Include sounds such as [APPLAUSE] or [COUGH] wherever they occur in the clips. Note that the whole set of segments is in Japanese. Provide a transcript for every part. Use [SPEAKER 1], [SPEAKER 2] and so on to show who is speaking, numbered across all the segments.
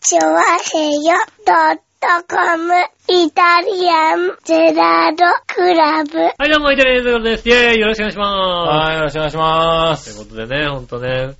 [SPEAKER 1] チョワヘヨドットコムイタリアンゼラードクラブ。
[SPEAKER 2] はい、どうも、イタリアンズゴルです。イェーイ、よろしくお願いしま。
[SPEAKER 3] はい、よろしくお願いしますす。
[SPEAKER 2] ということでね、ほんとね、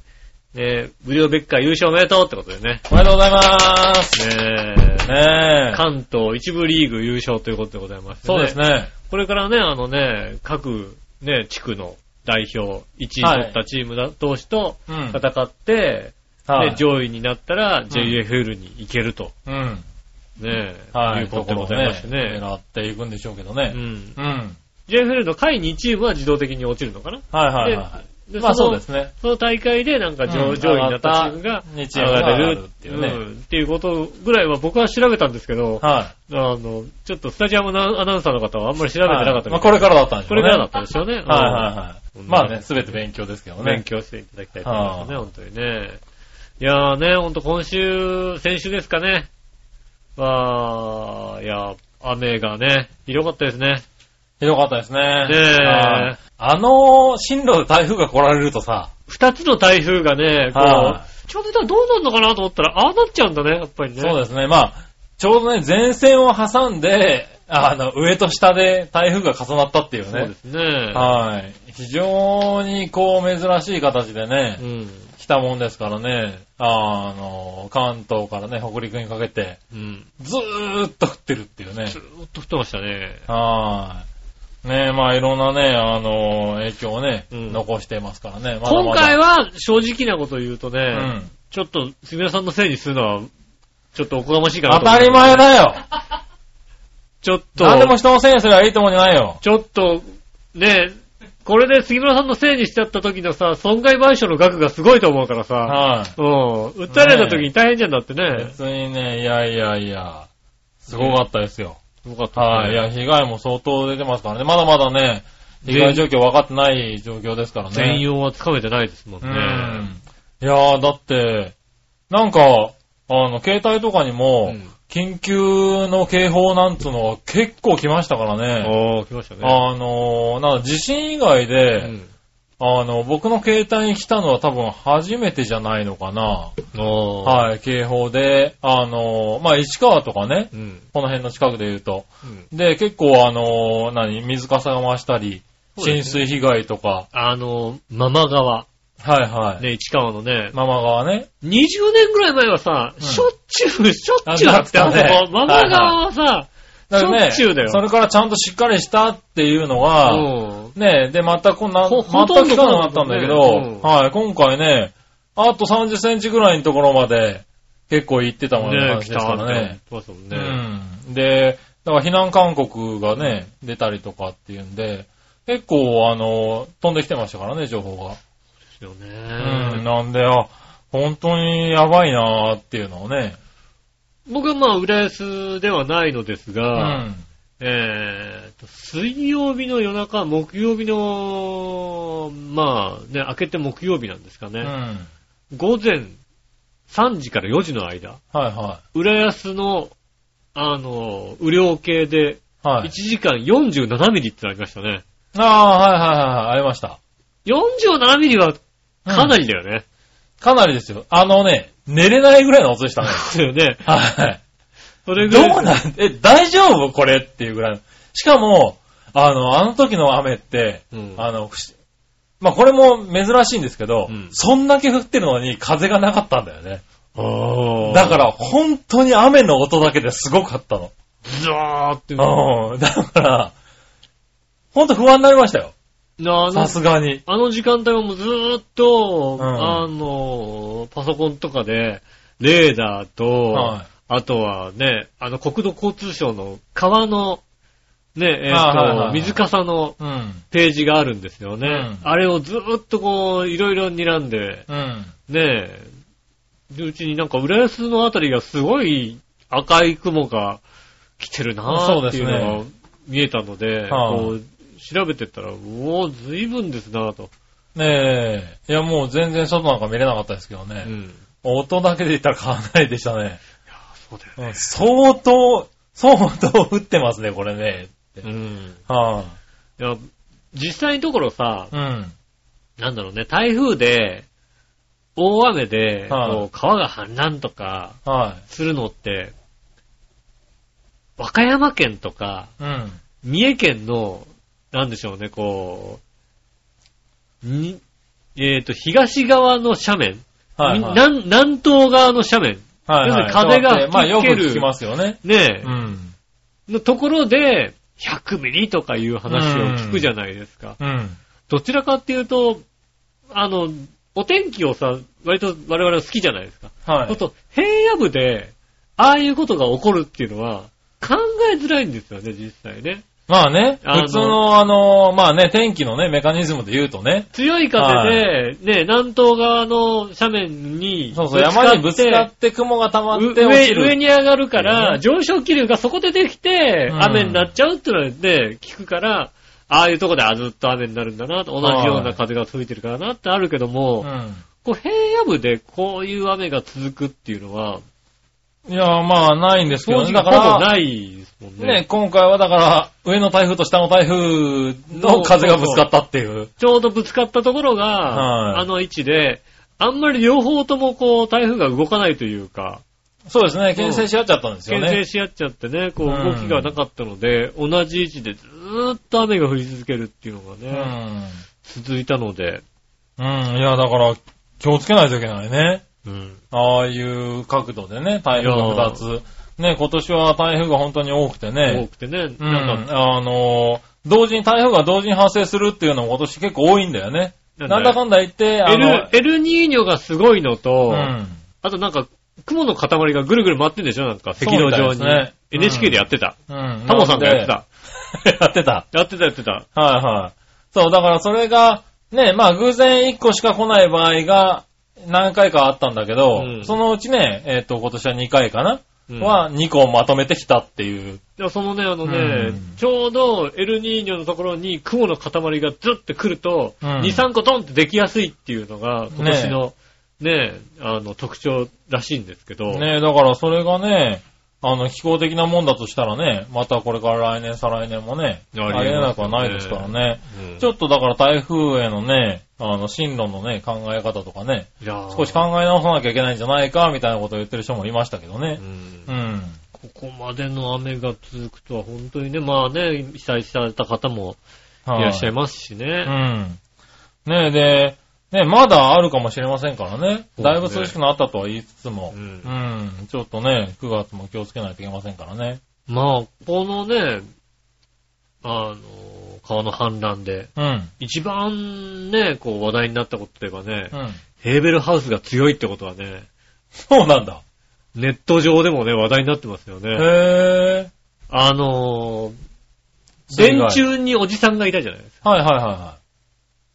[SPEAKER 2] ね、無料ベッカー優勝おめでとうってことでね。
[SPEAKER 3] おめでとうございます。
[SPEAKER 2] ねえ、
[SPEAKER 3] ねえ。
[SPEAKER 2] 関東一部リーグ優勝ということでございまして、
[SPEAKER 3] そうです。ね。
[SPEAKER 2] これからね、あのね、各ね、地区の代表、1位
[SPEAKER 3] はい
[SPEAKER 2] 取ったチームだ、同士と
[SPEAKER 3] うん
[SPEAKER 2] 戦って、
[SPEAKER 3] はい
[SPEAKER 2] で、上位になったら
[SPEAKER 3] ん
[SPEAKER 2] JFL に行けると、
[SPEAKER 3] うん。
[SPEAKER 2] ねえ、
[SPEAKER 3] はい。
[SPEAKER 2] いうことで
[SPEAKER 3] こ
[SPEAKER 2] ご
[SPEAKER 3] を
[SPEAKER 2] ざいましてね。
[SPEAKER 3] 狙っていくんでしょうけど
[SPEAKER 2] う
[SPEAKER 3] ね。
[SPEAKER 2] ん
[SPEAKER 3] う。ん。
[SPEAKER 2] JFL の下位2チームは自動的に落ちるのかな
[SPEAKER 3] はいはいは
[SPEAKER 2] でで
[SPEAKER 3] い。まあ
[SPEAKER 2] その
[SPEAKER 3] そうですね。
[SPEAKER 2] その大会でなんか上,、
[SPEAKER 3] うん
[SPEAKER 2] 上位になったチームが
[SPEAKER 3] 上がった
[SPEAKER 2] 上がれるっていうね、
[SPEAKER 3] 上がれるっていうね
[SPEAKER 2] んっていうことぐらいは僕は調べたんですけど、
[SPEAKER 3] は
[SPEAKER 2] あの、ちょっとスタジアムのアナウンサーの方はあんまり調
[SPEAKER 3] い。
[SPEAKER 2] べてなかったみたい
[SPEAKER 3] まあこれからだったんでし
[SPEAKER 2] こ
[SPEAKER 3] ょうね。
[SPEAKER 2] れからだったでしょうね。うん
[SPEAKER 3] [LAUGHS] はいはいはい。
[SPEAKER 2] うん
[SPEAKER 3] まあね、すべて勉強ですけどね。
[SPEAKER 2] 勉強していただきたいと思いますね、本当にね。いやーね、ほんと今週、先週ですかね。まあ、いや、雨がね、ひどかったですね。
[SPEAKER 3] ひどかったですね。
[SPEAKER 2] ねえ
[SPEAKER 3] はいあの、進路で台風が来られるとさ、
[SPEAKER 2] 二つの台風がね、こ
[SPEAKER 3] は
[SPEAKER 2] う、ちょうどどうなるのかなと思ったら、ああなっちゃうんだね、やっぱりね。
[SPEAKER 3] そうですね。まあ、ちょうどね、前線を挟んで、あの、上と下で台風が重なったっていうね。
[SPEAKER 2] そうですね。
[SPEAKER 3] はい。非常にこう珍しい形でね、
[SPEAKER 2] うん。
[SPEAKER 3] 来たもんですからね、あの、関東からね、北陸にかけて、
[SPEAKER 2] うん。
[SPEAKER 3] ずーっと降ってるっていうね
[SPEAKER 2] ず。ーっと降ってましたね。
[SPEAKER 3] はい。ねまあいろんなね、あの、影響をね、
[SPEAKER 2] うん
[SPEAKER 3] 残してますからね。まだ
[SPEAKER 2] 今
[SPEAKER 3] まだ
[SPEAKER 2] 回は正直なこと言うとね、
[SPEAKER 3] うん。
[SPEAKER 2] ちょっと、すみさんのせいにするのは、ちょっとおこがましいかな
[SPEAKER 3] 当
[SPEAKER 2] と思う
[SPEAKER 3] たり前だよ
[SPEAKER 2] [LAUGHS] ちょっと、
[SPEAKER 3] 何でも人のせいにすればいいともんじゃないよ。
[SPEAKER 2] ちょっと、ねえ、これで杉村さんのせいにしちゃった時のさ、損害賠償の額がすごいと思うからさ、
[SPEAKER 3] は
[SPEAKER 2] うん、訴えられた時に大変じゃんだって
[SPEAKER 3] い。
[SPEAKER 2] ね。
[SPEAKER 3] 別にね、いやいやいや、すごかったですよ。
[SPEAKER 2] よかった
[SPEAKER 3] はい。い
[SPEAKER 2] ね
[SPEAKER 3] や、被害も相当出てますからね。まだまだね、被害状況分かってない状況ですからね。
[SPEAKER 2] 全容はつかめてないですもん
[SPEAKER 3] う
[SPEAKER 2] ね。
[SPEAKER 3] ん。いやー、だって、なんか、あの、携帯とかにも
[SPEAKER 2] うん、
[SPEAKER 3] 緊急の警報なんつうのは結構来ましたからね。
[SPEAKER 2] ああ、来ましたね。
[SPEAKER 3] あのー、なんか地震以外
[SPEAKER 2] う
[SPEAKER 3] で、
[SPEAKER 2] ん
[SPEAKER 3] あの、僕の携帯に来たのは多分初めてじゃないのかな。
[SPEAKER 2] ああ
[SPEAKER 3] はい、警報で、あのー、まあ、市川とかね、
[SPEAKER 2] うん
[SPEAKER 3] この辺の近くで言うと。
[SPEAKER 2] うん
[SPEAKER 3] で、結構あのー、何、水かさが増したり、
[SPEAKER 2] そうで
[SPEAKER 3] 浸
[SPEAKER 2] す
[SPEAKER 3] 水被害とか。
[SPEAKER 2] あの、ママ川、
[SPEAKER 3] はいはい。
[SPEAKER 2] ね、市川のね、
[SPEAKER 3] ママ川ね。
[SPEAKER 2] 20年ぐらい前はさ、
[SPEAKER 3] うん
[SPEAKER 2] しょっちゅう、しょっちゅうだって、
[SPEAKER 3] あ
[SPEAKER 2] あそ
[SPEAKER 3] なんかね
[SPEAKER 2] こ、ママ川はさ、
[SPEAKER 3] だから
[SPEAKER 2] しょっちゅうだよ
[SPEAKER 3] それからちゃんとしっかりしたっていうのは、
[SPEAKER 2] うん
[SPEAKER 3] ねで、またこんな、
[SPEAKER 2] ほほ
[SPEAKER 3] また
[SPEAKER 2] とんど
[SPEAKER 3] 期間があったんだけど、
[SPEAKER 2] うん
[SPEAKER 3] はい、今回ね、あと30センチぐらいのところまで結構行ってたもんね、
[SPEAKER 2] ね、
[SPEAKER 3] 話
[SPEAKER 2] 来た
[SPEAKER 3] ですか
[SPEAKER 2] って
[SPEAKER 3] ら
[SPEAKER 2] 思っ
[SPEAKER 3] ね。
[SPEAKER 2] てますもん
[SPEAKER 3] う
[SPEAKER 2] ね。
[SPEAKER 3] ん。で、だから避難勧告がね、出たりとかっていうんで、結構あの、飛んできてましたからね、情報が。
[SPEAKER 2] ですよ
[SPEAKER 3] うん、
[SPEAKER 2] ね。
[SPEAKER 3] なんで、あ、本当にやばいなーっていうのをね。
[SPEAKER 2] 僕はまあ、浦安ではないのです
[SPEAKER 3] う
[SPEAKER 2] が、
[SPEAKER 3] ん。
[SPEAKER 2] えーと、水曜日の夜中、木曜日の、まあね、明けて木曜日なんですか
[SPEAKER 3] うん。
[SPEAKER 2] ね。
[SPEAKER 3] はい
[SPEAKER 2] 午前3時から4時の間、
[SPEAKER 3] は
[SPEAKER 2] 浦安の、あの、雨量計で、
[SPEAKER 3] い。は
[SPEAKER 2] 1
[SPEAKER 3] い。
[SPEAKER 2] 時間47ミリってなりましたね。
[SPEAKER 3] ああー、はいはいはいはい、ありました。
[SPEAKER 2] 47ミリはかな
[SPEAKER 3] り、
[SPEAKER 2] りだよね。
[SPEAKER 3] かなりですよ。あのね、寝れないぐらいの音でしたね。
[SPEAKER 2] だよ [LAUGHS] ね。
[SPEAKER 3] はい。
[SPEAKER 2] それぐ
[SPEAKER 3] ど
[SPEAKER 2] らい。
[SPEAKER 3] うなん、え、大丈夫これっていうぐらいの。しかも、あの、あの時の雨って、
[SPEAKER 2] うん
[SPEAKER 3] あの、不思まあ、これも珍しいんですけど、
[SPEAKER 2] うん
[SPEAKER 3] そんだけ降ってるのに風がなかったんだよね。
[SPEAKER 2] あ
[SPEAKER 3] だから、本当に雨の音だけですごかったの。
[SPEAKER 2] ら、ずーって。
[SPEAKER 3] うん。だから、本当不安になりましたよ。
[SPEAKER 2] なあの
[SPEAKER 3] さすがに。
[SPEAKER 2] あの時間帯はもうずーっと、
[SPEAKER 3] うん
[SPEAKER 2] あの、パソコンとかで、レーダーと、
[SPEAKER 3] はい
[SPEAKER 2] あとはね、あの国土交通省の川の、ね、えっ、と、
[SPEAKER 3] あはいはいはい
[SPEAKER 2] 水かさの
[SPEAKER 3] うん。
[SPEAKER 2] ページがあるんですよね。
[SPEAKER 3] うん
[SPEAKER 2] あれをずーっとこう、いろいろ睨んで、
[SPEAKER 3] うん。
[SPEAKER 2] ねえ、でうちになんか浦安のあたりがすごい赤い雲が来てるなーっていう
[SPEAKER 3] そう
[SPEAKER 2] の
[SPEAKER 3] で
[SPEAKER 2] が見えたので、
[SPEAKER 3] はい
[SPEAKER 2] こう調べてったら、おー、随分ですなーと。
[SPEAKER 3] ねえ。いや、もう全然外なんか見れなかったですけどね。
[SPEAKER 2] うん。
[SPEAKER 3] 音だけで言ったらかなりでしたね。
[SPEAKER 2] そうだよ
[SPEAKER 3] うん相当、相当降ってますね、これね。
[SPEAKER 2] うん。
[SPEAKER 3] はい
[SPEAKER 2] や、実際のところさ、
[SPEAKER 3] うん。
[SPEAKER 2] なんだろうね、台風で、大雨で、
[SPEAKER 3] はい
[SPEAKER 2] こう川が氾濫とか
[SPEAKER 3] は
[SPEAKER 2] するのって、和歌山県とか、
[SPEAKER 3] い。うん。
[SPEAKER 2] 三重県の、なんでしょうね、こう、に、えっ、と、東側の斜面、
[SPEAKER 3] はい、
[SPEAKER 2] み
[SPEAKER 3] はい。
[SPEAKER 2] 南南東側の斜面、
[SPEAKER 3] はい
[SPEAKER 2] 要す
[SPEAKER 3] は
[SPEAKER 2] る
[SPEAKER 3] い、
[SPEAKER 2] に風が吹きつける
[SPEAKER 3] まあよく聞きますよね。
[SPEAKER 2] ね
[SPEAKER 3] う、ん。
[SPEAKER 2] のところで、100ミリとかいう話を聞くじゃないですか。
[SPEAKER 3] うん。
[SPEAKER 2] どちらかっていうと、あの、お天気をさ、割と我々は好きじゃないですか。
[SPEAKER 3] は
[SPEAKER 2] ほん
[SPEAKER 3] い。
[SPEAKER 2] と、平野部で、ああいうことが起こるっていうのは、考えづらいんですよね、実際ね。
[SPEAKER 3] まあね、
[SPEAKER 2] あの
[SPEAKER 3] 普通のあの、まあね、天気のね、メカニズムで言うとね、
[SPEAKER 2] 強い風で、ね、南東側の斜面に、
[SPEAKER 3] そうそう、山にぶつか
[SPEAKER 2] っ
[SPEAKER 3] って雲が溜ま
[SPEAKER 2] う
[SPEAKER 3] って落ち
[SPEAKER 2] 上上
[SPEAKER 3] る。
[SPEAKER 2] に上がるから、
[SPEAKER 3] ね
[SPEAKER 2] 上昇気流がそこでできて、
[SPEAKER 3] うん
[SPEAKER 2] 雨になっちゃうっていうのはね、聞くから、ああいうとこであずっと雨になるんだな、同じような風が吹いてるからなってあるけども、
[SPEAKER 3] うん。
[SPEAKER 2] こう平野部でこういう雨が続くっていうのは、
[SPEAKER 3] いや、まあないんですけど
[SPEAKER 2] 当時
[SPEAKER 3] ね、だ
[SPEAKER 2] が
[SPEAKER 3] か
[SPEAKER 2] ほ
[SPEAKER 3] ら
[SPEAKER 2] ぼ、ないですもんね。
[SPEAKER 3] ね、今回はだから、上の台風と下の台風の風がぶつかったっていう。
[SPEAKER 2] ちょうどぶつかったところが、
[SPEAKER 3] はい
[SPEAKER 2] あの位置で、あんまり両方ともこう台風が動かないというか、
[SPEAKER 3] そうですね、牽制し合っちゃったんですよ
[SPEAKER 2] 牽制
[SPEAKER 3] ね。
[SPEAKER 2] し合っちゃってね、こう
[SPEAKER 3] うん
[SPEAKER 2] 動きがなかったので、同じ位置でずーっと雨が降り続けるっていうのが
[SPEAKER 3] う
[SPEAKER 2] ね、
[SPEAKER 3] ん。
[SPEAKER 2] 続いたので、
[SPEAKER 3] うん、いや、だから、気をつけないといけないね。
[SPEAKER 2] うん。
[SPEAKER 3] ああいう角度でね、台風が2つ。ね、今年は台風が本当に多くて
[SPEAKER 2] 多
[SPEAKER 3] ね。
[SPEAKER 2] くてね、
[SPEAKER 3] うん、
[SPEAKER 2] なんか、
[SPEAKER 3] あのー同時に、台風が同時に発生するっていうのも今年結構多いんだよね。なんだかんだ言って、あ
[SPEAKER 2] エ
[SPEAKER 3] の
[SPEAKER 2] ル、、エルニーニョがすごいのと、
[SPEAKER 3] うん。
[SPEAKER 2] あとなんか、雲の塊がぐるぐる回ってんでしょなんか、
[SPEAKER 3] そ
[SPEAKER 2] 赤
[SPEAKER 3] う
[SPEAKER 2] 道
[SPEAKER 3] みたい
[SPEAKER 2] 上
[SPEAKER 3] です
[SPEAKER 2] に。
[SPEAKER 3] ねうん
[SPEAKER 2] NHK でやってた。
[SPEAKER 3] うん。
[SPEAKER 2] タモさんがやってた。
[SPEAKER 3] なんで。 [LAUGHS] やってた。
[SPEAKER 2] やってたやってた。
[SPEAKER 3] はいはい。そう、だからそれが、ね、まあ偶然1個しか来ない場合が何回かあったんだけど、
[SPEAKER 2] うん
[SPEAKER 3] そのうちね、えっ、と、今年は2回かな、
[SPEAKER 2] うん
[SPEAKER 3] は2個まとめてきたっていう。
[SPEAKER 2] でもそのね、あのね、
[SPEAKER 3] うん
[SPEAKER 2] ちょうどエルニーニョのところに雲の塊がずって来ると、
[SPEAKER 3] う
[SPEAKER 2] 2、
[SPEAKER 3] ん
[SPEAKER 2] 3個トンってできやすいっていうのが、今年のね、あの、特徴らしいんですけど、
[SPEAKER 3] ね、だからそれがね、あの、気候的なもんだとしたらね、またこれから来年、再来年もね、
[SPEAKER 2] ありえますよね
[SPEAKER 3] ありえなくはないですからね。
[SPEAKER 2] うん
[SPEAKER 3] ちょっとだから台風へのね、あの、進路のね、考え方とかね、
[SPEAKER 2] いやー
[SPEAKER 3] 少し考え直さなきゃいけないんじゃないか、みたいなことを言ってる人もいましたけどね
[SPEAKER 2] う。ん
[SPEAKER 3] うん。
[SPEAKER 2] ここまでの雨が続くとは本当にね、まあね、被災された方もいらっしゃいますしね。
[SPEAKER 3] うん。ねえ、で、ねまだあるかもしれませんからね。
[SPEAKER 2] そうですね
[SPEAKER 3] だいぶ涼しくなったとは言いつつも、
[SPEAKER 2] う
[SPEAKER 3] うんん、ちょっとね、9月も気をつけないといけませんからね。
[SPEAKER 2] まあ、このね、あの、川の氾濫で、
[SPEAKER 3] うん。
[SPEAKER 2] 一番ね、こう話題になったことといえばね、
[SPEAKER 3] うん。
[SPEAKER 2] ヘーベルハウスが強いってことはね、
[SPEAKER 3] そうなんだ。
[SPEAKER 2] ネット上でもね、話題になってますよね。
[SPEAKER 3] へぇ
[SPEAKER 2] あのー、
[SPEAKER 3] ー。
[SPEAKER 2] 電柱におじさんがいたじゃないですか。
[SPEAKER 3] はいはいはいは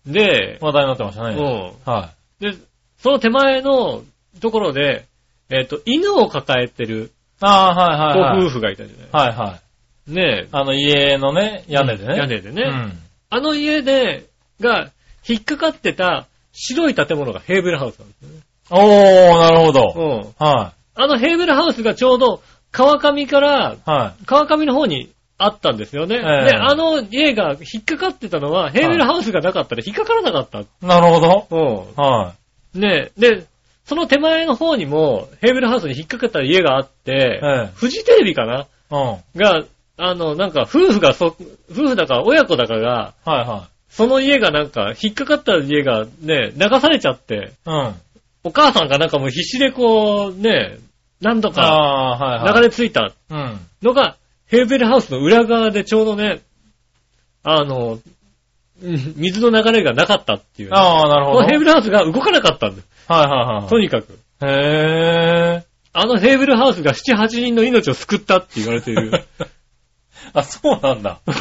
[SPEAKER 2] で
[SPEAKER 3] い。、話題になってました
[SPEAKER 2] う
[SPEAKER 3] ね。
[SPEAKER 2] ん。
[SPEAKER 3] は
[SPEAKER 2] で、その手前のところで、えっ、と、犬を抱えてる
[SPEAKER 3] い。ああ、はい
[SPEAKER 2] ご
[SPEAKER 3] はいはい。
[SPEAKER 2] 夫婦がいたじゃない
[SPEAKER 3] はいはい。
[SPEAKER 2] ねえ。
[SPEAKER 3] あの家のね、屋根でね。
[SPEAKER 2] 屋根でね。
[SPEAKER 3] うん。
[SPEAKER 2] あの家で、が、引っかかってた白い建物がヘーベルハウスなんですよね。
[SPEAKER 3] おー、なるほど。
[SPEAKER 2] うん。
[SPEAKER 3] は
[SPEAKER 2] あのヘーベルハウスがちょうど川上から
[SPEAKER 3] い。は
[SPEAKER 2] 川上の方にあったんですよね。
[SPEAKER 3] ええ
[SPEAKER 2] で、あの家が引っかかってたのは、ヘーベルハウスがなかったら引っかからなかった。
[SPEAKER 3] い。なるほど。
[SPEAKER 2] う
[SPEAKER 3] は
[SPEAKER 2] ん。ねえで、その手前の方にも、ヘーベルハウスに引っかかった家があって、
[SPEAKER 3] ええ。
[SPEAKER 2] フジテレビかない
[SPEAKER 3] うん。はい
[SPEAKER 2] が、あの、なんか夫婦がそ、夫婦だか親子だかが、
[SPEAKER 3] は
[SPEAKER 2] その家がなんか、引っかかった家がね、流されちゃって、
[SPEAKER 3] い。うん。
[SPEAKER 2] お母さんがなんかもう必死でこう、ね、何度か
[SPEAKER 3] ああー、はいは
[SPEAKER 2] 流
[SPEAKER 3] い。
[SPEAKER 2] れ着いた
[SPEAKER 3] うん。
[SPEAKER 2] のが、ヘーベルハウスの裏側でちょうどね、あの、うん水の流れがなかったっていうね、
[SPEAKER 3] ああ、なるほ
[SPEAKER 2] こ
[SPEAKER 3] ど。は
[SPEAKER 2] のヘー
[SPEAKER 3] い
[SPEAKER 2] ベルハウスが動かなかったんだよ。
[SPEAKER 3] はい
[SPEAKER 2] と
[SPEAKER 3] はい。
[SPEAKER 2] にかく。
[SPEAKER 3] へえ。
[SPEAKER 2] あのヘーベルハウスが7、8人の命を救ったって言われてい
[SPEAKER 3] [LAUGHS]
[SPEAKER 2] る。
[SPEAKER 3] あ、そうなんだ。
[SPEAKER 2] ネ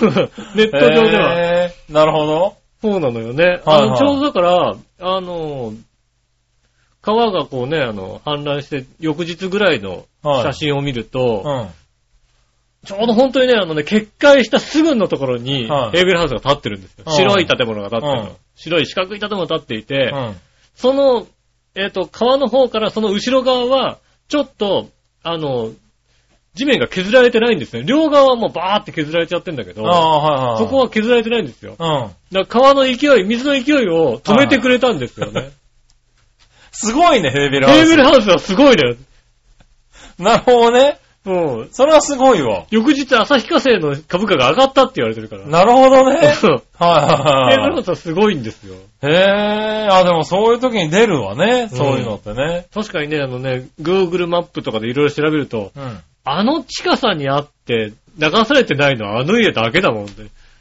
[SPEAKER 2] ット上では。
[SPEAKER 3] へーなるほど。
[SPEAKER 2] そうなのよね。
[SPEAKER 3] はい
[SPEAKER 2] あのちょうどだから、あの、川がこうね、あの、氾濫して、翌日ぐらいの
[SPEAKER 3] はい
[SPEAKER 2] 写真を見ると、
[SPEAKER 3] う
[SPEAKER 2] ちょうど本当にね、あのね、決壊したすぐのところに、
[SPEAKER 3] はい
[SPEAKER 2] ヘーベルハウスが建ってるんですよ。
[SPEAKER 3] はい
[SPEAKER 2] 白い建物が建ってる
[SPEAKER 3] うん
[SPEAKER 2] の。白い四角い建物が建っていて、
[SPEAKER 3] ん。うん。
[SPEAKER 2] その、えっ、と、川の方からその後ろ側は、ちょっと、あの、地面が削られてないんですね。両側はもうバーって削られちゃってんだけど、
[SPEAKER 3] ああ、はいはい。
[SPEAKER 2] そこは削られてないんですよ。
[SPEAKER 3] は、うん。
[SPEAKER 2] だから川の勢い、水の勢いを止めてくれたんですよね。
[SPEAKER 3] [LAUGHS] すごいね、ヘーベル
[SPEAKER 2] テ
[SPEAKER 3] ハウス。
[SPEAKER 2] ーブルハウスはすごいね。
[SPEAKER 3] なるほどね。
[SPEAKER 2] うん。
[SPEAKER 3] それはすごいわ。
[SPEAKER 2] 翌日、旭化成の株価が上がったって言われてるから。
[SPEAKER 3] なるほど [LAUGHS] ね。
[SPEAKER 2] そうテ
[SPEAKER 3] はい
[SPEAKER 2] ーブ
[SPEAKER 3] は
[SPEAKER 2] ル
[SPEAKER 3] い
[SPEAKER 2] ハ
[SPEAKER 3] は
[SPEAKER 2] ウ
[SPEAKER 3] い。
[SPEAKER 2] スはすごいんですよ。
[SPEAKER 3] へぇー。あ、でもそういう時に出るわね。そういうのってね。
[SPEAKER 2] 確かにね、あのね、Google マップとかでいろいろ調べると、
[SPEAKER 3] うん。
[SPEAKER 2] あの近さにあって流されてないのはあの家だけだもんね。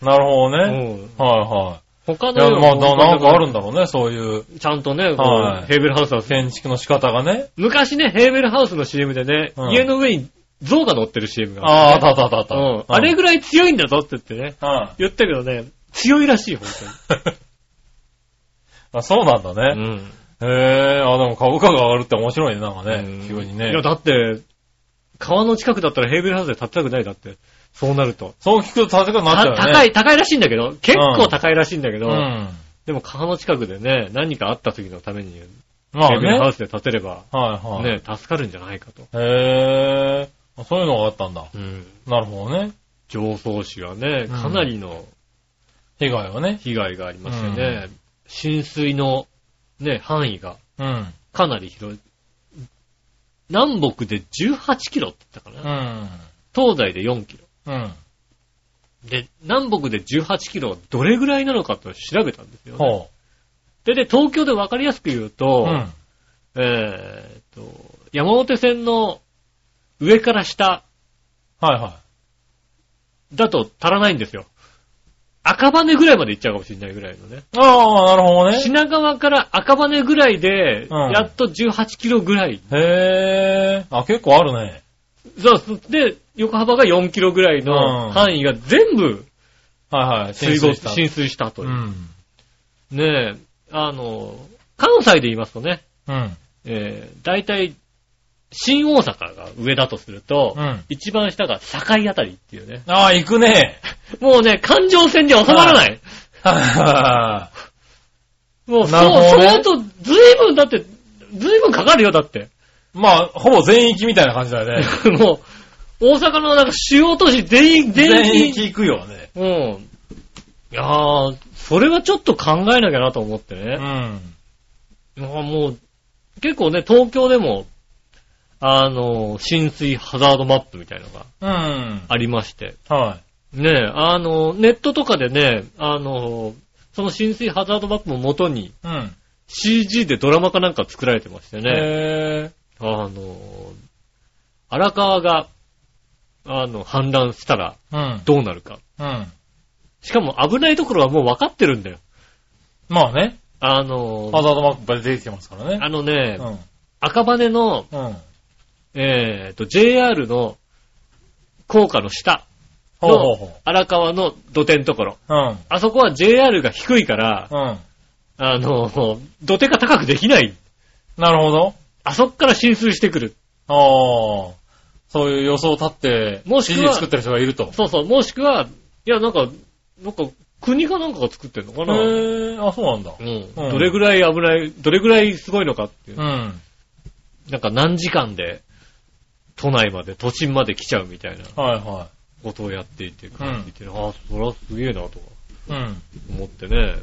[SPEAKER 3] なるほど
[SPEAKER 2] う
[SPEAKER 3] ね。
[SPEAKER 2] ん。
[SPEAKER 3] は
[SPEAKER 2] 他
[SPEAKER 3] いはい。いや、
[SPEAKER 2] の
[SPEAKER 3] まあ、ななんかあるん
[SPEAKER 2] だ。
[SPEAKER 3] だろうね、そういう
[SPEAKER 2] ちゃんとね、こ
[SPEAKER 3] は
[SPEAKER 2] う
[SPEAKER 3] い
[SPEAKER 2] ヘーベルハウスは
[SPEAKER 3] 建築の仕方がね。
[SPEAKER 2] 昔ね、ヘーベルハウスの CM でね、
[SPEAKER 3] うん
[SPEAKER 2] 家の上に象が乗ってる CM が
[SPEAKER 3] ああ、あったあったあった
[SPEAKER 2] ある。う
[SPEAKER 3] あ
[SPEAKER 2] ん
[SPEAKER 3] った。
[SPEAKER 2] あれぐらい強いんだぞって言ってね、
[SPEAKER 3] はい
[SPEAKER 2] 言ったけどね、強いらしい、本
[SPEAKER 3] [LAUGHS] あ、 [LAUGHS] そうなんだ
[SPEAKER 2] 当
[SPEAKER 3] ね。
[SPEAKER 2] に。うん。
[SPEAKER 3] へぇー。あ、でも株価が上がるって面白いね、なんか
[SPEAKER 2] う
[SPEAKER 3] ね
[SPEAKER 2] ん。
[SPEAKER 3] 急にね
[SPEAKER 2] いや、。だって、川の近くだったらヘーベルハウスで建てたくないだって。そうなると。
[SPEAKER 3] そう聞くと高くなっちゃうよね。
[SPEAKER 2] た高い、高いらしいんだけど、結構高いらしいんだけど、
[SPEAKER 3] うん。
[SPEAKER 2] でも川の近くでね、何かあった時のために、
[SPEAKER 3] まあ
[SPEAKER 2] ヘーベルハ
[SPEAKER 3] ね
[SPEAKER 2] ウ。スで建てれば、
[SPEAKER 3] はいはい。
[SPEAKER 2] ね、助かるんじゃないかと。
[SPEAKER 3] へぇー。そういうのがあったんだ。
[SPEAKER 2] うん。
[SPEAKER 3] なるほどね。
[SPEAKER 2] 上層市はね、かなりの
[SPEAKER 3] 被害はね。
[SPEAKER 2] 被害がありましてね、浸水の、ね、範囲が
[SPEAKER 3] うん。
[SPEAKER 2] かなり広い。南北で18キロって言ったか
[SPEAKER 3] う
[SPEAKER 2] な、
[SPEAKER 3] ん。
[SPEAKER 2] 東西で4キロ。
[SPEAKER 3] うん。
[SPEAKER 2] で、南北で18キロはどれぐらいなのかって調べたんですよ、ね。
[SPEAKER 3] ほ
[SPEAKER 2] で、で、東京でわかりやすく言う
[SPEAKER 3] う。
[SPEAKER 2] と、
[SPEAKER 3] うん。
[SPEAKER 2] えーっと、山手線の上から下
[SPEAKER 3] はいは
[SPEAKER 2] だと足らないんですよ。赤羽ぐらいまで行っちゃうかもしれないぐらいのね。
[SPEAKER 3] い。ああ、なるほどね。
[SPEAKER 2] 品川から赤羽ぐらいで、
[SPEAKER 3] うん
[SPEAKER 2] やっと18キロぐらい。
[SPEAKER 3] へぇー。あ、結構あるね。
[SPEAKER 2] そうそうで、横幅が4キロぐらい
[SPEAKER 3] うん
[SPEAKER 2] の範囲が全部
[SPEAKER 3] はいはい。
[SPEAKER 2] 水没、
[SPEAKER 3] した。
[SPEAKER 2] 浸水したというう。
[SPEAKER 3] ん。
[SPEAKER 2] ねえ、あの、関西で言いますとね、
[SPEAKER 3] うん。
[SPEAKER 2] えー、大体、新大阪が上だとすると、
[SPEAKER 3] うん
[SPEAKER 2] 一番下が堺あたりっていうね。
[SPEAKER 3] ああ、行くね。 [LAUGHS]
[SPEAKER 2] もうね、環状線で収まらない。
[SPEAKER 3] はいは
[SPEAKER 2] もう、
[SPEAKER 3] なるほどね
[SPEAKER 2] そう、そうと、ずいぶんだって、ずいぶんかかるよ、だって。 [LAUGHS]
[SPEAKER 3] い。まあ、ほぼ全域みたいな感じだよね。
[SPEAKER 2] もう、大阪のなんか主要都市全員、
[SPEAKER 3] 全
[SPEAKER 2] 全
[SPEAKER 3] 域
[SPEAKER 2] 員。
[SPEAKER 3] 行くよね。
[SPEAKER 2] うん。いやー、それはちょっと考えなきゃなと思って
[SPEAKER 3] う
[SPEAKER 2] ね。
[SPEAKER 3] ん。
[SPEAKER 2] あーもう、結構ね、東京でも、あの、浸水ハザードマップみたいのが
[SPEAKER 3] うん。
[SPEAKER 2] ありまして。
[SPEAKER 3] は
[SPEAKER 2] ねえ、あの、ネットとかでね、あの、その浸水ハザードマップを元に
[SPEAKER 3] い。うん。
[SPEAKER 2] CG でドラマかなんか作られてましてね、
[SPEAKER 3] へ
[SPEAKER 2] あの、荒川が、あの、氾濫したら
[SPEAKER 3] ぇー。うん。
[SPEAKER 2] どうなるか。
[SPEAKER 3] うん。
[SPEAKER 2] しかも危ないところはもう分かってるんだよ。
[SPEAKER 3] まあね。
[SPEAKER 2] あの、
[SPEAKER 3] ハザードマップが出てきてますからね。
[SPEAKER 2] あのね、
[SPEAKER 3] うん。
[SPEAKER 2] 赤羽の、
[SPEAKER 3] うん。
[SPEAKER 2] えーと、JR の高架の下
[SPEAKER 3] ほうほう
[SPEAKER 2] の
[SPEAKER 3] ほ
[SPEAKER 2] 荒川の土手のところ。
[SPEAKER 3] う。うん。
[SPEAKER 2] あそこは JR が低いから、
[SPEAKER 3] うん。
[SPEAKER 2] あの、土手が高くできない。
[SPEAKER 3] なるほど。
[SPEAKER 2] あそこから浸水してくる。
[SPEAKER 3] ああ。そういう予想を立って、
[SPEAKER 2] もしくは
[SPEAKER 3] CG 作ってる人がいると。
[SPEAKER 2] そうそう、もしくは、いや、なんか、なんか、国かなんかが作ってんのか
[SPEAKER 3] へ
[SPEAKER 2] な、
[SPEAKER 3] ー、あ、そうなんだ。
[SPEAKER 2] う
[SPEAKER 3] うん
[SPEAKER 2] ん、どれぐらい危ない、どれぐらいすごいのかっていう。
[SPEAKER 3] うん。
[SPEAKER 2] なんか何時間で、都内まで、都心まで来ちゃうみたいな
[SPEAKER 3] はいは
[SPEAKER 2] ことをやっていて、感じて、ああ、そらすげえなとか
[SPEAKER 3] い。うん。
[SPEAKER 2] 思ってね。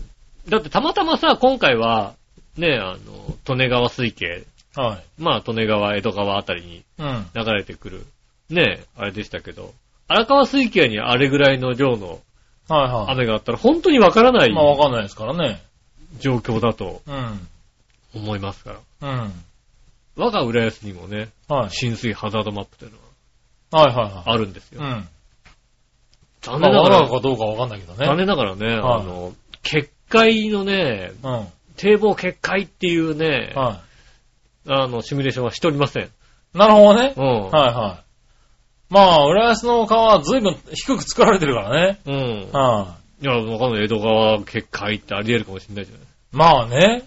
[SPEAKER 2] だってたまたまさ、今回は、ね、あの、利根川水系、
[SPEAKER 3] はい。
[SPEAKER 2] まあ、利根川、江戸川あたりに
[SPEAKER 3] うん。
[SPEAKER 2] 流れてくる、ねえ、あれでしたけど、荒川水系にあれぐらいの量の
[SPEAKER 3] はいは
[SPEAKER 2] 雨があったら本当にわからない
[SPEAKER 3] い。まあわかんないですからね。
[SPEAKER 2] 状況だと
[SPEAKER 3] うん。
[SPEAKER 2] 思いますから。
[SPEAKER 3] うん。
[SPEAKER 2] 我が浦安にもね、
[SPEAKER 3] はい。
[SPEAKER 2] 浸水ハザードマップというの
[SPEAKER 3] はいはい
[SPEAKER 2] が
[SPEAKER 3] はい。
[SPEAKER 2] あるんですよ。
[SPEAKER 3] うん。
[SPEAKER 2] 残
[SPEAKER 3] まあ
[SPEAKER 2] 念なが
[SPEAKER 3] わから
[SPEAKER 2] ら
[SPEAKER 3] か、どうかわかんないけど
[SPEAKER 2] 残
[SPEAKER 3] ね。
[SPEAKER 2] 念ながらね、
[SPEAKER 3] はい
[SPEAKER 2] あの、決壊のね、
[SPEAKER 3] うん。は
[SPEAKER 2] 堤防決壊っていうね、
[SPEAKER 3] い。
[SPEAKER 2] あの、シミュレーションはしておりません。
[SPEAKER 3] なるほどね
[SPEAKER 2] う。ん。
[SPEAKER 3] はいはい。まあ、浦安の川は随分低く作られてるからね。
[SPEAKER 2] うん。
[SPEAKER 3] はい
[SPEAKER 2] や、わかんない。江戸川決壊ってあり得るかもしれないじゃない
[SPEAKER 3] い。まあね。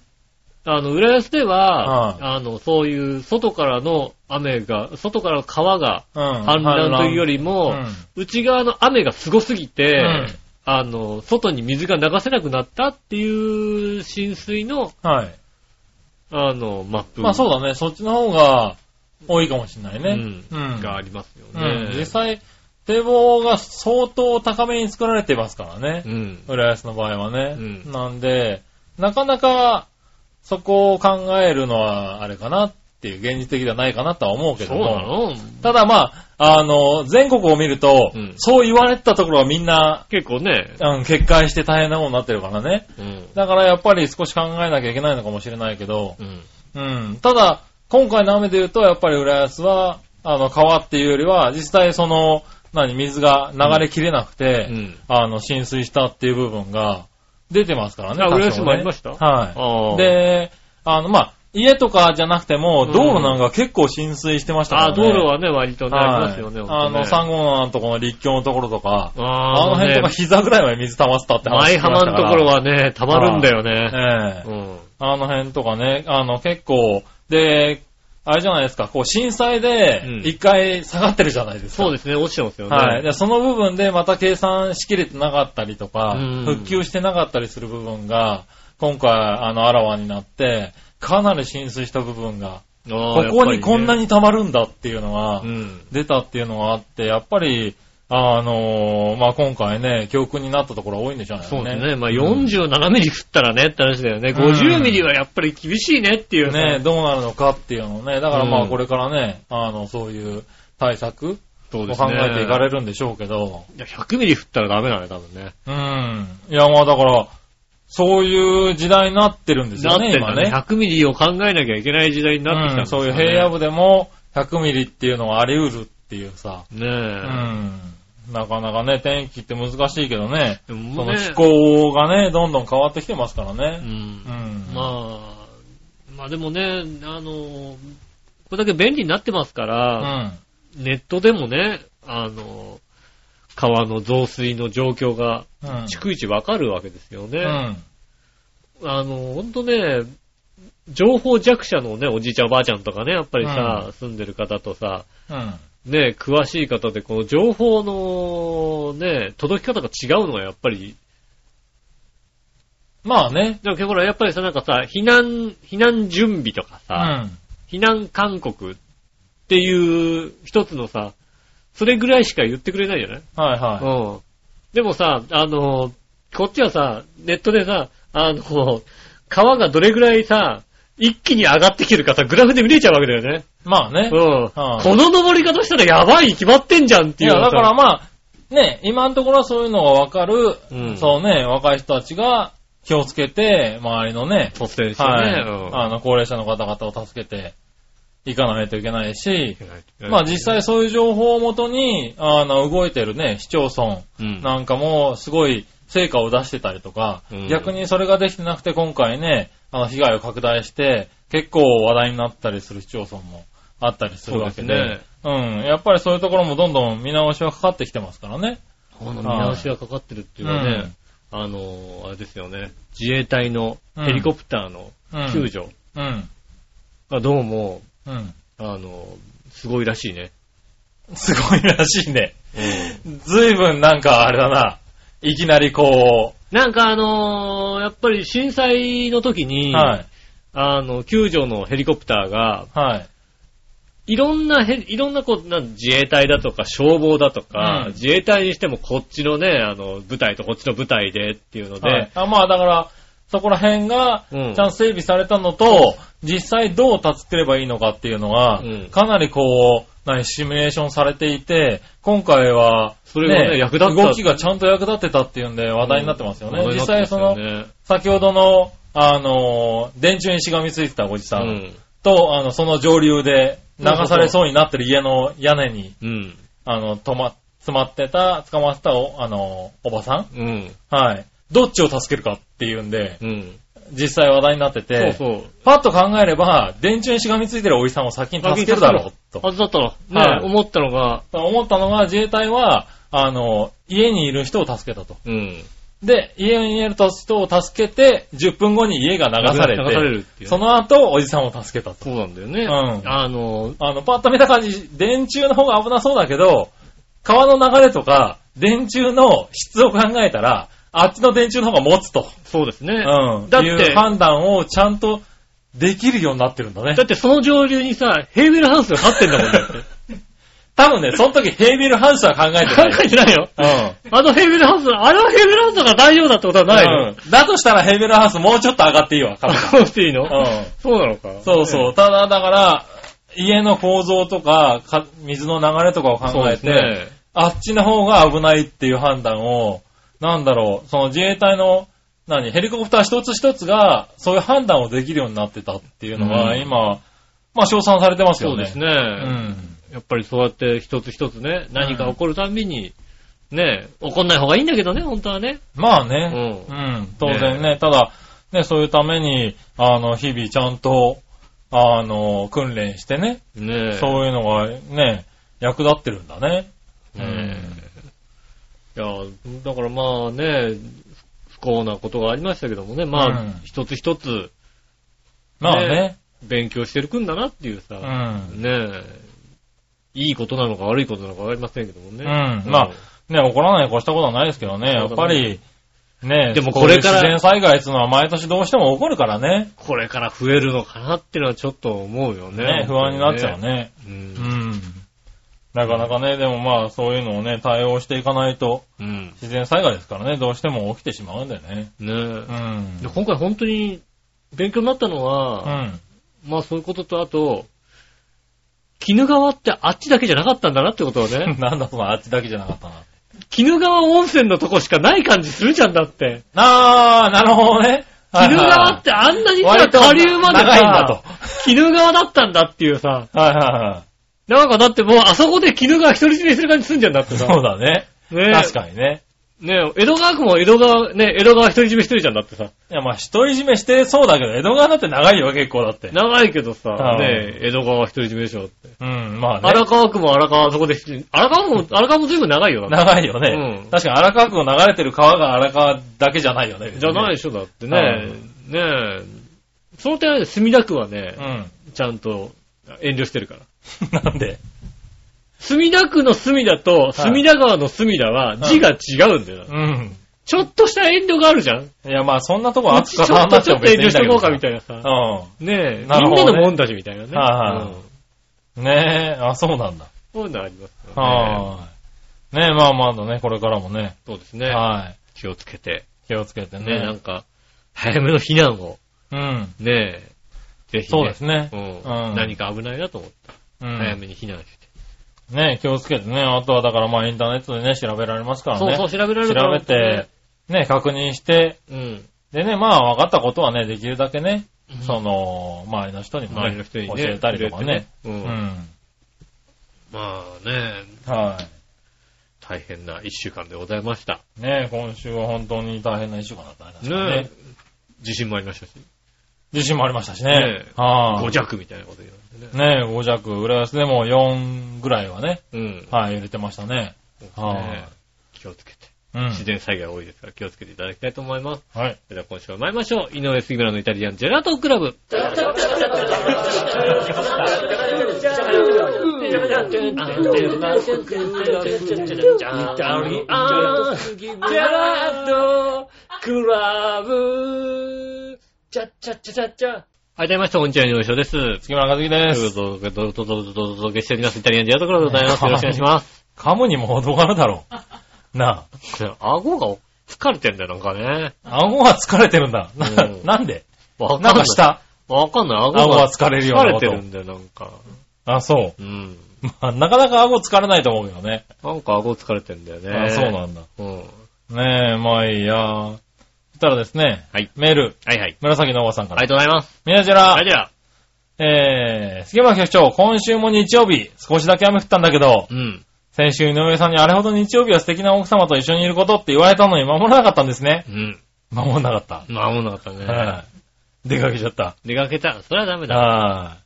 [SPEAKER 2] あの、浦安では、
[SPEAKER 3] はい
[SPEAKER 2] あの、そういう外からの雨が、外からの川が
[SPEAKER 3] うん。
[SPEAKER 2] 氾濫というよりも、内側の雨がすごすぎて、
[SPEAKER 3] うん
[SPEAKER 2] あの、外に水が流せなくなったっていう浸水の、
[SPEAKER 3] うん。はい。
[SPEAKER 2] あの、マップ。
[SPEAKER 3] まあそうだね、そっちの方が多いかもしれないね。
[SPEAKER 2] う
[SPEAKER 3] うんん。
[SPEAKER 2] がありますよ
[SPEAKER 3] うん実
[SPEAKER 2] ね。
[SPEAKER 3] 際、堤防が相当高めに作られてますから
[SPEAKER 2] う
[SPEAKER 3] ね。
[SPEAKER 2] ん。
[SPEAKER 3] 浦安の場合はね
[SPEAKER 2] う。ん
[SPEAKER 3] なんで、なかなか、そこを考えるのは、あれかなっていう、現実的ではないかなとは思うけど
[SPEAKER 2] そうな
[SPEAKER 3] も。
[SPEAKER 2] の
[SPEAKER 3] ただまあ、あの、全国を見ると、
[SPEAKER 2] うん
[SPEAKER 3] そう言われてたところはみんな、
[SPEAKER 2] 結構ね。
[SPEAKER 3] うん、決壊して大変なことになってるからね。
[SPEAKER 2] うん。
[SPEAKER 3] だからやっぱり少し考えなきゃいけないのかもしれないけど、
[SPEAKER 2] うん。
[SPEAKER 3] うん。ただ、今回の雨で言うと、やっぱり浦安は、あの、川っていうよりは、実際その、何、水が流れきれなくて、
[SPEAKER 2] うん
[SPEAKER 3] あの、浸水したっていう部分が出てますからね。
[SPEAKER 2] あ
[SPEAKER 3] 多少
[SPEAKER 2] 浦
[SPEAKER 3] ね
[SPEAKER 2] 安もありました
[SPEAKER 3] は
[SPEAKER 2] あ
[SPEAKER 3] い。
[SPEAKER 2] あ。、
[SPEAKER 3] で、あの、まあ、家とかじゃなくても、
[SPEAKER 2] うん
[SPEAKER 3] 道路なんか結構浸水してましたから
[SPEAKER 2] あ
[SPEAKER 3] ね。
[SPEAKER 2] 道路はね、割とね、あり
[SPEAKER 3] はい
[SPEAKER 2] ますよね。
[SPEAKER 3] あの、
[SPEAKER 2] 三
[SPEAKER 3] 三号のとこの立教のところとか、
[SPEAKER 2] あ
[SPEAKER 3] あの辺とか
[SPEAKER 2] ね、
[SPEAKER 3] 膝ぐらいまで水溜まってたって話
[SPEAKER 2] 前
[SPEAKER 3] 聞き
[SPEAKER 2] 浜
[SPEAKER 3] ましたから
[SPEAKER 2] のところはね、溜まるんだよね。
[SPEAKER 3] ええ
[SPEAKER 2] うん。
[SPEAKER 3] あの辺とかね、あの結構、で、あれじゃないですか、こう震災で
[SPEAKER 2] うん
[SPEAKER 3] 一回下がってるじゃないですか。
[SPEAKER 2] そうですね、落ちてますよね。
[SPEAKER 3] はい。で、その部分でまた計算しきれてなかったりとか、
[SPEAKER 2] うん
[SPEAKER 3] 復旧してなかったりする部分が、今回、あの、あらわになって、かなり浸水した部分が、
[SPEAKER 2] ああ
[SPEAKER 3] ここにこんな
[SPEAKER 2] やっ
[SPEAKER 3] に溜まるんだっていうの
[SPEAKER 2] ぱ、
[SPEAKER 3] が
[SPEAKER 2] りねうん。
[SPEAKER 3] 出たっていうのがあって、やっぱり、あのまあ、今回ね、教訓になったところは多いんでしょうね。
[SPEAKER 2] そうですね。まあ、
[SPEAKER 3] うん
[SPEAKER 2] 47ミリ降ったらねって話だよね。
[SPEAKER 3] ん
[SPEAKER 2] 50ミリはやっぱり厳しいねっていう
[SPEAKER 3] ね、どうなるのかっていうのをね、だからま
[SPEAKER 2] う
[SPEAKER 3] あ
[SPEAKER 2] ん
[SPEAKER 3] これからね、あの、そういう対策
[SPEAKER 2] そう
[SPEAKER 3] を
[SPEAKER 2] です
[SPEAKER 3] 考
[SPEAKER 2] ね。
[SPEAKER 3] えていかれるんでしょうけど、
[SPEAKER 2] いや、100ミリ降ったらダメだね、多分ね。
[SPEAKER 3] うん。いやまあだから、そういう時代になってるんです
[SPEAKER 2] なっ
[SPEAKER 3] よ
[SPEAKER 2] て
[SPEAKER 3] ね、
[SPEAKER 2] んだ
[SPEAKER 3] 今
[SPEAKER 2] ね。
[SPEAKER 3] ね。
[SPEAKER 2] 100ミリを考えなきゃいけない時代になってきたん
[SPEAKER 3] う
[SPEAKER 2] で
[SPEAKER 3] ん
[SPEAKER 2] すよ
[SPEAKER 3] そうい
[SPEAKER 2] ね
[SPEAKER 3] う平野部でも100ミリっていうのがあり得るっていうさ、
[SPEAKER 2] ね
[SPEAKER 3] う
[SPEAKER 2] え。
[SPEAKER 3] ん。なかなかね、天気って難しいけどね、
[SPEAKER 2] で
[SPEAKER 3] そ
[SPEAKER 2] も
[SPEAKER 3] の
[SPEAKER 2] ね
[SPEAKER 3] 気候がね、どんどん変わってきてますから
[SPEAKER 2] う
[SPEAKER 3] ね。
[SPEAKER 2] ん
[SPEAKER 3] う。
[SPEAKER 2] ま
[SPEAKER 3] ん。
[SPEAKER 2] あ、まあでもね、あの、これだけ便利になってますか
[SPEAKER 3] あう
[SPEAKER 2] ら、
[SPEAKER 3] ん。
[SPEAKER 2] ネットでもね、あの、川の増水の状況が、
[SPEAKER 3] うん。
[SPEAKER 2] 逐一わかるわけですよ
[SPEAKER 3] う
[SPEAKER 2] ね。
[SPEAKER 3] ん。
[SPEAKER 2] あの、ほんとね、情報弱者のね、おじいちゃんおばあちゃんとかね、やっぱりさ、住んでる方とさ、
[SPEAKER 3] うん。
[SPEAKER 2] ね、詳しい方で、この情報のね、届き方が違うのはやっぱり
[SPEAKER 3] まあね。
[SPEAKER 2] でも結構ほらやっぱりさ、なんかさ、避難、避難準備とか
[SPEAKER 3] う
[SPEAKER 2] さ、
[SPEAKER 3] ん。
[SPEAKER 2] 避難勧告っていう一つのさ、それぐらいしか言ってくれないじゃない、
[SPEAKER 3] はいは
[SPEAKER 2] うん。でもさ、あの、こっちはさ、ネットでさ、あの、川がどれぐらいさ、一気に上がってきてるかさ、グラフで見れちゃうわけだよね。
[SPEAKER 3] い。まあね。
[SPEAKER 2] うん。
[SPEAKER 3] あ
[SPEAKER 2] この登り方したらやばいに決まってんじゃんって
[SPEAKER 3] い
[SPEAKER 2] いう
[SPEAKER 3] や、
[SPEAKER 2] のがさ。
[SPEAKER 3] だからまあ、ね、今のところはそういうのがわかる、
[SPEAKER 2] うん
[SPEAKER 3] そうね、若い人たちが気をつけて、周りのね、
[SPEAKER 2] 突然してね。
[SPEAKER 3] はい、
[SPEAKER 2] うん
[SPEAKER 3] あの、高齢者の方々を助けていかないといけないし、
[SPEAKER 2] はい
[SPEAKER 3] まあ実際そういう情報をもとに、あの、動いてるね、市町村
[SPEAKER 2] うん
[SPEAKER 3] なんかもすごい成果を出してたりとか、
[SPEAKER 2] うん
[SPEAKER 3] 逆にそれができてなくて今回ね、あの、被害を拡大して、結構話題になったりする市町村もあったりするわけで、
[SPEAKER 2] そうですね
[SPEAKER 3] うん、やっぱりそういうところもどんどん見直しはかかってきてますからね。
[SPEAKER 2] この見直しがかかってるっていうのはね、あの、あれですよね、自衛隊のヘリコプターの
[SPEAKER 3] うん。
[SPEAKER 2] 救助
[SPEAKER 3] うん。
[SPEAKER 2] がどうも、
[SPEAKER 3] うん。
[SPEAKER 2] あの、すごいらしいね。
[SPEAKER 3] すごいらしいね。ずいぶんなんかあれだな。いきなりこ
[SPEAKER 2] なんかあのーやっぱり震災の時
[SPEAKER 3] う、
[SPEAKER 2] に、
[SPEAKER 3] はい。
[SPEAKER 2] あの、救助のヘリコプターが、
[SPEAKER 3] はい。
[SPEAKER 2] いろんなヘリ、いろんなこう、なん自衛隊だとか消防だとか、
[SPEAKER 3] うん
[SPEAKER 2] 自衛隊にしてもこっちのね、あの、部隊とこっちの部隊でっていうので、
[SPEAKER 3] はいあまあだから、そこら辺が、ち
[SPEAKER 2] うん
[SPEAKER 3] ゃんと整備されたのと、実際どう助ければいいのかっていうのが、
[SPEAKER 2] うん
[SPEAKER 3] かなりこう、何、シミュレーションされていて、今回は、
[SPEAKER 2] それがね役立った
[SPEAKER 3] 動きがちゃんと役立ってたっていうんで話題になってますよね。
[SPEAKER 2] うん
[SPEAKER 3] 実際その、
[SPEAKER 2] 話題になって
[SPEAKER 3] 先ほどの、あのー、電柱にしがみついてたおじさ
[SPEAKER 2] ます
[SPEAKER 3] ん、
[SPEAKER 2] よね
[SPEAKER 3] と、あの、その上流で流されそうになってる家の屋根に、
[SPEAKER 2] うん。うん。
[SPEAKER 3] あの、止ま、詰まってた、捕まってたお、あの、おばさん
[SPEAKER 2] うん。
[SPEAKER 3] はい。どっちを助けるかっていうんで、
[SPEAKER 2] うん。
[SPEAKER 3] 実際話題になってて、
[SPEAKER 2] そうそう。
[SPEAKER 3] パッと考えれば、電柱にしがみついてるおじさんを先に助けるだろう、と。
[SPEAKER 2] はずだったの。ね、
[SPEAKER 3] はい
[SPEAKER 2] 思ったのが、
[SPEAKER 3] と思ったのが、自衛隊は、あの、家にいる人を助けたと。
[SPEAKER 2] うん。
[SPEAKER 3] で、家にいる人を助けて、10分後に家が流されて、
[SPEAKER 2] 流されるっていうね
[SPEAKER 3] その後、おじさんを助けたと。
[SPEAKER 2] そうなんだよね。
[SPEAKER 3] うん
[SPEAKER 2] あの、
[SPEAKER 3] あの、パッと見た感じ、電柱の方が危なそうだけど、川の流れとか、電柱の質を考えたら、あっちの電柱の方が持つと。
[SPEAKER 2] そうですね。
[SPEAKER 3] うん。
[SPEAKER 2] だっ
[SPEAKER 3] いう
[SPEAKER 2] て、
[SPEAKER 3] 判断をちゃんとできるようになってるんだね
[SPEAKER 2] だ。ってその上流にさ、ヘーベルハウスが立ってんだもんね。
[SPEAKER 3] 多分ね、その時ヘイビルハウスは考えて
[SPEAKER 2] 考
[SPEAKER 3] ない。
[SPEAKER 2] えてないよ。あのヘビルハウス、あのヘビルハウスが大丈夫だってことは
[SPEAKER 3] うん。
[SPEAKER 2] ないの。
[SPEAKER 3] うん。だとしたらヘイビルハウスもうちょっと上がっていいわ、
[SPEAKER 2] あ
[SPEAKER 3] 株価。
[SPEAKER 2] そうしていいの
[SPEAKER 3] うん。
[SPEAKER 2] そうなのか。
[SPEAKER 3] そうそう。ただ、だから、家の構造とかか水の流れとかを考
[SPEAKER 2] そう
[SPEAKER 3] え
[SPEAKER 2] です
[SPEAKER 3] て、
[SPEAKER 2] ね。
[SPEAKER 3] あっちの方が危ないっていう判断を、なんだろう、その自衛隊の、何、ヘリコプター一つ一つが、そういう判断をできるようになってたっていうのは、
[SPEAKER 2] うん
[SPEAKER 3] 今、まあ、称賛されてます
[SPEAKER 2] そ
[SPEAKER 3] よ
[SPEAKER 2] う
[SPEAKER 3] ね。
[SPEAKER 2] です
[SPEAKER 3] ね。
[SPEAKER 2] ね。
[SPEAKER 3] うん。
[SPEAKER 2] やっぱりそうやって一つ一つね、何か起こるたんびに、ね、起こんない方がいいんだけどね、本当はね。
[SPEAKER 3] まあ
[SPEAKER 2] う
[SPEAKER 3] ね、
[SPEAKER 2] ん
[SPEAKER 3] う。ん、当然ね、ただ、ね、そういうために、あの、日々ちゃんと、あの、訓練してね、
[SPEAKER 2] ねえ。
[SPEAKER 3] そういうのがね、役立ってるんだね。
[SPEAKER 2] ねえ。いや、だからまあね、不幸なことがありましたけどもね、まあ、
[SPEAKER 3] うん
[SPEAKER 2] 一つ一つ
[SPEAKER 3] まあね
[SPEAKER 2] ね勉強してるくんだなっていう
[SPEAKER 3] う
[SPEAKER 2] さ、
[SPEAKER 3] ん。
[SPEAKER 2] ねえ、いいことなのか悪いことなのかわかりませんけどもね。
[SPEAKER 3] うんまあね、怒らないに越したことはないですけどね、やっぱり、ね、
[SPEAKER 2] でもこれから
[SPEAKER 3] ういう自然災害っていうのは毎年どうしても起こるからね、
[SPEAKER 2] これから増えるのかなっていうのはちょっと思うよね。
[SPEAKER 3] ね、不安になっちゃう。ね。
[SPEAKER 2] う。
[SPEAKER 3] うんん。なかなかね、でもまあそういうのをね、対応していかないと、
[SPEAKER 2] うん。
[SPEAKER 3] 自然災害ですからね、どうしても起きてしまうんだよね。
[SPEAKER 2] ね
[SPEAKER 3] う
[SPEAKER 2] え。
[SPEAKER 3] ん
[SPEAKER 2] で。今回本当に勉強になったの
[SPEAKER 3] う
[SPEAKER 2] は、
[SPEAKER 3] ん。 [LAUGHS]
[SPEAKER 2] まあそういうこととあと、鬼怒川ってあっちだけじゃなかったんだなってことを
[SPEAKER 3] [LAUGHS]
[SPEAKER 2] ね。
[SPEAKER 3] なんだそのあっちだけじゃなかったな。
[SPEAKER 2] 鬼怒川温泉のとこしかない感じするじゃんだって。
[SPEAKER 3] あー、なるほどね。
[SPEAKER 2] 鬼怒川ってあんなにさ
[SPEAKER 3] 割と
[SPEAKER 2] 下流まで
[SPEAKER 3] 長いんだ
[SPEAKER 2] さ
[SPEAKER 3] と、
[SPEAKER 2] 鬼怒川だったんだっていうさ。
[SPEAKER 3] はいはいはい。
[SPEAKER 2] なんかだってもうあそこで鬼怒川独り占めする感じするんじゃんだって
[SPEAKER 3] そ
[SPEAKER 2] さ。
[SPEAKER 3] うだね。
[SPEAKER 2] ね
[SPEAKER 3] 確かにね。
[SPEAKER 2] ね江戸川区も江戸川、ね江戸川独り占めしてるじゃんだってさ。
[SPEAKER 3] いやまあ独り占めしてそうだけど、江戸川だって長いよ結構だって。
[SPEAKER 2] 長いけどさ、
[SPEAKER 3] うん
[SPEAKER 2] ね江戸川独り占めでしょって。
[SPEAKER 3] うん、まあね。
[SPEAKER 2] 荒川区も荒川あそこで、荒川も、荒川も随分長いよな。
[SPEAKER 3] 長いよね。
[SPEAKER 2] うん
[SPEAKER 3] 確かに荒川区を流れてる川が荒川だけじゃないよね。
[SPEAKER 2] じゃないでしょだってね。ねえ。その点、墨田区はね
[SPEAKER 3] う、ん。
[SPEAKER 2] ちゃんと遠慮してるから。
[SPEAKER 3] なん [LAUGHS] で
[SPEAKER 2] 墨田区の墨田と墨田川の墨田は字が違うんだよな、
[SPEAKER 3] うん。
[SPEAKER 2] ちょっとした遠慮があるじゃん。
[SPEAKER 3] いや、まあそんなとこ
[SPEAKER 2] こっ
[SPEAKER 3] 暑
[SPEAKER 2] ちちょ
[SPEAKER 3] く語ら
[SPEAKER 2] っと
[SPEAKER 3] なく
[SPEAKER 2] ち
[SPEAKER 3] て
[SPEAKER 2] ょ
[SPEAKER 3] も
[SPEAKER 2] っと
[SPEAKER 3] 別
[SPEAKER 2] 遠
[SPEAKER 3] にいい
[SPEAKER 2] 慮
[SPEAKER 3] んだ
[SPEAKER 2] し
[SPEAKER 3] け
[SPEAKER 2] とこ
[SPEAKER 3] ど
[SPEAKER 2] うかみ
[SPEAKER 3] い
[SPEAKER 2] たいなさ。
[SPEAKER 3] な。
[SPEAKER 2] ねえ、
[SPEAKER 3] なる
[SPEAKER 2] み
[SPEAKER 3] ほ
[SPEAKER 2] ん
[SPEAKER 3] どね
[SPEAKER 2] なのもんだしみたいなね。
[SPEAKER 3] はいはい
[SPEAKER 2] うん
[SPEAKER 3] うん。ねえ、あ、そうなんだ。
[SPEAKER 2] そういうのありますよね。
[SPEAKER 3] はーい。ねえ、まあまだね、これからもね。
[SPEAKER 2] そうですね。
[SPEAKER 3] はい。
[SPEAKER 2] 気をつけて。
[SPEAKER 3] 気をつけて
[SPEAKER 2] ねえ、な
[SPEAKER 3] ね
[SPEAKER 2] ん。か、早めの避難を、
[SPEAKER 3] うん。
[SPEAKER 2] ねえ、ぜひね。
[SPEAKER 3] そうですね。
[SPEAKER 2] うん
[SPEAKER 3] うん
[SPEAKER 2] 何か危ないなと思って、
[SPEAKER 3] う
[SPEAKER 2] 早
[SPEAKER 3] ん。
[SPEAKER 2] めに避難して。
[SPEAKER 3] ねえ、気をつけてね。あとはだからまあインターネットでね、調べられますから
[SPEAKER 2] そう
[SPEAKER 3] ね。
[SPEAKER 2] そう、調べられるか
[SPEAKER 3] 調
[SPEAKER 2] ら
[SPEAKER 3] べて、、ね、確認して、
[SPEAKER 2] うん。
[SPEAKER 3] でね、まあ分かったことはね、できるだけね、
[SPEAKER 2] うん
[SPEAKER 3] その、周りの人にも、ね、
[SPEAKER 2] 周りの人にね、
[SPEAKER 3] 教えたりとかね。
[SPEAKER 2] 触れてね。う。
[SPEAKER 3] うんん。
[SPEAKER 2] まあね、
[SPEAKER 3] は
[SPEAKER 2] 大変な一週間でございました。
[SPEAKER 3] い。ねえ今週は本当に大変な一週間だったね。確かに
[SPEAKER 2] ね
[SPEAKER 3] ね
[SPEAKER 2] え。地震もありましたし、
[SPEAKER 3] 地震もありましたし
[SPEAKER 2] ね
[SPEAKER 3] ね。
[SPEAKER 2] え
[SPEAKER 3] は
[SPEAKER 2] 5
[SPEAKER 3] い。
[SPEAKER 2] 弱みたいなこと言われてね。
[SPEAKER 3] ねえ、5弱。浦安でも4ぐらいはね、
[SPEAKER 2] うん。
[SPEAKER 3] はい、揺れてましたね。はい
[SPEAKER 2] ね気をつけて。
[SPEAKER 3] うん。
[SPEAKER 2] 自然災害多いですから気をつけていただきたいと思います。
[SPEAKER 3] はい。
[SPEAKER 2] それでは今週は参りましょう。井上杉村のイタリアンジェラートクラブ。はい、どうもみなさん、こんにちは、井上翔です。
[SPEAKER 3] 月村和樹
[SPEAKER 2] と
[SPEAKER 3] で
[SPEAKER 2] いう
[SPEAKER 3] す。
[SPEAKER 2] ことで、どうぞどうぞどうぞどうぞしております。イタリアンジェラートクラブでございます。よろしくお願いします。
[SPEAKER 3] 噛むにも程があるだろ
[SPEAKER 2] [LAUGHS]
[SPEAKER 3] う。な
[SPEAKER 2] 顎が疲れてんだよ、なんかね。
[SPEAKER 3] あ。顎が疲れてるんだ。な
[SPEAKER 2] うん
[SPEAKER 3] なんで
[SPEAKER 2] わ
[SPEAKER 3] なんかした。
[SPEAKER 2] わかんない。顎
[SPEAKER 3] 顎が疲れるような
[SPEAKER 2] 疲
[SPEAKER 3] こと
[SPEAKER 2] れてるんだよ、なんか。。
[SPEAKER 3] あ、そう
[SPEAKER 2] ん。
[SPEAKER 3] う。まあ、なかなか顎疲れないと思うけどね。
[SPEAKER 2] なんか顎疲れてんだよね。
[SPEAKER 3] あ、そうなんだ。
[SPEAKER 2] うん。
[SPEAKER 3] ねえ、まあいいや。そしたらですね、
[SPEAKER 2] はい。
[SPEAKER 3] メール、
[SPEAKER 2] はいはい。
[SPEAKER 3] 紫のおばさんか
[SPEAKER 2] ありがとう
[SPEAKER 3] ら。
[SPEAKER 2] ございます。
[SPEAKER 3] みなじら
[SPEAKER 2] はい、、では。
[SPEAKER 3] えー、杉山局長、今週も日曜日、少しだけ雨降ったんだけど、
[SPEAKER 2] うん。
[SPEAKER 3] 先週井上さんにあれほど日曜日は素敵な奥様と一緒にいることって言われたのに守らなかったんですね
[SPEAKER 2] う。ん。
[SPEAKER 3] 守らなかった。
[SPEAKER 2] まあ、もなかったね。
[SPEAKER 3] はい。出かけちゃった。
[SPEAKER 2] 出かけた。それはダメだ。
[SPEAKER 3] はい。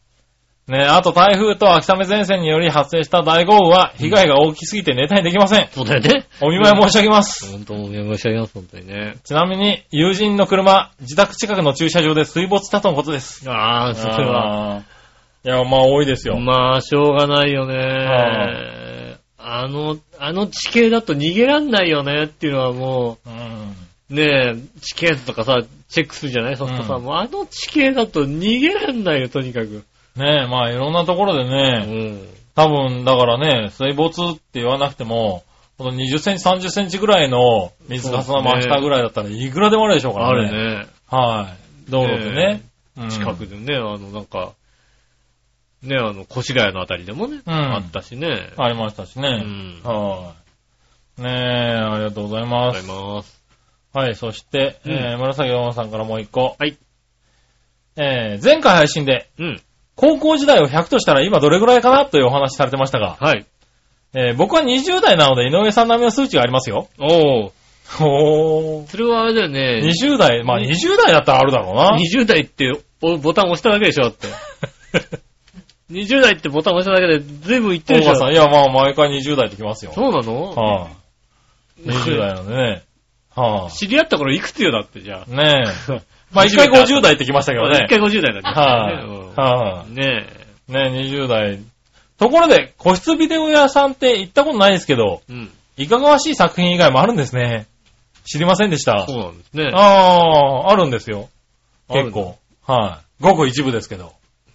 [SPEAKER 3] ねえ、あと台風と秋雨前線により発生した大豪雨は被害が大きすぎてネタにできません。
[SPEAKER 2] そうだよね。
[SPEAKER 3] お見舞い申し上げます。
[SPEAKER 2] 本当に申し上げます、本当にね。
[SPEAKER 3] ちなみに、友人の車、自宅近くの駐車場で水没したとのことです。
[SPEAKER 2] ああ、それは。
[SPEAKER 3] あー。いや、まあ多いですよ。
[SPEAKER 2] まあ、しょうがないよね。あの、あの地形だと逃げらんないよねっていうのはも
[SPEAKER 3] うん。
[SPEAKER 2] う、ねえ、地形図とかさ、チェックするじゃないそうするとさ、
[SPEAKER 3] うん
[SPEAKER 2] もうあの地形だと逃げらんないよ、とにかく。
[SPEAKER 3] ねえ、まあいろんなところで
[SPEAKER 2] う
[SPEAKER 3] ね、
[SPEAKER 2] ん。
[SPEAKER 3] 多分、だからね、水没って言わなくても、この20センチ、30センチぐらいの水かさの真下ぐらいだったらいくらでもあるでしょうか
[SPEAKER 2] あ
[SPEAKER 3] らね。
[SPEAKER 2] るね。
[SPEAKER 3] はい。道路でね。うん
[SPEAKER 2] 近くでね、あの、なんか、ね、あの、越谷のあたりでもね、
[SPEAKER 3] うん
[SPEAKER 2] あったしね。
[SPEAKER 3] ありましたし
[SPEAKER 2] う
[SPEAKER 3] ね。
[SPEAKER 2] ん。あ
[SPEAKER 3] はい。ねえ、ありがとうござい
[SPEAKER 2] りが
[SPEAKER 3] ま
[SPEAKER 2] とう
[SPEAKER 3] す。
[SPEAKER 2] ございます。
[SPEAKER 3] はい、そして、
[SPEAKER 2] うん
[SPEAKER 3] えー、紫山さんからもう一個。
[SPEAKER 2] はい。
[SPEAKER 3] えー、前回配信で、
[SPEAKER 2] うん。
[SPEAKER 3] 高校時代を100としたら今どれぐらいかなというお話されてましたが、
[SPEAKER 2] はい。
[SPEAKER 3] えー、僕は20代なので井上さん並みの数値がありますよ。
[SPEAKER 2] おー。
[SPEAKER 3] おー。
[SPEAKER 2] それはあれだよね。
[SPEAKER 3] 20代、まあ20代だったらあるだろうな。
[SPEAKER 2] 20代っておボタン押しただけでしょだって。20代ってボタン押しただけで随分いってる
[SPEAKER 3] [LAUGHS] 大
[SPEAKER 2] じゃん。
[SPEAKER 3] 川さん、いやまあ毎回20代できますよ。
[SPEAKER 2] そうなの
[SPEAKER 3] はい、20代なんでね。はい、
[SPEAKER 2] 知り合った頃いくつよだってじゃあ。
[SPEAKER 3] ね
[SPEAKER 2] [LAUGHS]
[SPEAKER 3] え。まあ一回50代ってきましたけど
[SPEAKER 2] 一
[SPEAKER 3] ね。
[SPEAKER 2] 回50代だね。
[SPEAKER 3] はい、はい、
[SPEAKER 2] うんねえ。
[SPEAKER 3] ねえ、20代。ところで、個室ビデオ屋さんって行ったことないですけど、
[SPEAKER 2] うん。
[SPEAKER 3] いかがわしい作品以外もあるんですね。知りませんでした。
[SPEAKER 2] そうなんですね。
[SPEAKER 3] ああー、あるんですよ。
[SPEAKER 2] ある
[SPEAKER 3] 結構。はい。ごく一部ですけど。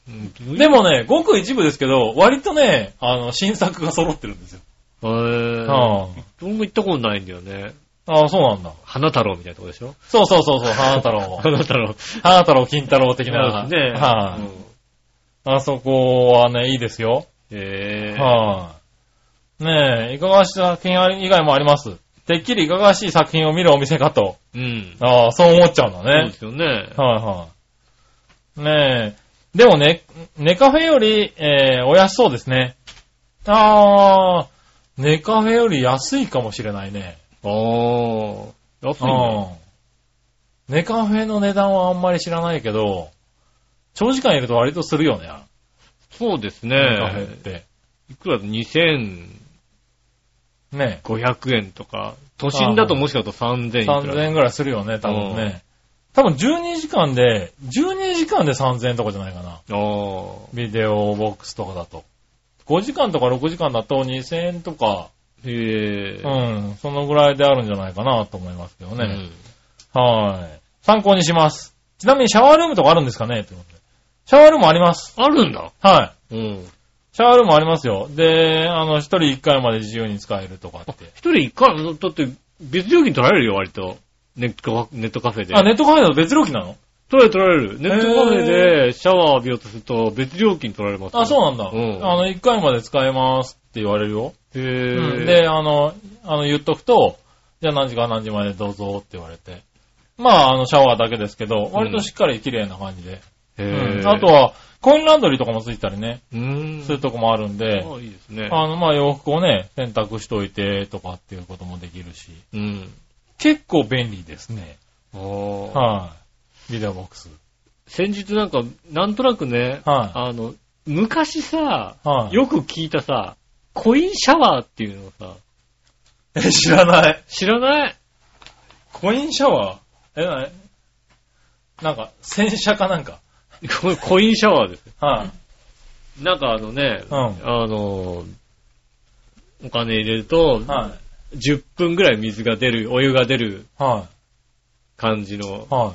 [SPEAKER 2] うん。
[SPEAKER 3] でもね、ごく一部ですけど、割とね、あの、新作が揃ってるんですよ。
[SPEAKER 2] へぇ
[SPEAKER 3] あ
[SPEAKER 2] 僕も行ったことないんだよね。
[SPEAKER 3] あー、そうなんだ。
[SPEAKER 2] 花太郎みたいなとこでしょ
[SPEAKER 3] そうそうそうそう、花
[SPEAKER 2] [LAUGHS]
[SPEAKER 3] 太郎。
[SPEAKER 2] 花太郎。
[SPEAKER 3] 花太郎、金太郎的な。
[SPEAKER 2] ねえ。
[SPEAKER 3] はい、
[SPEAKER 2] うん
[SPEAKER 3] あそこはね、いいですよ。
[SPEAKER 2] へぇ
[SPEAKER 3] はい、ねえ、いかがわしい作品あり以外もあります。てっきりいかがわしい作品を見るお店かと。
[SPEAKER 2] うん。
[SPEAKER 3] ああ、そう思っちゃうんだ
[SPEAKER 2] そうで
[SPEAKER 3] ね。
[SPEAKER 2] すよね。
[SPEAKER 3] はいはい。ねえ。でもね、ネカフェより、えー、お安そうですね。あー、ネカフェより安いかもしれないね。
[SPEAKER 2] あー。安いね。
[SPEAKER 3] うん。ネカフェの値段はあんまり知らないけど、長時間いると割とするよね。
[SPEAKER 2] そうです
[SPEAKER 3] ネカフェっ
[SPEAKER 2] ね。
[SPEAKER 3] て。
[SPEAKER 2] いくらだ2500
[SPEAKER 3] ね
[SPEAKER 2] 円とか、都心だともしかしたら3000円く
[SPEAKER 3] 3000
[SPEAKER 2] らい。
[SPEAKER 3] 円ぐらいするよね、多分ね。多分12時間で、12時間で3000円とかじゃないかな。
[SPEAKER 2] あー。
[SPEAKER 3] ビデオボックスとかだと。5時間とか6時間だと2000円とか、
[SPEAKER 2] へぇ
[SPEAKER 3] うん、そのぐらいであるんじゃないかなと思いますけど
[SPEAKER 2] う
[SPEAKER 3] ね。
[SPEAKER 2] ん
[SPEAKER 3] はい。参考にします。ちなみにシャワールームとかあるんですかねってことでシャワールームあります。
[SPEAKER 2] あるんだ。
[SPEAKER 3] は
[SPEAKER 2] うん。
[SPEAKER 3] い。シャワールームありますよ。で、あの、一人一回まで自由に使えるとかって。
[SPEAKER 2] 一人一回、だって別料金取られるよ、割と。ネットカネットカフェで。
[SPEAKER 3] あ、ネットカフェだと別料金なの
[SPEAKER 2] 取られる取られる。ネットカフェでシャワー浴びようとすると別料金取られます、
[SPEAKER 3] あ、そうなんだ。
[SPEAKER 2] うん
[SPEAKER 3] あの、一回まで使えますって言われるよ。
[SPEAKER 2] へ
[SPEAKER 3] うん
[SPEAKER 2] ぇ
[SPEAKER 3] で、あの、あの、言っとくと、じゃあ何時から何時までどうぞって言われて。まあ、あの、シャワーだけですけど、割としっかり綺麗な感じで。
[SPEAKER 2] へ
[SPEAKER 3] う
[SPEAKER 2] ぇ
[SPEAKER 3] んあと、は、コインランドリーとかもついたりね、
[SPEAKER 2] うーん。
[SPEAKER 3] するとこもあるんで、
[SPEAKER 2] あいいですね。
[SPEAKER 3] あの、まあ、洋服をね、洗濯しといてとかっていうこともできるし、
[SPEAKER 2] うん。
[SPEAKER 3] 結構便利ですね。
[SPEAKER 2] あー
[SPEAKER 3] はい。ビデオボックス。
[SPEAKER 2] 先日なんか、なんとなくね、
[SPEAKER 3] は
[SPEAKER 2] あの、昔さ、
[SPEAKER 3] い。はい。
[SPEAKER 2] よく聞いたさ、コインシャワーっていうのさ、
[SPEAKER 3] え、知らない。
[SPEAKER 2] 知らない [LAUGHS]
[SPEAKER 3] コインシャワーえ、なになんか、洗車かなんか。
[SPEAKER 2] こコインシャワーです。
[SPEAKER 3] はい。
[SPEAKER 2] なんかあのね、
[SPEAKER 3] うん
[SPEAKER 2] あの、お金入れると、
[SPEAKER 3] は
[SPEAKER 2] 10分ぐらい水が出る、お湯が出る
[SPEAKER 3] い。は
[SPEAKER 2] 感じの
[SPEAKER 3] い。。は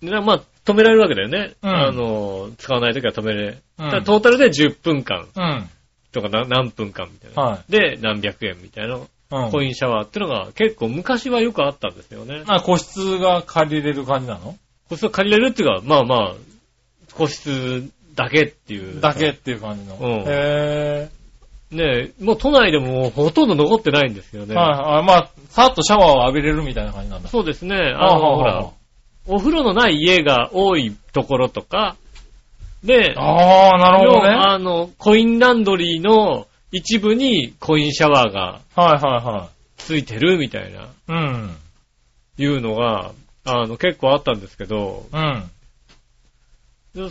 [SPEAKER 2] でなまあ、止められるわけだよね。
[SPEAKER 3] うん
[SPEAKER 2] あの、使わないときは止めれ。
[SPEAKER 3] うん
[SPEAKER 2] ただトータルで10分間
[SPEAKER 3] い。うん。
[SPEAKER 2] とかな何分間みたいな。
[SPEAKER 3] は
[SPEAKER 2] で、何百円みたいな、
[SPEAKER 3] い。うん。
[SPEAKER 2] コインシャワーってのが結構昔はよくあったんですよね。
[SPEAKER 3] あ、個室が借りれる感じなの
[SPEAKER 2] 個室を借りれるっていうか、まあまあ、個室だけっていう。
[SPEAKER 3] だけっていう感じの。
[SPEAKER 2] うん
[SPEAKER 3] へ
[SPEAKER 2] ねえ、もう都内でもほとんど残ってないんですよ
[SPEAKER 3] ぇ
[SPEAKER 2] ね。
[SPEAKER 3] ー。はい。あまあ、さっとシャワーを浴びれるみたいな感じなんだ。
[SPEAKER 2] そうですね。あ
[SPEAKER 3] あ
[SPEAKER 2] の、ほら、お風呂のない家が多いところとか、で、
[SPEAKER 3] ああ、なるほどね。
[SPEAKER 2] 要は
[SPEAKER 3] はい
[SPEAKER 2] あの、コインランドリーの一部にコインシャワーが
[SPEAKER 3] は
[SPEAKER 2] ついてるみたいな、
[SPEAKER 3] いはい。うん。
[SPEAKER 2] いうのが、あの、結構あったんですけど、
[SPEAKER 3] うん。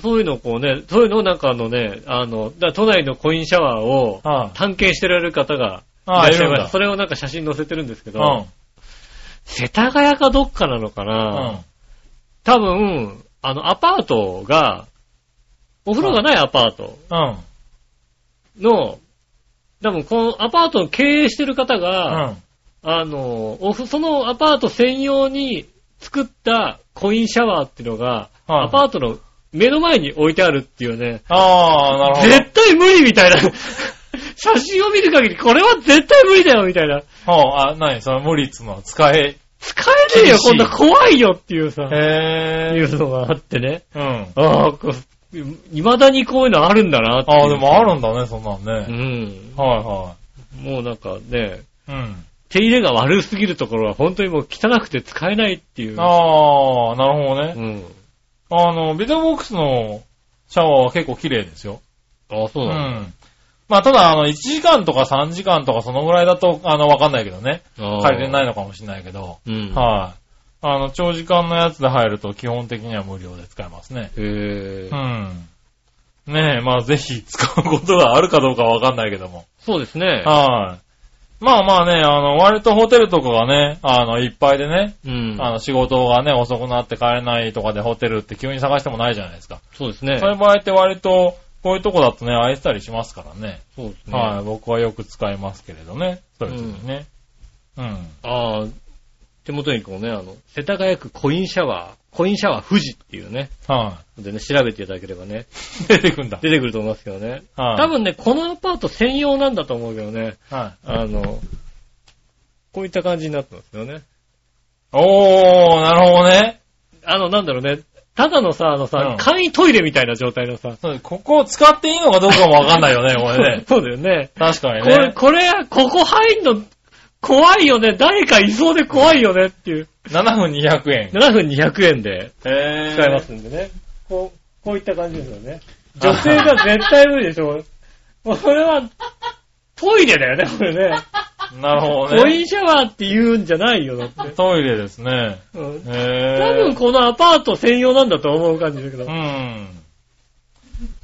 [SPEAKER 2] そういうのをこうね、そういうのをなんかあのね、あの、だから都内のコインシャワーを
[SPEAKER 3] はい。
[SPEAKER 2] 探検してられる方がい
[SPEAKER 3] あ
[SPEAKER 2] ら
[SPEAKER 3] あ、
[SPEAKER 2] っ
[SPEAKER 3] い
[SPEAKER 2] しゃ
[SPEAKER 3] る
[SPEAKER 2] い
[SPEAKER 3] ん
[SPEAKER 2] ました。
[SPEAKER 3] だ。
[SPEAKER 2] それをなんか写真載せてるんですけ
[SPEAKER 3] う
[SPEAKER 2] ど、
[SPEAKER 3] ん。
[SPEAKER 2] 世田谷かどっかなのか
[SPEAKER 3] う
[SPEAKER 2] な、
[SPEAKER 3] ん。
[SPEAKER 2] 多分、あの、アパートが、お風呂がないアパート
[SPEAKER 3] うん。
[SPEAKER 2] の、多分このアパートを経営してる方が、
[SPEAKER 3] うん。
[SPEAKER 2] あの、おふそのアパート専用に作ったコインシャワーっていうのが、
[SPEAKER 3] はい
[SPEAKER 2] アパートの目の前に置いてあるっていうね、
[SPEAKER 3] ああ、なるほど。 [LAUGHS]
[SPEAKER 2] 絶対無理みたいな。写真を見る限り、これは絶対無理だよ、みたいな。
[SPEAKER 3] ほう、あ、なに、その無理っつうのは使え、
[SPEAKER 2] 使えねえよ、
[SPEAKER 3] 厳しい
[SPEAKER 2] こんな怖いよっていうさ、
[SPEAKER 3] へ
[SPEAKER 2] いうのがあってね。
[SPEAKER 3] ぇー。うん。
[SPEAKER 2] ああ、こう未だにこういうのあるんだなっていう
[SPEAKER 3] ああ、でもあるんだね、そんなん
[SPEAKER 2] う
[SPEAKER 3] ね。
[SPEAKER 2] ん。
[SPEAKER 3] は
[SPEAKER 2] もうなんかね、
[SPEAKER 3] いはい。うん。
[SPEAKER 2] 手入れが悪すぎるところは本当にもう汚くて使えないっていう。
[SPEAKER 3] ああ、なるほど
[SPEAKER 2] う
[SPEAKER 3] ね。
[SPEAKER 2] ん。
[SPEAKER 3] あの、ビデオボックスのシャワーは結構綺麗ですよ。。
[SPEAKER 2] ああ、そううんなんだ。
[SPEAKER 3] まあ、ただ、あの、1時間とか3時間とかそのぐらいだと、あの、わかんないけどね。
[SPEAKER 2] ああ
[SPEAKER 3] 借りれないのかもしれないけど。
[SPEAKER 2] うん。
[SPEAKER 3] はい。あの、長時間のやつで入ると基本的には無料で使えますね。
[SPEAKER 2] へえ
[SPEAKER 3] うん。ねえ、まあぜひ使うことがあるかどうかわかんないけども。
[SPEAKER 2] そうですね。
[SPEAKER 3] はい。まあまあね、あの、割とホテルとかがね、あの、いっぱいでね、
[SPEAKER 2] うん。
[SPEAKER 3] あの、仕事がね、遅くなって帰れないとかでホテルって急に探してもないじゃないですか。
[SPEAKER 2] そうですね。
[SPEAKER 3] そういう場合って割と、こういうとこだとね、空いてたりしますからね。
[SPEAKER 2] そうですね。
[SPEAKER 3] はい、僕はよく使いますけれどね。そういう時にね。うん。
[SPEAKER 2] ああ、手元にこうね、あの、世田谷区コインシャワー、コインシャワー富士っていうね、
[SPEAKER 3] は
[SPEAKER 2] でね、調べていただければね、
[SPEAKER 3] い。 [LAUGHS] 出てくんだ。
[SPEAKER 2] 出てくると思いますけどね。
[SPEAKER 3] はい。
[SPEAKER 2] 多分ね、このアパート専用なんだと思うけどね、
[SPEAKER 3] はい。
[SPEAKER 2] あの、こういった感じになってますよね。
[SPEAKER 3] おー、なるほどね。
[SPEAKER 2] あの、なんだろうね、ただのさ、あのさ、
[SPEAKER 3] うん
[SPEAKER 2] 簡易トイレみたいな状態のさ、
[SPEAKER 3] そうここを使っていいのかどうかもわかんないよ [LAUGHS] ね、これね
[SPEAKER 2] [LAUGHS] 。そうだよね。
[SPEAKER 3] 確かに
[SPEAKER 2] これ、
[SPEAKER 3] ね。
[SPEAKER 2] これ、ここ入んの、怖いよね。誰かいそうで怖いよねっていう。
[SPEAKER 3] 7分200円。
[SPEAKER 2] 7分200円で
[SPEAKER 3] え
[SPEAKER 2] 使えますんでね。こう、こういった感じですよね。女性が絶対無理でし [LAUGHS] ょ。もうそれは、トイレだよね、これね。
[SPEAKER 3] なるほど
[SPEAKER 2] コイ
[SPEAKER 3] ね。
[SPEAKER 2] ンシャワーって言うんじゃないよ、だって。
[SPEAKER 3] トイレですね。
[SPEAKER 2] うん
[SPEAKER 3] えー、
[SPEAKER 2] 多分このアパート専用なんだと思う感じだけど。
[SPEAKER 3] う
[SPEAKER 2] ね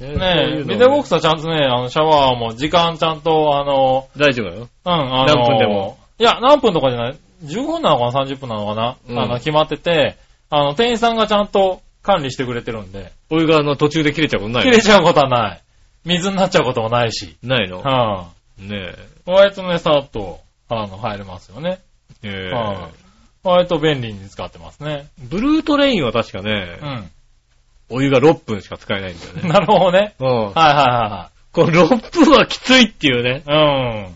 [SPEAKER 3] ん。
[SPEAKER 2] そうい
[SPEAKER 3] ねえ、
[SPEAKER 2] うのをね
[SPEAKER 3] ビデオボックスはちゃんとね、あの、シャワーも時間ちゃんと、あの、
[SPEAKER 2] 大丈夫だよ。
[SPEAKER 3] うん、あの、
[SPEAKER 2] 何分でも。
[SPEAKER 3] いや、何分とかじゃない。15分なのかな ?30 分なのかな、
[SPEAKER 2] うん
[SPEAKER 3] あの、決まってて、あの、店員さんがちゃんと管理してくれてるんで、
[SPEAKER 2] お湯があの途中で切れちゃうことない
[SPEAKER 3] 切れちゃうことはない。水になっちゃうこともないし。
[SPEAKER 2] ないの
[SPEAKER 3] うん。
[SPEAKER 2] ね
[SPEAKER 3] 割とね、さっと、あの、入れますよね。
[SPEAKER 2] え。え
[SPEAKER 3] は割と便利に使ってますね。
[SPEAKER 2] ブルートレインは確かね、
[SPEAKER 3] うん。
[SPEAKER 2] お湯が6分しか使えないんだよ [LAUGHS] ね。
[SPEAKER 3] [LAUGHS] なるほどね。
[SPEAKER 2] うん。
[SPEAKER 3] はいは
[SPEAKER 2] この6分はきついっていうね。
[SPEAKER 3] いはいはい。うん。
[SPEAKER 2] ね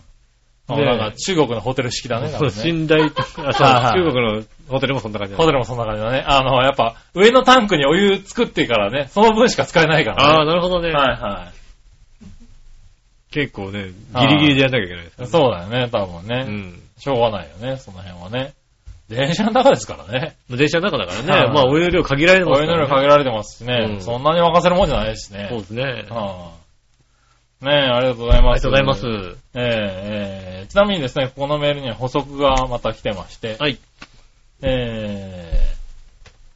[SPEAKER 2] え
[SPEAKER 3] なんか中国のホテル式だね。なん
[SPEAKER 2] そう、
[SPEAKER 3] かね
[SPEAKER 2] [LAUGHS] 信頼とか、あ
[SPEAKER 3] はい
[SPEAKER 2] そう
[SPEAKER 3] はい
[SPEAKER 2] 中国のホテルもそんな感じだ
[SPEAKER 3] ホテルもそんな感じだね。あの、やっぱ、上のタンクにお湯作ってからね、その分しか使えないから
[SPEAKER 2] ああ、
[SPEAKER 3] ね。
[SPEAKER 2] なるほどね。
[SPEAKER 3] はいは
[SPEAKER 2] 結構ね、ギリギリでやんなきゃいけないです
[SPEAKER 3] い。
[SPEAKER 2] ね。
[SPEAKER 3] そうだよね、多分
[SPEAKER 2] う
[SPEAKER 3] ね。
[SPEAKER 2] ん。
[SPEAKER 3] しょうがないよね、その辺はね。電車の中ですからね。
[SPEAKER 2] 電車の中だからね、
[SPEAKER 3] はい
[SPEAKER 2] まあお湯の量限られてま
[SPEAKER 3] お
[SPEAKER 2] す
[SPEAKER 3] 湯
[SPEAKER 2] か
[SPEAKER 3] の
[SPEAKER 2] ら、
[SPEAKER 3] 量
[SPEAKER 2] ね。
[SPEAKER 3] 限られてますしね
[SPEAKER 2] う。ん
[SPEAKER 3] そんなに沸かせるもんじゃないしね。
[SPEAKER 2] そうですね。あ
[SPEAKER 3] うんねえ、ありがとうございます。
[SPEAKER 2] りがとうございます。
[SPEAKER 3] えーえーちなみにですね、ここのメールには補足がまた来てまして、
[SPEAKER 2] はい。
[SPEAKER 3] えー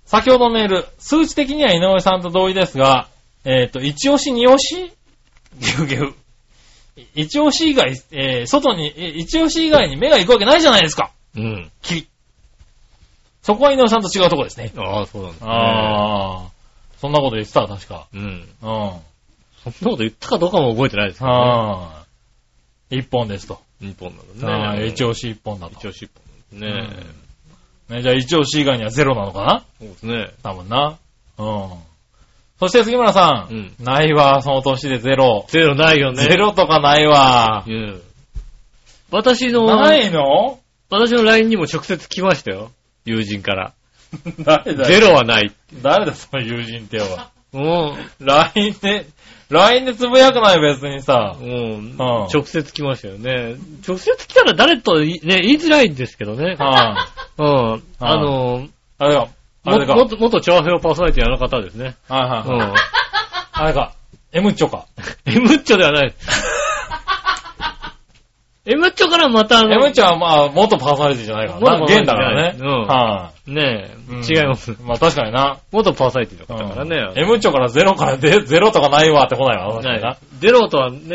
[SPEAKER 3] 先ほどのメール、数値的には井上さんと同意ですが、えっ、と、一押し、二押しぎゅうぎゅう。一押し以外、えー外に、え一押し以外に目が行くわけないじゃないですか。
[SPEAKER 2] うん。
[SPEAKER 3] きり。そこは井上さんと違うとこですね。
[SPEAKER 2] ああ、そうなんですね。
[SPEAKER 3] ああ、そんなこと言ってた、確か。
[SPEAKER 2] うん。
[SPEAKER 3] うん。
[SPEAKER 2] そんなこと言ったかどうかも覚えてないですけどね。
[SPEAKER 3] はーい。一本ですと。
[SPEAKER 2] 日本な
[SPEAKER 3] は
[SPEAKER 2] の
[SPEAKER 3] い
[SPEAKER 2] ね。
[SPEAKER 3] 一押し一本だと
[SPEAKER 2] 一。応尻尾。ね
[SPEAKER 3] ね、じゃあ一押し以外にはゼロなのかな
[SPEAKER 2] そうですね。
[SPEAKER 3] 多分な。うん。そして杉村さん。
[SPEAKER 2] うん
[SPEAKER 3] ないわ、その年でゼロ。
[SPEAKER 2] ゼロないよね。
[SPEAKER 3] ゼロとかないわ
[SPEAKER 2] う。ん。私の、
[SPEAKER 3] な
[SPEAKER 2] [LAUGHS]
[SPEAKER 3] いの
[SPEAKER 2] 私の LINE にも直接来ましたよ。友人から。
[SPEAKER 3] 誰だ
[SPEAKER 2] ゼ
[SPEAKER 3] よ。
[SPEAKER 2] ロはない。
[SPEAKER 3] 誰だ、その友
[SPEAKER 2] [LAUGHS]
[SPEAKER 3] 人ってよ。
[SPEAKER 2] うん。
[SPEAKER 3] LINE で、LINE でつぶやくない別にさ
[SPEAKER 2] う。ん。
[SPEAKER 3] ああ
[SPEAKER 2] 直接来ましたよね。直接来たら誰といね、言いづらいんですけどね。
[SPEAKER 3] は
[SPEAKER 2] うん。あの、
[SPEAKER 3] あれか。あれ
[SPEAKER 2] も
[SPEAKER 3] か。
[SPEAKER 2] 元、元調和表パーソナリティのあの方ですね。
[SPEAKER 3] はいは
[SPEAKER 2] う
[SPEAKER 3] いはい。
[SPEAKER 2] ん。
[SPEAKER 3] あれか。M チョか。
[SPEAKER 2] エムッチョではない。エムッチョからまたあの、
[SPEAKER 3] M チョはまあ、元パーソナリティじゃないからな。
[SPEAKER 2] 元パーソナ
[SPEAKER 3] 現
[SPEAKER 2] リテ
[SPEAKER 3] だ
[SPEAKER 2] ィじ
[SPEAKER 3] か
[SPEAKER 2] ゃない
[SPEAKER 3] らね。
[SPEAKER 2] うん
[SPEAKER 3] はい。
[SPEAKER 2] ねえ、
[SPEAKER 3] うん
[SPEAKER 2] 違います。
[SPEAKER 3] まあ確かにな。
[SPEAKER 2] 元パーソナリティの
[SPEAKER 3] うん
[SPEAKER 2] 方からね。
[SPEAKER 3] M 長からゼロからでゼロとかないわって来ないわ。確かに
[SPEAKER 2] な。
[SPEAKER 3] ない
[SPEAKER 2] ゼロとはね、
[SPEAKER 3] うん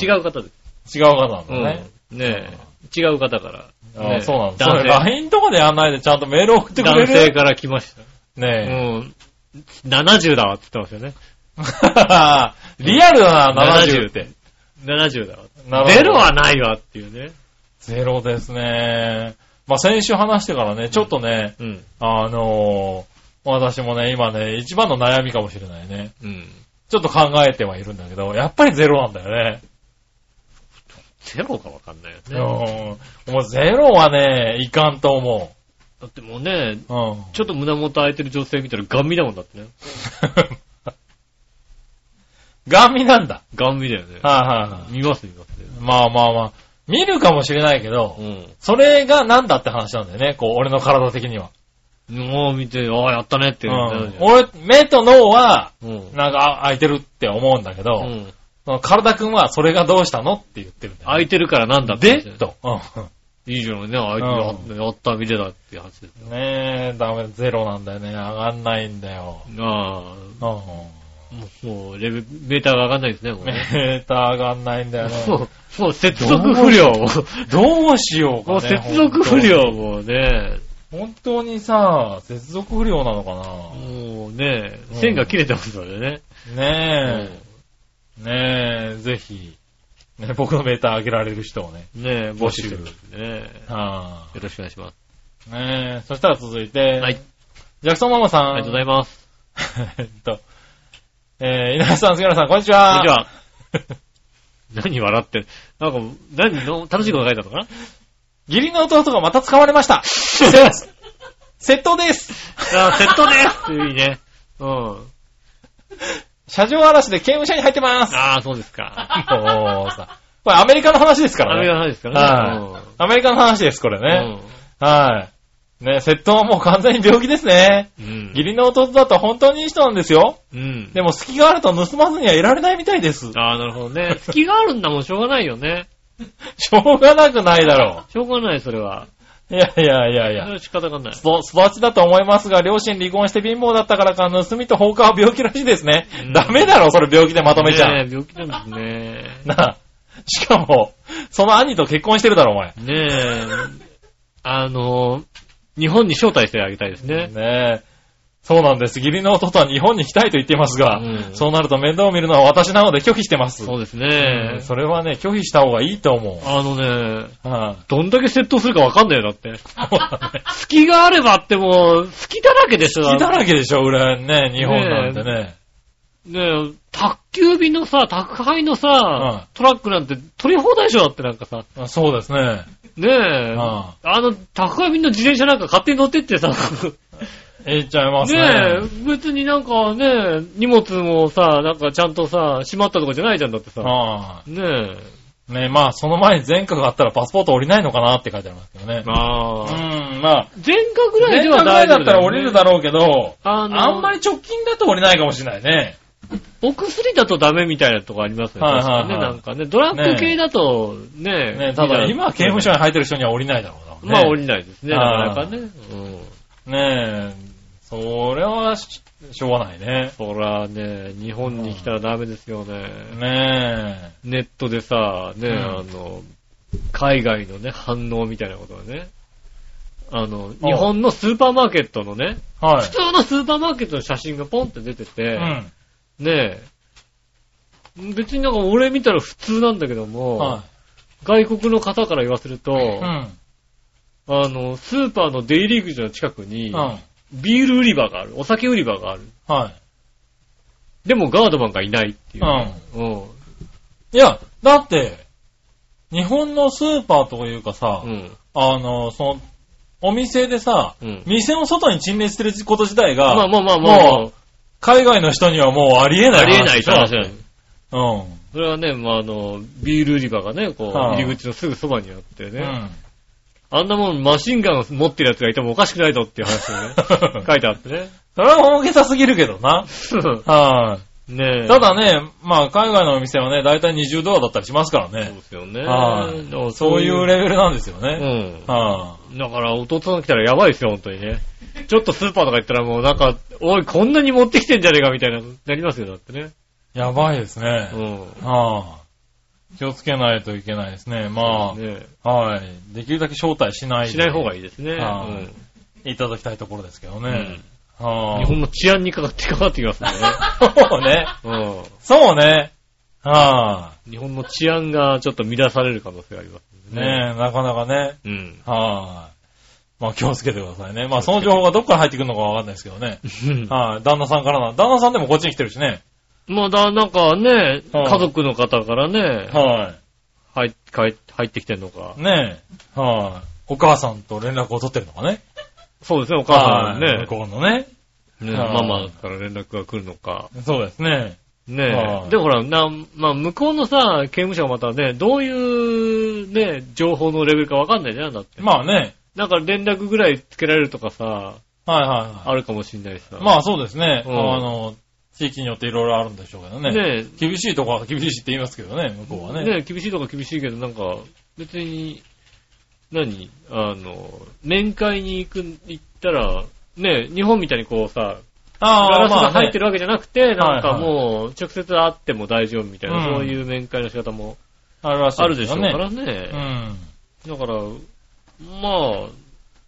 [SPEAKER 2] 違う方です。
[SPEAKER 3] 違う方なんだね。
[SPEAKER 2] うんねえ、違う方から。
[SPEAKER 3] あ
[SPEAKER 2] ねえ
[SPEAKER 3] そうなんだ。そ
[SPEAKER 2] 男
[SPEAKER 3] れ
[SPEAKER 2] 性
[SPEAKER 3] LINE とかでやんないでちゃんとメール送ってくれ
[SPEAKER 2] 男性
[SPEAKER 3] る
[SPEAKER 2] から来ました。
[SPEAKER 3] ね
[SPEAKER 2] うん。70だわって言ってますよね。
[SPEAKER 3] え。 [LAUGHS] リアルだな、70
[SPEAKER 2] 70
[SPEAKER 3] っ
[SPEAKER 2] ってて。。70だ
[SPEAKER 3] なる
[SPEAKER 2] わ。
[SPEAKER 3] ほど
[SPEAKER 2] ゼロはないわっていうね。
[SPEAKER 3] ゼロですね。まあ先週話してからね、ちょっとね、
[SPEAKER 2] うん。
[SPEAKER 3] あのー私もね、今ね、一番の悩みかもしれないね。
[SPEAKER 2] うん。
[SPEAKER 3] ちょっと考えてはいるんだけど、やっぱりゼロなんだよね。
[SPEAKER 2] ゼロかわかんないよ
[SPEAKER 3] う
[SPEAKER 2] ね。
[SPEAKER 3] ん。もうゼロはね、いかんと思
[SPEAKER 2] だってもうね、
[SPEAKER 3] う。うん。
[SPEAKER 2] ちょっと胸元開いてる女性見たらガン見だもんだってね。
[SPEAKER 3] ガン見なんだ。
[SPEAKER 2] ガン見だよね。
[SPEAKER 3] はいはいはい。
[SPEAKER 2] 見ます見ますね。
[SPEAKER 3] まあまあまあ。見るかもしれないけど、
[SPEAKER 2] う
[SPEAKER 3] それがなんだって話なんだよね。こう、俺の体的には。
[SPEAKER 2] ん。もう見て、ああ、やったねって
[SPEAKER 3] う
[SPEAKER 2] なる
[SPEAKER 3] ん
[SPEAKER 2] じ、ゃん。
[SPEAKER 3] 俺、目と脳は、
[SPEAKER 2] うん。
[SPEAKER 3] なんかあ開いてるって思うんだけど、
[SPEAKER 2] うん。
[SPEAKER 3] その体くんはそれがどうしたのって言ってるんだよ、
[SPEAKER 2] 開いてるからなんだって
[SPEAKER 3] で
[SPEAKER 2] 話だよね。
[SPEAKER 3] と。
[SPEAKER 2] いいじゃんね、開いてる。やった、見てたっていう話です。
[SPEAKER 3] うんねえ、ダメ、ゼロなんだよね。上がんないんだよ。
[SPEAKER 2] あ
[SPEAKER 3] うん。
[SPEAKER 2] あ、もう、もうレベル、メーターが上がんないですね、これ
[SPEAKER 3] メ
[SPEAKER 2] [LAUGHS] ね。
[SPEAKER 3] ーター上がんない
[SPEAKER 2] [LAUGHS]
[SPEAKER 3] んだよね。
[SPEAKER 2] もう、もう接続不良。
[SPEAKER 3] どうしようか
[SPEAKER 2] もう
[SPEAKER 3] ね。
[SPEAKER 2] 接続不良もうね、
[SPEAKER 3] 本当にさ、接続不良なのか
[SPEAKER 2] もうね
[SPEAKER 3] う、ん
[SPEAKER 2] 線が切れてますのでね。
[SPEAKER 3] なねえ、ねえ、ぜひ、ね、僕のメーター上げられる人をね。
[SPEAKER 2] うんね募集してますんでね。
[SPEAKER 3] は
[SPEAKER 2] よろしくお願いします。
[SPEAKER 3] あ、ねえ、そしたら続いて、
[SPEAKER 2] はい。
[SPEAKER 3] ジャクソンママさん。
[SPEAKER 2] ありがとうございます。
[SPEAKER 3] [LAUGHS] えっと、えー、稲田さん、杉原さん、こんにち
[SPEAKER 2] そ
[SPEAKER 3] は。
[SPEAKER 2] れでは、何笑ってるなんか、何の、楽しいこと書いてあったの
[SPEAKER 3] [LAUGHS]
[SPEAKER 2] かな
[SPEAKER 3] 義理の弟がまた使われました。せ窃盗です。
[SPEAKER 2] あー、窃盗ですっていいね。うん。
[SPEAKER 3] 車上荒らしで刑務所に入ってます。
[SPEAKER 2] ああ、そうですか。
[SPEAKER 3] もうさ、これアメリカの話ですか
[SPEAKER 2] ア
[SPEAKER 3] ら
[SPEAKER 2] メリ
[SPEAKER 3] ね。
[SPEAKER 2] カの話ですからね。
[SPEAKER 3] はいアメリカの話です、これ
[SPEAKER 2] う
[SPEAKER 3] ね。
[SPEAKER 2] ん
[SPEAKER 3] はい。ね、窃盗はもう完全に病気ですね。
[SPEAKER 2] うん。
[SPEAKER 3] 義理の弟だと本当にいい人なんですよ。
[SPEAKER 2] うん。
[SPEAKER 3] でも隙があると盗まずにはいられないみたいです。
[SPEAKER 2] ああ、なるほどね。隙があるんだもん、しょうがないよね。
[SPEAKER 3] しょうがなくないだろ
[SPEAKER 2] しょうがない、それは。
[SPEAKER 3] う。いやいやいやい
[SPEAKER 2] それ
[SPEAKER 3] や。
[SPEAKER 2] は仕方がない。
[SPEAKER 3] そう、育ちだと思いますが、両親離婚して貧乏だったからか、盗みと放火は病気らしいですね。
[SPEAKER 2] うん
[SPEAKER 3] ダメだろ、それ病気でまとめちゃう。
[SPEAKER 2] ねえ、病気なんですね。
[SPEAKER 3] なあ。しかも、その兄と結婚してるだろ、お前。
[SPEAKER 2] ねえ、あの、日本に招待してあげたいですね。
[SPEAKER 3] ねえ。そうなんです。義理の弟は日本に来たいと言っていますが、
[SPEAKER 2] うん
[SPEAKER 3] そうなると面倒を見るのは私なので拒否してます。
[SPEAKER 2] そうです
[SPEAKER 3] う
[SPEAKER 2] ね
[SPEAKER 3] ん。それはね、拒否した方がいいと思う。
[SPEAKER 2] あのね、
[SPEAKER 3] は
[SPEAKER 2] どんだけ窃盗するかわかんないよ、だって。
[SPEAKER 3] あ、そうだね。
[SPEAKER 2] 隙があればってもう、隙だらけでしょ。
[SPEAKER 3] 好きだらけでしょ、裏ね、日本なんてね。
[SPEAKER 2] ねえ、宅急便のさ、宅配のさ、トラックなんて取り放題でしょ、だってなんかさ。
[SPEAKER 3] あそうですね。
[SPEAKER 2] ねえ、
[SPEAKER 3] うん
[SPEAKER 2] あの、宅配便の自転車なんか勝手に乗ってってさ、
[SPEAKER 3] 言っちゃいますね。
[SPEAKER 2] ねえ、別になんかね、荷物もさ、なんかちゃんとさ、閉まったとかじゃないじゃんだってさ。
[SPEAKER 3] はあ
[SPEAKER 2] ねえ。
[SPEAKER 3] ねまあ、その前に前科があったらパスポート降りないのかなって書いてありますけどね。
[SPEAKER 2] あ
[SPEAKER 3] う
[SPEAKER 2] あ。
[SPEAKER 3] ん、まあ、
[SPEAKER 2] 前科ぐらい
[SPEAKER 3] 前
[SPEAKER 2] で
[SPEAKER 3] 科
[SPEAKER 2] は
[SPEAKER 3] ぐら
[SPEAKER 2] 大丈
[SPEAKER 3] いだ
[SPEAKER 2] 夫
[SPEAKER 3] ったら降りるだろうけど、
[SPEAKER 2] あの、
[SPEAKER 3] あんまり直近だと降りないかもしれないね。
[SPEAKER 2] お薬だとダメみたいなとこありますよね。
[SPEAKER 3] はいは
[SPEAKER 2] 確
[SPEAKER 3] いはい
[SPEAKER 2] かにね、なんかね。ドラッグ系だとね、
[SPEAKER 3] ねただ今は刑務所に入ってる人には降りないだろうな。
[SPEAKER 2] まあ降
[SPEAKER 3] ね
[SPEAKER 2] りないですね、な
[SPEAKER 3] あ
[SPEAKER 2] か
[SPEAKER 3] あ
[SPEAKER 2] なかね。うん。
[SPEAKER 3] ねえ、それはししょうがないね。
[SPEAKER 2] そらね、日本に来たらダメですよね。
[SPEAKER 3] ね
[SPEAKER 2] ネットでさ、ね、
[SPEAKER 3] うん
[SPEAKER 2] あの、海外のね、反応みたいなことがね。あの、
[SPEAKER 3] ああ
[SPEAKER 2] 日本のスーパーマーケットのね、
[SPEAKER 3] え、は
[SPEAKER 2] 普通のスーパーマーケットの写真がポンって出てて、
[SPEAKER 3] い。うん。
[SPEAKER 2] ねえ、別になんか俺見たら普通なんだけども、
[SPEAKER 3] は
[SPEAKER 2] 外国の方から言わせると、
[SPEAKER 3] い。うん。
[SPEAKER 2] あの、スーパーの出入り口の近くに、
[SPEAKER 3] うん。
[SPEAKER 2] ビール売り場がある、お酒売り場がある。
[SPEAKER 3] は
[SPEAKER 2] でもガードマンがいないって
[SPEAKER 3] い。
[SPEAKER 2] いうう。
[SPEAKER 3] ん。
[SPEAKER 2] うん。
[SPEAKER 3] いや、だって、日本のスーパーというかさ、
[SPEAKER 2] うん。
[SPEAKER 3] あの、その、お店でさ、
[SPEAKER 2] うん
[SPEAKER 3] 店の外に陳列してること自体
[SPEAKER 2] ま
[SPEAKER 3] が、
[SPEAKER 2] あまあまあまあ、
[SPEAKER 3] も海外の人にはもうありえない
[SPEAKER 2] ありえない
[SPEAKER 3] 話
[SPEAKER 2] 話なんです
[SPEAKER 3] うん。
[SPEAKER 2] それはね、まああの、ビール売り場がね、こう、
[SPEAKER 3] はあ
[SPEAKER 2] 入り口のすぐそばにあって
[SPEAKER 3] う
[SPEAKER 2] ね、
[SPEAKER 3] ん。
[SPEAKER 2] あんなもんマシンガンを持ってる奴がいてもおかしくないぞっていう話をね、
[SPEAKER 3] [LAUGHS]
[SPEAKER 2] 書いてあってね。
[SPEAKER 3] それは大げさすぎるけどな。はい。
[SPEAKER 2] ねえ。
[SPEAKER 3] ただね、まあ、海外のお店はね、だいたい20ドアだったりしますから
[SPEAKER 2] そう
[SPEAKER 3] ね
[SPEAKER 2] で。すよね。
[SPEAKER 3] はい
[SPEAKER 2] だから
[SPEAKER 3] そういうレベルなんですよね。
[SPEAKER 2] う
[SPEAKER 3] は
[SPEAKER 2] ん。だから、弟さん来たらやばいですよ、本当にね。ちょっとスーパーとか行ったらもうなんか、おい、こんなに持ってきてんじゃねえかみたいな、なりますよ、だってね。
[SPEAKER 3] い。やばいですね
[SPEAKER 2] う。ん。
[SPEAKER 3] はい。気をつけないといけないですね。ま
[SPEAKER 2] ね
[SPEAKER 3] あ、はい。できるだけ招待しない。
[SPEAKER 2] しない方が
[SPEAKER 3] い。
[SPEAKER 2] いいですね。
[SPEAKER 3] は
[SPEAKER 2] う
[SPEAKER 3] いただきたいところですけど
[SPEAKER 2] ん。
[SPEAKER 3] ね。
[SPEAKER 2] うん
[SPEAKER 3] は
[SPEAKER 2] 日
[SPEAKER 3] い。
[SPEAKER 2] 本の治安にかかってかかってきますもんね。
[SPEAKER 3] そうね。
[SPEAKER 2] う
[SPEAKER 3] そうね。は
[SPEAKER 2] ん。日本の治安がちょっと乱される可能性があります
[SPEAKER 3] い。ねえ、なかなかね。
[SPEAKER 2] え。うん。 [LAUGHS]
[SPEAKER 3] はい。まあ、気をつけてくださいね。まあ、その情報がどっから入ってくるのかわかんないですけどね。はい。旦那さんからな。旦那さんでもこっちに来てるしね。
[SPEAKER 2] まあだ、なんかね、
[SPEAKER 3] はい
[SPEAKER 2] 家族の方からね、
[SPEAKER 3] は
[SPEAKER 2] 入っ帰っ入ってきてんのか。
[SPEAKER 3] ねえ。はい、お母さんと連絡を取ってるのかね。
[SPEAKER 2] そうですね、お母さん
[SPEAKER 3] はい
[SPEAKER 2] ね
[SPEAKER 3] 向。こうのね。
[SPEAKER 2] ね
[SPEAKER 3] はい
[SPEAKER 2] ママから連絡が来るのか。
[SPEAKER 3] そうですね。
[SPEAKER 2] ね
[SPEAKER 3] はい
[SPEAKER 2] え。で、ほら、な、まあ、向こうのさ、刑務所はまたね、どういう、ね、情報のレベルかわかんないじゃん、だって。
[SPEAKER 3] まあね。
[SPEAKER 2] なんか連絡ぐらいつけられるとかさ、
[SPEAKER 3] はいはいは
[SPEAKER 2] あるかもしんないしさ。
[SPEAKER 3] い。まあそうですね。
[SPEAKER 2] うん
[SPEAKER 3] あの、地域によっていろいろあるんでしょうけどね。
[SPEAKER 2] ね
[SPEAKER 3] 厳しいとこは厳しいって言いますけどね、向こうは
[SPEAKER 2] え、
[SPEAKER 3] ね。
[SPEAKER 2] ねえ、厳しいとか厳しいけど、なんか、別に、何あの、面会に行く、行ったら、ねえ、日本みたいにこうさ、ガ
[SPEAKER 3] あ
[SPEAKER 2] ラ
[SPEAKER 3] あ、
[SPEAKER 2] スが
[SPEAKER 3] まあ、
[SPEAKER 2] 入って
[SPEAKER 3] る。
[SPEAKER 2] るわけじゃなくて、なんか
[SPEAKER 3] はいはい
[SPEAKER 2] もう、直接会っても大丈夫みたいな、
[SPEAKER 3] うん
[SPEAKER 2] そういう面会の仕方も
[SPEAKER 3] あるらしい
[SPEAKER 2] あるでしょう
[SPEAKER 3] ね。
[SPEAKER 2] からね。
[SPEAKER 3] う
[SPEAKER 2] だ
[SPEAKER 3] ん。
[SPEAKER 2] から、まあ、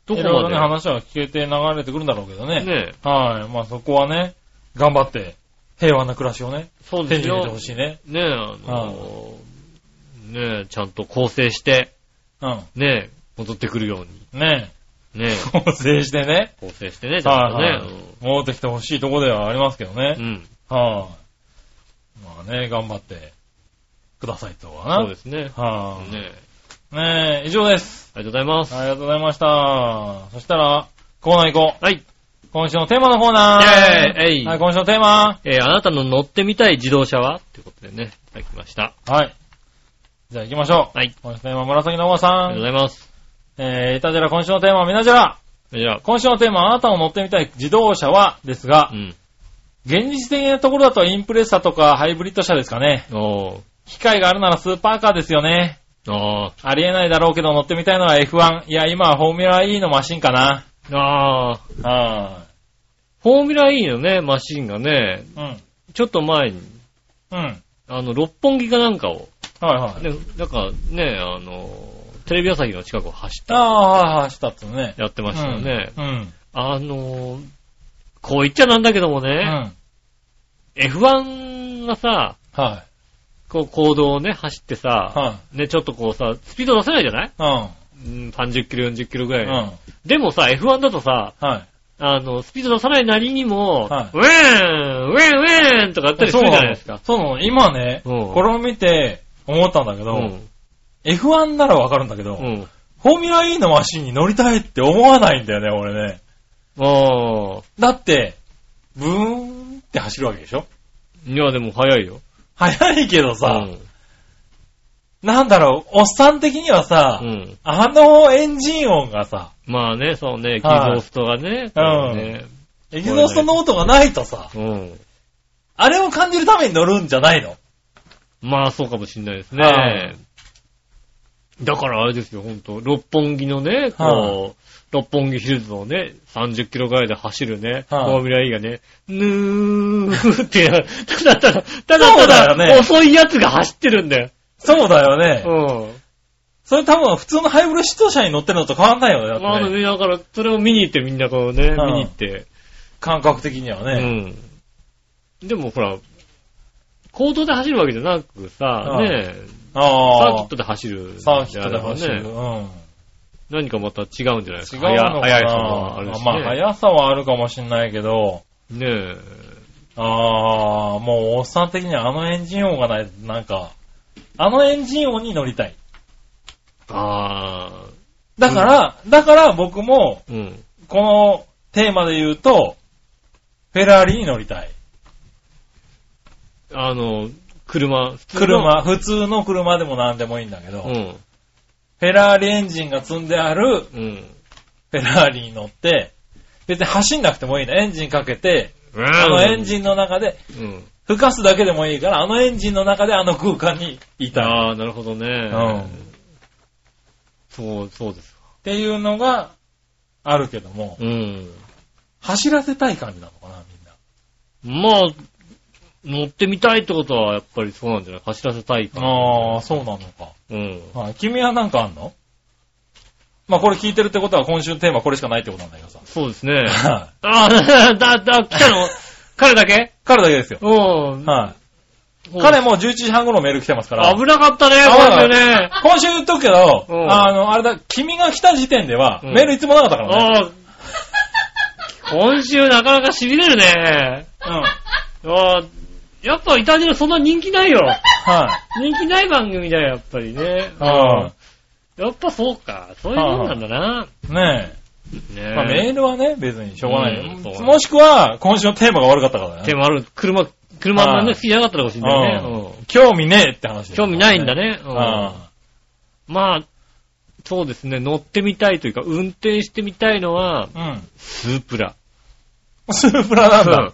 [SPEAKER 2] ど
[SPEAKER 3] いろい
[SPEAKER 2] こ
[SPEAKER 3] ろね、
[SPEAKER 2] ま
[SPEAKER 3] 話は聞けて流れてくるんだろうけど
[SPEAKER 2] で。
[SPEAKER 3] ね。
[SPEAKER 2] ね
[SPEAKER 3] はい。まあそこはね、頑張って、平和な暮らしをね、
[SPEAKER 2] そう
[SPEAKER 3] 手
[SPEAKER 2] で
[SPEAKER 3] に
[SPEAKER 2] す
[SPEAKER 3] 入れ
[SPEAKER 2] よ。
[SPEAKER 3] てほしいね。
[SPEAKER 2] ねえ、あのー、ねえ、ちゃんと構成して、
[SPEAKER 3] うん。
[SPEAKER 2] ねえ、戻ってくるように。
[SPEAKER 3] ね
[SPEAKER 2] ね
[SPEAKER 3] え。 [LAUGHS]
[SPEAKER 2] え、
[SPEAKER 3] 構成してね。
[SPEAKER 2] 構成してね、ちゃんと
[SPEAKER 3] はい
[SPEAKER 2] ね
[SPEAKER 3] はい。。戻ってきてほしいとこではありますけどね
[SPEAKER 2] う。ん。
[SPEAKER 3] はい。まあね、頑張ってくださいってとかな。
[SPEAKER 2] そうですね。
[SPEAKER 3] はい。
[SPEAKER 2] ねえ、
[SPEAKER 3] ねえ、以上です。
[SPEAKER 2] ありがとうございます。
[SPEAKER 3] ありがとうございました。そしたら、コーナー行こう。
[SPEAKER 2] はい。
[SPEAKER 3] 今週のテーマのコーナー。
[SPEAKER 2] イェーイえい
[SPEAKER 3] はい、今週のテーマ。
[SPEAKER 2] えーあなたの乗ってみたい自動車はということでね、いただきました。
[SPEAKER 3] はい。じゃあ行きましょう。
[SPEAKER 2] はい。
[SPEAKER 3] 今週のテーマ、紫のおばさ
[SPEAKER 2] ありがとうご
[SPEAKER 3] ん。
[SPEAKER 2] ざいます。
[SPEAKER 3] えー、いたじら今週のテーマ、みなじら。
[SPEAKER 2] じゃあ、
[SPEAKER 3] 今週のテーマ、あなたを乗ってみたい自動車はですが
[SPEAKER 2] う、ん。
[SPEAKER 3] 現実的なところだとインプレッサとかハイブリッド車ですかね。
[SPEAKER 2] おー。
[SPEAKER 3] 機械があるならスーパーカーですよね。
[SPEAKER 2] あ
[SPEAKER 3] ありえないだろうけど乗ってみたいのは F1。いや、今はフォーミュラー E のマシンかな。
[SPEAKER 2] ー。あー。
[SPEAKER 3] は
[SPEAKER 2] フォーミュラ E のね、マシンがね、
[SPEAKER 3] い。うん。
[SPEAKER 2] ちょっと前に、
[SPEAKER 3] うん。はい
[SPEAKER 2] あの、六本木かなんかを、
[SPEAKER 3] はい。
[SPEAKER 2] ね、なんかね、あの、テレビ朝日の近くを走った、
[SPEAKER 3] ああ、はいはい、したっつうね。
[SPEAKER 2] やってましたよね。
[SPEAKER 3] うん。
[SPEAKER 2] あの、こう言っちゃなんだけども
[SPEAKER 3] う
[SPEAKER 2] ね、
[SPEAKER 3] ん。
[SPEAKER 2] F1 がさ、
[SPEAKER 3] は
[SPEAKER 2] こう、行動をね、走って
[SPEAKER 3] い。
[SPEAKER 2] さ、
[SPEAKER 3] は
[SPEAKER 2] ね、ちょっとこうさ、スピード出せないじゃない
[SPEAKER 3] い。うん。
[SPEAKER 2] うん、30キロ、40キロぐら
[SPEAKER 3] う
[SPEAKER 2] い、
[SPEAKER 3] ん。はい。
[SPEAKER 2] でもさ、F1 だとさ、あの、スピード出さないなりにも、
[SPEAKER 3] はい
[SPEAKER 2] ウェーンウェーンウェーンとかやったりするじゃないですか。
[SPEAKER 3] そうなの。今ね、
[SPEAKER 2] うん
[SPEAKER 3] これを見て思ったんだけ
[SPEAKER 2] う
[SPEAKER 3] ど、
[SPEAKER 2] ん。
[SPEAKER 3] F1 ならわかるんだけど、
[SPEAKER 2] うん。
[SPEAKER 3] フォーミュラー E のマシンに乗りたいって思わないんだよね、俺ね。
[SPEAKER 2] ああ。
[SPEAKER 3] だって、ブーンって走るわけでしょ
[SPEAKER 2] いや、でも早いよ。
[SPEAKER 3] 速いけどさ、
[SPEAKER 2] うん
[SPEAKER 3] なんだろう、おっさん的にはさ、
[SPEAKER 2] うん。
[SPEAKER 3] あのエンジン音がさ、
[SPEAKER 2] まあね、そうね、エキゾ
[SPEAKER 3] はい
[SPEAKER 2] ーストがね、
[SPEAKER 3] うん
[SPEAKER 2] ね
[SPEAKER 3] エキゾーストの音がないとさ、
[SPEAKER 2] うん。
[SPEAKER 3] あれを感じるために乗るんじゃないの
[SPEAKER 2] まあそうかもしんないです
[SPEAKER 3] はい
[SPEAKER 2] ね。だからあれですよ、ほんと、六本木のね、
[SPEAKER 3] は
[SPEAKER 2] こう、六本木ヒルズをね、30キロぐらいで走るね、フ
[SPEAKER 3] はい
[SPEAKER 2] ォーミュラ E がね、ぬーってや、ただただ、た
[SPEAKER 3] そう
[SPEAKER 2] だ
[SPEAKER 3] だ
[SPEAKER 2] ただ、
[SPEAKER 3] よね
[SPEAKER 2] 遅いやつが走ってるんだよ。
[SPEAKER 3] そうだよね。
[SPEAKER 2] う
[SPEAKER 3] それ多分普通のハイブリッド車に乗ってるのと変わんないよね。だ
[SPEAKER 2] ん。まあ
[SPEAKER 3] ってね
[SPEAKER 2] ね、だから、それを見に行ってみんなこうね、見
[SPEAKER 3] はい
[SPEAKER 2] に行って。
[SPEAKER 3] 感覚的には
[SPEAKER 2] う
[SPEAKER 3] ね。
[SPEAKER 2] ん。でもほら、行動で走るわけじゃなくさ、
[SPEAKER 3] うん
[SPEAKER 2] ねえ、サーキ
[SPEAKER 3] あ
[SPEAKER 2] ットで走る。
[SPEAKER 3] あ、サーキットで走
[SPEAKER 2] あれ
[SPEAKER 3] る。
[SPEAKER 2] は
[SPEAKER 3] う
[SPEAKER 2] ね。
[SPEAKER 3] ん。
[SPEAKER 2] 何かまた違うんじゃないです
[SPEAKER 3] 違う
[SPEAKER 2] か。
[SPEAKER 3] のかな
[SPEAKER 2] 速い速さもあるし、ね。
[SPEAKER 3] まあ、速さはあるかもしんないけど、
[SPEAKER 2] ねえ。
[SPEAKER 3] ああ、もうおっさん的にはあのエンジン音がない、なんか、あのエンジン音に乗りたい。
[SPEAKER 2] あ
[SPEAKER 3] だから、だから僕も、
[SPEAKER 2] ー。うん。
[SPEAKER 3] このテーマで言うと、フェラーリに乗りたい。
[SPEAKER 2] あの、車、普通の。
[SPEAKER 3] 車、普通の車でも何でもいいんだけど、
[SPEAKER 2] う
[SPEAKER 3] フ
[SPEAKER 2] ん。
[SPEAKER 3] ェラーリエンジンが積んである
[SPEAKER 2] うん。
[SPEAKER 3] フェラーリに乗って、別に走んなくてもいいの。エンジンかけて、あ
[SPEAKER 2] あ
[SPEAKER 3] のエン
[SPEAKER 2] ン。
[SPEAKER 3] ジンの中で、
[SPEAKER 2] うん。
[SPEAKER 3] 吹かすだけでもいいから、あのエンジンの中であの空間にいたい。
[SPEAKER 2] あー、なるほどね。
[SPEAKER 3] うん
[SPEAKER 2] そう、そうです。
[SPEAKER 3] っていうのがあるけども、
[SPEAKER 2] うん。
[SPEAKER 3] 走らせたい感じなのかな、みんな。
[SPEAKER 2] まあ、乗ってみたいってことはやっぱりそうなんじゃない走らせたいから。
[SPEAKER 3] ああ、そうなのか。
[SPEAKER 2] うん。
[SPEAKER 3] はい、君はなんかあんのまあこれ聞いてるってことは今週のテーマこれしかないってことなんだけどさ。
[SPEAKER 2] そうですね。
[SPEAKER 3] はい
[SPEAKER 2] あー、だ、だ、来たの彼だけ
[SPEAKER 3] [LAUGHS] 彼だけですよ。
[SPEAKER 2] うん。
[SPEAKER 3] はい。
[SPEAKER 2] うん
[SPEAKER 3] 彼も11時半頃メール来てますから。
[SPEAKER 2] 危なかったね、
[SPEAKER 3] 危なかっ
[SPEAKER 2] 今週
[SPEAKER 3] た
[SPEAKER 2] ね。
[SPEAKER 3] 今週言っとくけど、
[SPEAKER 2] うん
[SPEAKER 3] あの、あれだ、君が来た時点では、
[SPEAKER 2] うん
[SPEAKER 3] メールいつもなかったからね。
[SPEAKER 2] ああ。今週なかなか痺れるね。
[SPEAKER 3] うん。
[SPEAKER 2] ああ、やっぱイタジェラそんな人気ないよ。
[SPEAKER 3] は
[SPEAKER 2] 人気ない番組だよ、やっぱりね。
[SPEAKER 3] い。は
[SPEAKER 2] うんやっぱそうか。そういうもんなんだな。
[SPEAKER 3] い。ねえ。まあ、メ
[SPEAKER 2] ね
[SPEAKER 3] ールはね、別にしょうがないよ
[SPEAKER 2] うんそう
[SPEAKER 3] もしくは、今週のテーマが悪かったから
[SPEAKER 2] え。
[SPEAKER 3] ね
[SPEAKER 2] 手。もある。車、車の
[SPEAKER 3] は
[SPEAKER 2] ね、
[SPEAKER 3] い
[SPEAKER 2] 好きじゃなかったかもしれないね。
[SPEAKER 3] うん興味ねえって話
[SPEAKER 2] う
[SPEAKER 3] で
[SPEAKER 2] ん
[SPEAKER 3] す
[SPEAKER 2] 興味ないんだ。ね。う
[SPEAKER 3] うんん。は
[SPEAKER 2] まあ、そうですね。乗ってみたいというか、運転してみたいのは、
[SPEAKER 3] いうん。
[SPEAKER 2] スープラ。
[SPEAKER 3] スープラなんだ。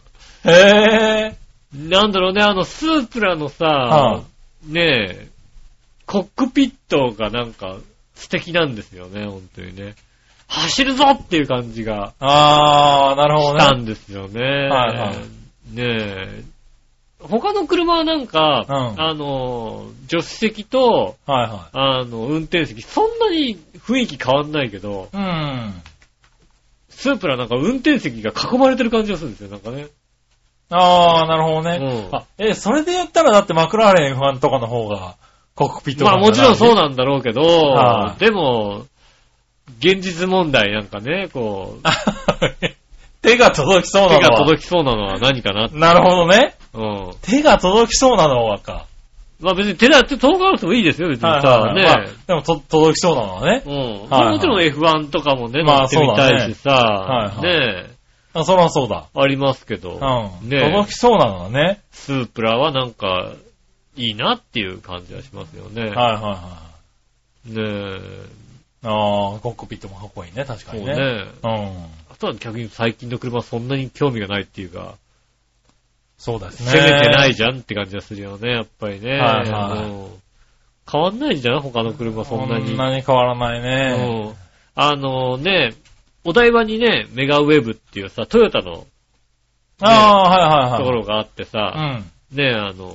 [SPEAKER 3] へえ。
[SPEAKER 2] なんだろうね、あの、スープラの
[SPEAKER 3] は
[SPEAKER 2] さ、ねえ、コックピットがなんか素敵なんですよね、本当にね。走るぞっていう感じが
[SPEAKER 3] あー、なる
[SPEAKER 2] し
[SPEAKER 3] ほ
[SPEAKER 2] た
[SPEAKER 3] どね。
[SPEAKER 2] んですよね。
[SPEAKER 3] はいはい
[SPEAKER 2] ねえ。他の車はなんか、
[SPEAKER 3] うん
[SPEAKER 2] あの、助手席と、
[SPEAKER 3] はいは
[SPEAKER 2] あの、運転席、そんなに雰囲気変わんないけど、
[SPEAKER 3] い。うん。
[SPEAKER 2] スープラなんか運転席が囲まれてる感じがするんですよ、なんかね。
[SPEAKER 3] あー、なるほどね。
[SPEAKER 2] うん
[SPEAKER 3] あえ、それで言ったらだってマクラーレン1とかの方が、コックピット
[SPEAKER 2] まあもちろんそう
[SPEAKER 3] だ。
[SPEAKER 2] なんだろうけど、
[SPEAKER 3] はい
[SPEAKER 2] でも、現実問題なんかね、こう、
[SPEAKER 3] [LAUGHS] 手が届きそうな
[SPEAKER 2] 手
[SPEAKER 3] の
[SPEAKER 2] が
[SPEAKER 3] は。
[SPEAKER 2] 届きそうなのは何かな。
[SPEAKER 3] なるほどね。
[SPEAKER 2] うん。
[SPEAKER 3] 手が届きそうなのはか。
[SPEAKER 2] まあ別に手だって遠くあるともいいですよ、別にさ、
[SPEAKER 3] はいはいはい
[SPEAKER 2] ね。
[SPEAKER 3] まあでもと、届きそうなのはね
[SPEAKER 2] う。ん。
[SPEAKER 3] はいはい
[SPEAKER 2] もちろん F1 とかもね、
[SPEAKER 3] まあ
[SPEAKER 2] 乗ってみたいしさ、
[SPEAKER 3] そうだ
[SPEAKER 2] ね
[SPEAKER 3] ねあ、そらそうだ。
[SPEAKER 2] ありますけど、
[SPEAKER 3] うん。
[SPEAKER 2] ね
[SPEAKER 3] 届きそうなのはね。
[SPEAKER 2] スープラはなんか、いいなっていう感じはしますよね。
[SPEAKER 3] はいはいはい。
[SPEAKER 2] ねえ。
[SPEAKER 3] ああ、コックピットもかっこいいね、確か
[SPEAKER 2] そう
[SPEAKER 3] にね。
[SPEAKER 2] ね。
[SPEAKER 3] うん。
[SPEAKER 2] あとは逆に最近の車はそんなに興味がないっていうか、
[SPEAKER 3] そうですね。
[SPEAKER 2] 攻めてないじゃんって感じがするよね、やっぱりね。
[SPEAKER 3] はいはい
[SPEAKER 2] うん変わんないじゃん他の車そんなに。
[SPEAKER 3] そんなに変わらないね。
[SPEAKER 2] うんあのね、お台場にね、メガウェーブっていうさ、トヨタの
[SPEAKER 3] ああ、は
[SPEAKER 2] と
[SPEAKER 3] いはい
[SPEAKER 2] こ
[SPEAKER 3] はい。
[SPEAKER 2] ろがあって
[SPEAKER 3] う
[SPEAKER 2] さ、
[SPEAKER 3] ん。
[SPEAKER 2] ね、あの、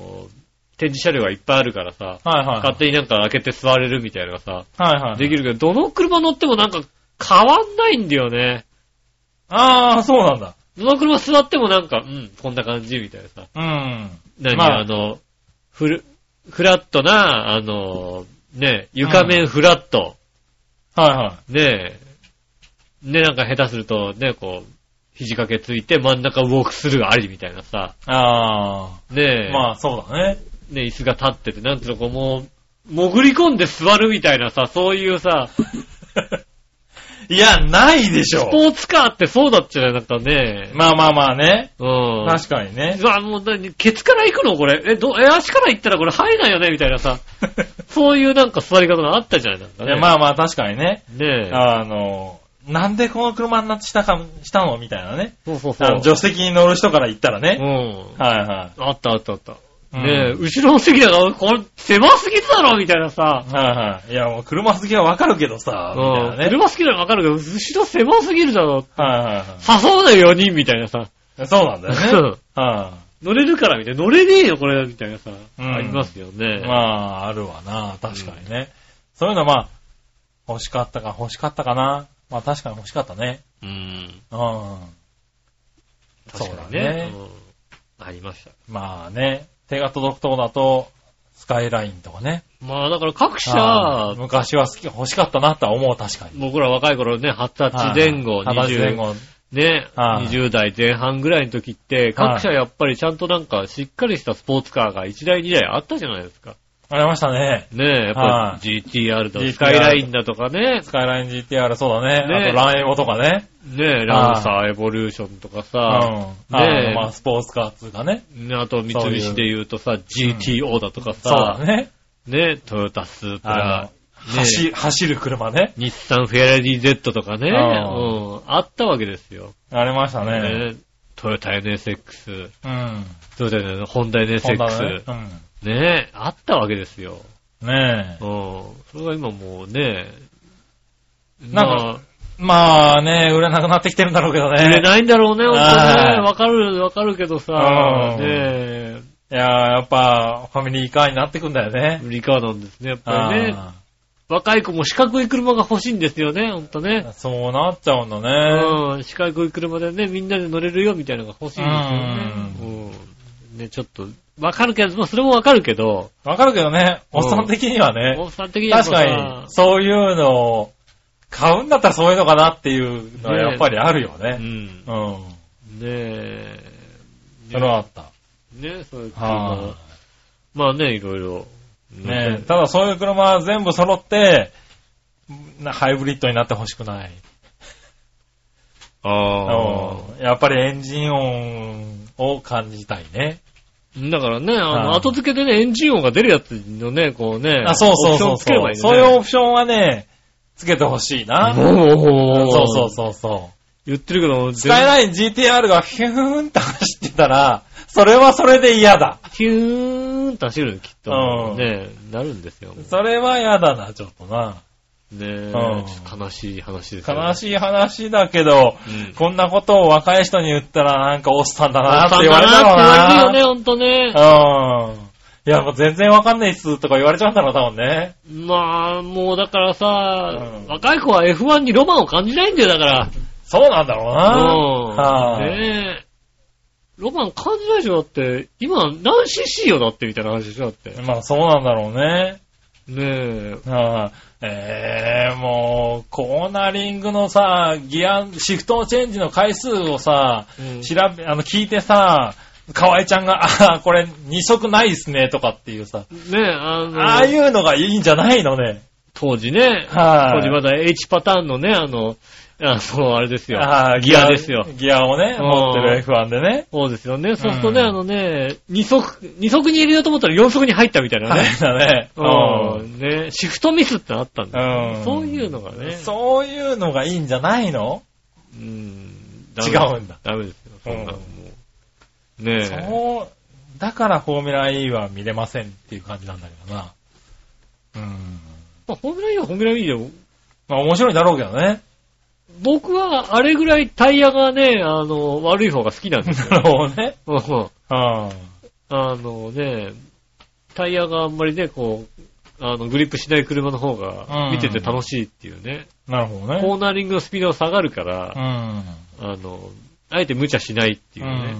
[SPEAKER 2] 展示車両がいっぱいあるからさ、
[SPEAKER 3] はいはい。
[SPEAKER 2] 勝手になんか開けて座れるみたいなのがさ、
[SPEAKER 3] はいはい。
[SPEAKER 2] できるけど、どの車乗ってもなんか変わんないんだよね。
[SPEAKER 3] ああ、そうなんだ。
[SPEAKER 2] どの車座ってもなんか、うん、こんな感じみたいなさ。
[SPEAKER 3] うん。
[SPEAKER 2] 何、
[SPEAKER 3] ま
[SPEAKER 2] あ、
[SPEAKER 3] あ
[SPEAKER 2] の、フル、フラットな、あの、ね、床面フラット、
[SPEAKER 3] はいはい。
[SPEAKER 2] ね、ね、なんか下手すると、ね、こう、肘掛けついて真ん中ウォークスルーありみたいなさ、
[SPEAKER 3] あ
[SPEAKER 2] ね、
[SPEAKER 3] あ、まあそうだね。 [LAUGHS]
[SPEAKER 2] ね、椅子が立ってて、なんていうの、こう、もう、潜り込んで座るみたいなさ、そういうさ、
[SPEAKER 3] いや、ないでし
[SPEAKER 2] ス
[SPEAKER 3] ょ。
[SPEAKER 2] ポーツカーってそうだっちゃないなんかね、
[SPEAKER 3] まあまあまあね。
[SPEAKER 2] うん。
[SPEAKER 3] 確かにね
[SPEAKER 2] う。わ、もう何、ケツから行くのこれ。え、ど、え、足から行ったらこれ入らないよねみたいなさ、そういうなんか座り方があったじゃないなんか
[SPEAKER 3] い
[SPEAKER 2] ね。
[SPEAKER 3] や [LAUGHS] まあまあ確かにね。
[SPEAKER 2] ねえ。
[SPEAKER 3] あの、なんでこの車になってしたか、したのみたいなね。
[SPEAKER 2] そうそうそ
[SPEAKER 3] あの
[SPEAKER 2] う。
[SPEAKER 3] 助手席に乗る人から言ったら
[SPEAKER 2] う
[SPEAKER 3] ね。
[SPEAKER 2] ん。
[SPEAKER 3] はいは
[SPEAKER 2] あったあったあった。
[SPEAKER 3] い。
[SPEAKER 2] ねえ、
[SPEAKER 3] うん
[SPEAKER 2] 後ろの席だから、これ狭すぎるだろみたいなさ。
[SPEAKER 3] はいはい。いや、もう車好きはわかるけど
[SPEAKER 2] う
[SPEAKER 3] さ、み
[SPEAKER 2] ん。
[SPEAKER 3] たいなね。
[SPEAKER 2] 車好きなのわかるけど、後ろ狭すぎるだろ。
[SPEAKER 3] はいは
[SPEAKER 2] 誘うなよ、4人みたいなさ。
[SPEAKER 3] いはい。そうなんだよね。は
[SPEAKER 2] 乗れるからみたいな。乗れねえよ、これ、みたいなさ。
[SPEAKER 3] うん
[SPEAKER 2] ありますよね
[SPEAKER 3] い。。まあ、あるわな、確かにね。そういうのはまあ、欲しかったか欲しかったかな。まあ確かに欲しかったね。
[SPEAKER 2] うん。
[SPEAKER 3] うん。
[SPEAKER 2] 確か
[SPEAKER 3] そうだ
[SPEAKER 2] にね
[SPEAKER 3] ね。
[SPEAKER 2] うんありました。
[SPEAKER 3] まあね、手が届くとこだと、スカイラインとかね。
[SPEAKER 2] まあ、だから各社、
[SPEAKER 3] あー昔は好き、欲しかったなとは思う、確かに。
[SPEAKER 2] 僕ら若い頃ね、20歳前後、
[SPEAKER 3] はい二十歳
[SPEAKER 2] 20、
[SPEAKER 3] 前後。
[SPEAKER 2] ね、
[SPEAKER 3] はい
[SPEAKER 2] 20代前半ぐらいの時って、各社やっぱりちゃんとなんかしっかりしたスポーツカーが1台2台あったじゃないですか。
[SPEAKER 3] ありましたね。
[SPEAKER 2] ねえ、やっぱ
[SPEAKER 3] は
[SPEAKER 2] り GTR だ、
[SPEAKER 3] GTR
[SPEAKER 2] スカイラインだとかね、
[SPEAKER 3] スカイライン GTR そうだね。
[SPEAKER 2] ね
[SPEAKER 3] あとランエボとかね。
[SPEAKER 2] ねえ、ランサーエボリューションとか
[SPEAKER 3] うん。
[SPEAKER 2] さ、ね
[SPEAKER 3] あのまあスポーツカーっつうかね。
[SPEAKER 2] ねあと三菱で言うとさ、GTO だとか
[SPEAKER 3] そうだ
[SPEAKER 2] さ、
[SPEAKER 3] ね。
[SPEAKER 2] ねえ、トヨタスープ
[SPEAKER 3] あ
[SPEAKER 2] ラ、
[SPEAKER 3] の、
[SPEAKER 2] ね
[SPEAKER 3] 走、走る車ね。
[SPEAKER 2] 日産フェアレディ Z とかね、う
[SPEAKER 3] あ
[SPEAKER 2] ん、あったわけですよ。
[SPEAKER 3] ありましたね。
[SPEAKER 2] ねえトヨタ NSX、
[SPEAKER 3] うん。
[SPEAKER 2] トヨタのホンダ
[SPEAKER 3] そんなの
[SPEAKER 2] NSX
[SPEAKER 3] ね。。うん。
[SPEAKER 2] ねえ、あったわけですよ。
[SPEAKER 3] ね
[SPEAKER 2] うん。それが今もうね、
[SPEAKER 3] な
[SPEAKER 2] ま
[SPEAKER 3] んか
[SPEAKER 2] あ
[SPEAKER 3] え。まあね、売れなくなってきてるんだろうけどね。
[SPEAKER 2] 売れないんだろうね、本当
[SPEAKER 3] はい
[SPEAKER 2] ね。わかる、わかるけどさ、
[SPEAKER 3] うん
[SPEAKER 2] ねえ、
[SPEAKER 3] いやーやっぱ、ファミリーカーになってくんだよね。
[SPEAKER 2] 売りカーなんですね、やっぱりね。若い子も四角い車が欲しいんですよね、ほんと
[SPEAKER 3] あ
[SPEAKER 2] ね
[SPEAKER 3] ー。そうなっちゃうんだね。
[SPEAKER 2] うん、四角い車でね、みんなで乗れるよ、みたいなのが欲しいんですよね。うん。ね、ちょっと、わかるけど、まあそれもわかるけど、
[SPEAKER 3] わかるけどね、
[SPEAKER 2] うん
[SPEAKER 3] おっさん的にはね
[SPEAKER 2] お、っさん的には
[SPEAKER 3] 確
[SPEAKER 2] さ
[SPEAKER 3] かに、そういうのを、買うんだったらそういうのかなっていうのはやっぱりあるよ
[SPEAKER 2] う
[SPEAKER 3] ね。
[SPEAKER 2] ん。ね
[SPEAKER 3] うん。
[SPEAKER 2] え。
[SPEAKER 3] それはあった。
[SPEAKER 2] ね、そういう車
[SPEAKER 3] は
[SPEAKER 2] を。まあね、いろいろ。
[SPEAKER 3] い。ねえ、ただそういう車は全部揃って、なハイブリッドになってほしくない。
[SPEAKER 2] ああ。
[SPEAKER 3] うんやっぱりエンジン音を感じたいね。
[SPEAKER 2] だからね、あの、
[SPEAKER 3] はい
[SPEAKER 2] 後付けでね、エンジン音が出るやつのね、こうね。
[SPEAKER 3] あ、そうそうそう
[SPEAKER 2] オプションつければいいんだ
[SPEAKER 3] そう
[SPEAKER 2] ね
[SPEAKER 3] いうオプションはね、つけてほしいな。
[SPEAKER 2] おー
[SPEAKER 3] そうそうそうそう。
[SPEAKER 2] 言ってるけど、
[SPEAKER 3] 使えない GTR がヒューンって走ってたら、それはそれで嫌だ。
[SPEAKER 2] ヒューンと走るのきっ
[SPEAKER 3] う
[SPEAKER 2] と。
[SPEAKER 3] ん
[SPEAKER 2] ねなるんですよ。もう
[SPEAKER 3] それは嫌だな、ちょっとな。
[SPEAKER 2] ね
[SPEAKER 3] ん
[SPEAKER 2] ちょっと悲しい話ですよね。
[SPEAKER 3] 悲しい話だけど、
[SPEAKER 2] うん
[SPEAKER 3] こんなことを若い人に言ったらなんかおっさんだなって言われたろ
[SPEAKER 2] な
[SPEAKER 3] うな。
[SPEAKER 2] って言われるよね、ほんとね。
[SPEAKER 3] うん。いや、もう全然わかんないっすとか言われちゃったの、多分ね。
[SPEAKER 2] まあ、もうだからさ、
[SPEAKER 3] ん
[SPEAKER 2] 若い子は F1 にロマンを感じないんだよ、だから。
[SPEAKER 3] そうなんだろうな。
[SPEAKER 2] うん。
[SPEAKER 3] はい
[SPEAKER 2] ねえ。ロマン感じないでしょだって、今何 cc よだってみたいな話でしょだって。ね
[SPEAKER 3] まあそうなんだろうね。
[SPEAKER 2] え。
[SPEAKER 3] はいえー、もう、コーナリングのさ、ギア、シフトチェンジの回数をさ、
[SPEAKER 2] うん
[SPEAKER 3] 調べ、あの、聞いてさ、河合ちゃんが、ああ、これ2色ないっすね、とかっていうさ、
[SPEAKER 2] ねえ、あの、
[SPEAKER 3] ああいうのがいいんじゃないのね。
[SPEAKER 2] 当時ね、
[SPEAKER 3] は
[SPEAKER 2] 当
[SPEAKER 3] い
[SPEAKER 2] 時まだ H パターンのね、あの、あの、あれですよ。
[SPEAKER 3] ああ
[SPEAKER 2] ギアですよ。
[SPEAKER 3] ギアをね、
[SPEAKER 2] うん
[SPEAKER 3] 持ってる F1 でね。
[SPEAKER 2] そうですよね。そうするとね、
[SPEAKER 3] うん
[SPEAKER 2] あのね、二足、二足に入れようと思ったら四足に入ったみたいな
[SPEAKER 3] あ
[SPEAKER 2] ね
[SPEAKER 3] れ。だ [LAUGHS] ね。
[SPEAKER 2] う。
[SPEAKER 3] うん
[SPEAKER 2] ね、シフトミスってあったんだよね、
[SPEAKER 3] うん
[SPEAKER 2] そういうのがね。
[SPEAKER 3] ん。そういうのがいいんじゃないの
[SPEAKER 2] うん。
[SPEAKER 3] 違うんだ。
[SPEAKER 2] ダメですよ。そんなのもう。ねえ。
[SPEAKER 3] そう、だからフォーミュラ E は見れませんっていう感じなんだけどな。うん。
[SPEAKER 2] まあ、ホームラインはホームラインで、
[SPEAKER 3] まあ面白いだろうけどね。
[SPEAKER 2] 僕はあれぐらいタイヤがね、あの、悪い方が好きなん
[SPEAKER 3] [LAUGHS]
[SPEAKER 2] です
[SPEAKER 3] な
[SPEAKER 2] よ。
[SPEAKER 3] るほどね。
[SPEAKER 2] うん
[SPEAKER 3] うん。
[SPEAKER 2] あのね、タイヤがあんまりね、こう、あの、グリップしない車の方が
[SPEAKER 3] うん
[SPEAKER 2] 見てて楽しいっていうね。
[SPEAKER 3] なるほど
[SPEAKER 2] コ
[SPEAKER 3] ね。
[SPEAKER 2] ーナリングのスピードが下がるか
[SPEAKER 3] う
[SPEAKER 2] ら、
[SPEAKER 3] ん。
[SPEAKER 2] あの、あえて無茶しないっていうね。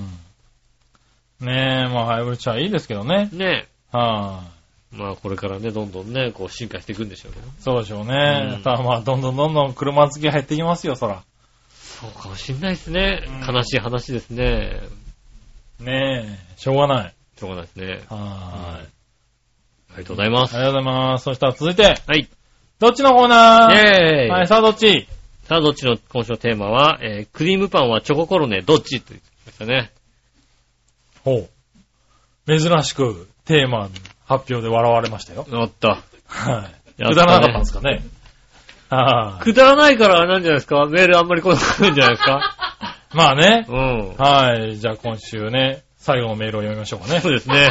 [SPEAKER 3] うんねえ、まあハイブリッドはいいですけどね。
[SPEAKER 2] ね
[SPEAKER 3] は
[SPEAKER 2] まあこれからね、どんどんね、こう進化していくんでしょうけど。
[SPEAKER 3] い。そうでしょうね。
[SPEAKER 2] うん
[SPEAKER 3] ただまあどんどんどんどん車好き減ってきますよ、そら。
[SPEAKER 2] そうかもしんないですね。
[SPEAKER 3] うん
[SPEAKER 2] 悲しい話ですね。
[SPEAKER 3] ねえ、しょうがない。
[SPEAKER 2] しょうがないですね。
[SPEAKER 3] は。
[SPEAKER 2] はいありがとうございま
[SPEAKER 3] あ
[SPEAKER 2] す。
[SPEAKER 3] りがとうございます。そしたら続いて、
[SPEAKER 2] はい。イ
[SPEAKER 3] どっちのコーナー
[SPEAKER 2] ェーイ、
[SPEAKER 3] はい、さあどっち
[SPEAKER 2] さあ、どっちの今週のテーマは、えークリームパンはチョココロネ、どっちと言ってましたね。
[SPEAKER 3] ほう。珍しくテーマ発表で笑われましたよ。
[SPEAKER 2] あった。
[SPEAKER 3] はい。
[SPEAKER 2] やっ
[SPEAKER 3] く
[SPEAKER 2] たね
[SPEAKER 3] だらなかったんですかね。は
[SPEAKER 2] くだらないからあれなんじゃないですかメールあんまり来なくないんじゃないです [LAUGHS] か
[SPEAKER 3] い。まあね。
[SPEAKER 2] うん。
[SPEAKER 3] はい。じゃあ今週ね、最後のメールを読みましょうかね
[SPEAKER 2] そ。うですね。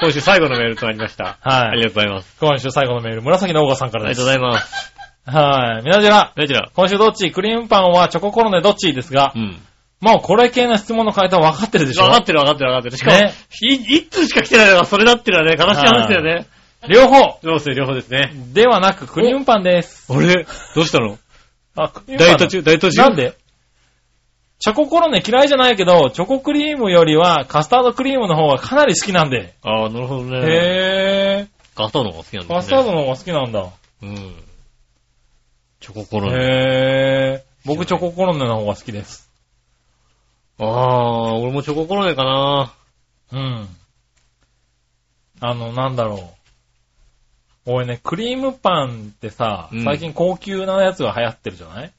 [SPEAKER 2] 今週最後のメールとなりました。あ
[SPEAKER 3] は
[SPEAKER 2] り
[SPEAKER 3] い。
[SPEAKER 2] がとうございます。
[SPEAKER 3] 今週最後のメール、紫のオーガさんか
[SPEAKER 2] ありが
[SPEAKER 3] らで
[SPEAKER 2] と
[SPEAKER 3] す。
[SPEAKER 2] うございます。
[SPEAKER 3] はい。みなじら、
[SPEAKER 2] どちら
[SPEAKER 3] 今週どっちクリームパンはチョココロネどっちですが
[SPEAKER 2] う、ん。
[SPEAKER 3] もうこれ系の質問の回答は分かってるでしょ
[SPEAKER 2] わかってるわかってるわかってる。しかも、
[SPEAKER 3] ね
[SPEAKER 2] い、一通しか来てないのがそれだってのはね、悲しい話だよね。
[SPEAKER 3] 両方
[SPEAKER 2] どうする両方ですね。
[SPEAKER 3] ではなくクリームパンです。
[SPEAKER 2] あれどうしたの
[SPEAKER 3] あ、クリームパン
[SPEAKER 2] ダイエ
[SPEAKER 3] だ
[SPEAKER 2] ット中、ダイエット中
[SPEAKER 3] なんでチョココロネ嫌いじゃないけど、チョコクリームよりはカスタードクリームの方がかなり好きなんで。
[SPEAKER 2] ああ、なるほどね。
[SPEAKER 3] へぇ
[SPEAKER 2] カスタードの方が好きなんで
[SPEAKER 3] ー。
[SPEAKER 2] すね。
[SPEAKER 3] カスタードの方が好きなんだ。
[SPEAKER 2] うん。チョココロネ。
[SPEAKER 3] へぇー。僕チョココロネの方が好きです。
[SPEAKER 2] ああ、俺もチョココロネかな。
[SPEAKER 3] うん。あの、なんだろう。俺ね、クリームパンってさ
[SPEAKER 2] うん、
[SPEAKER 3] 最近高級なやつが流行ってるじゃない、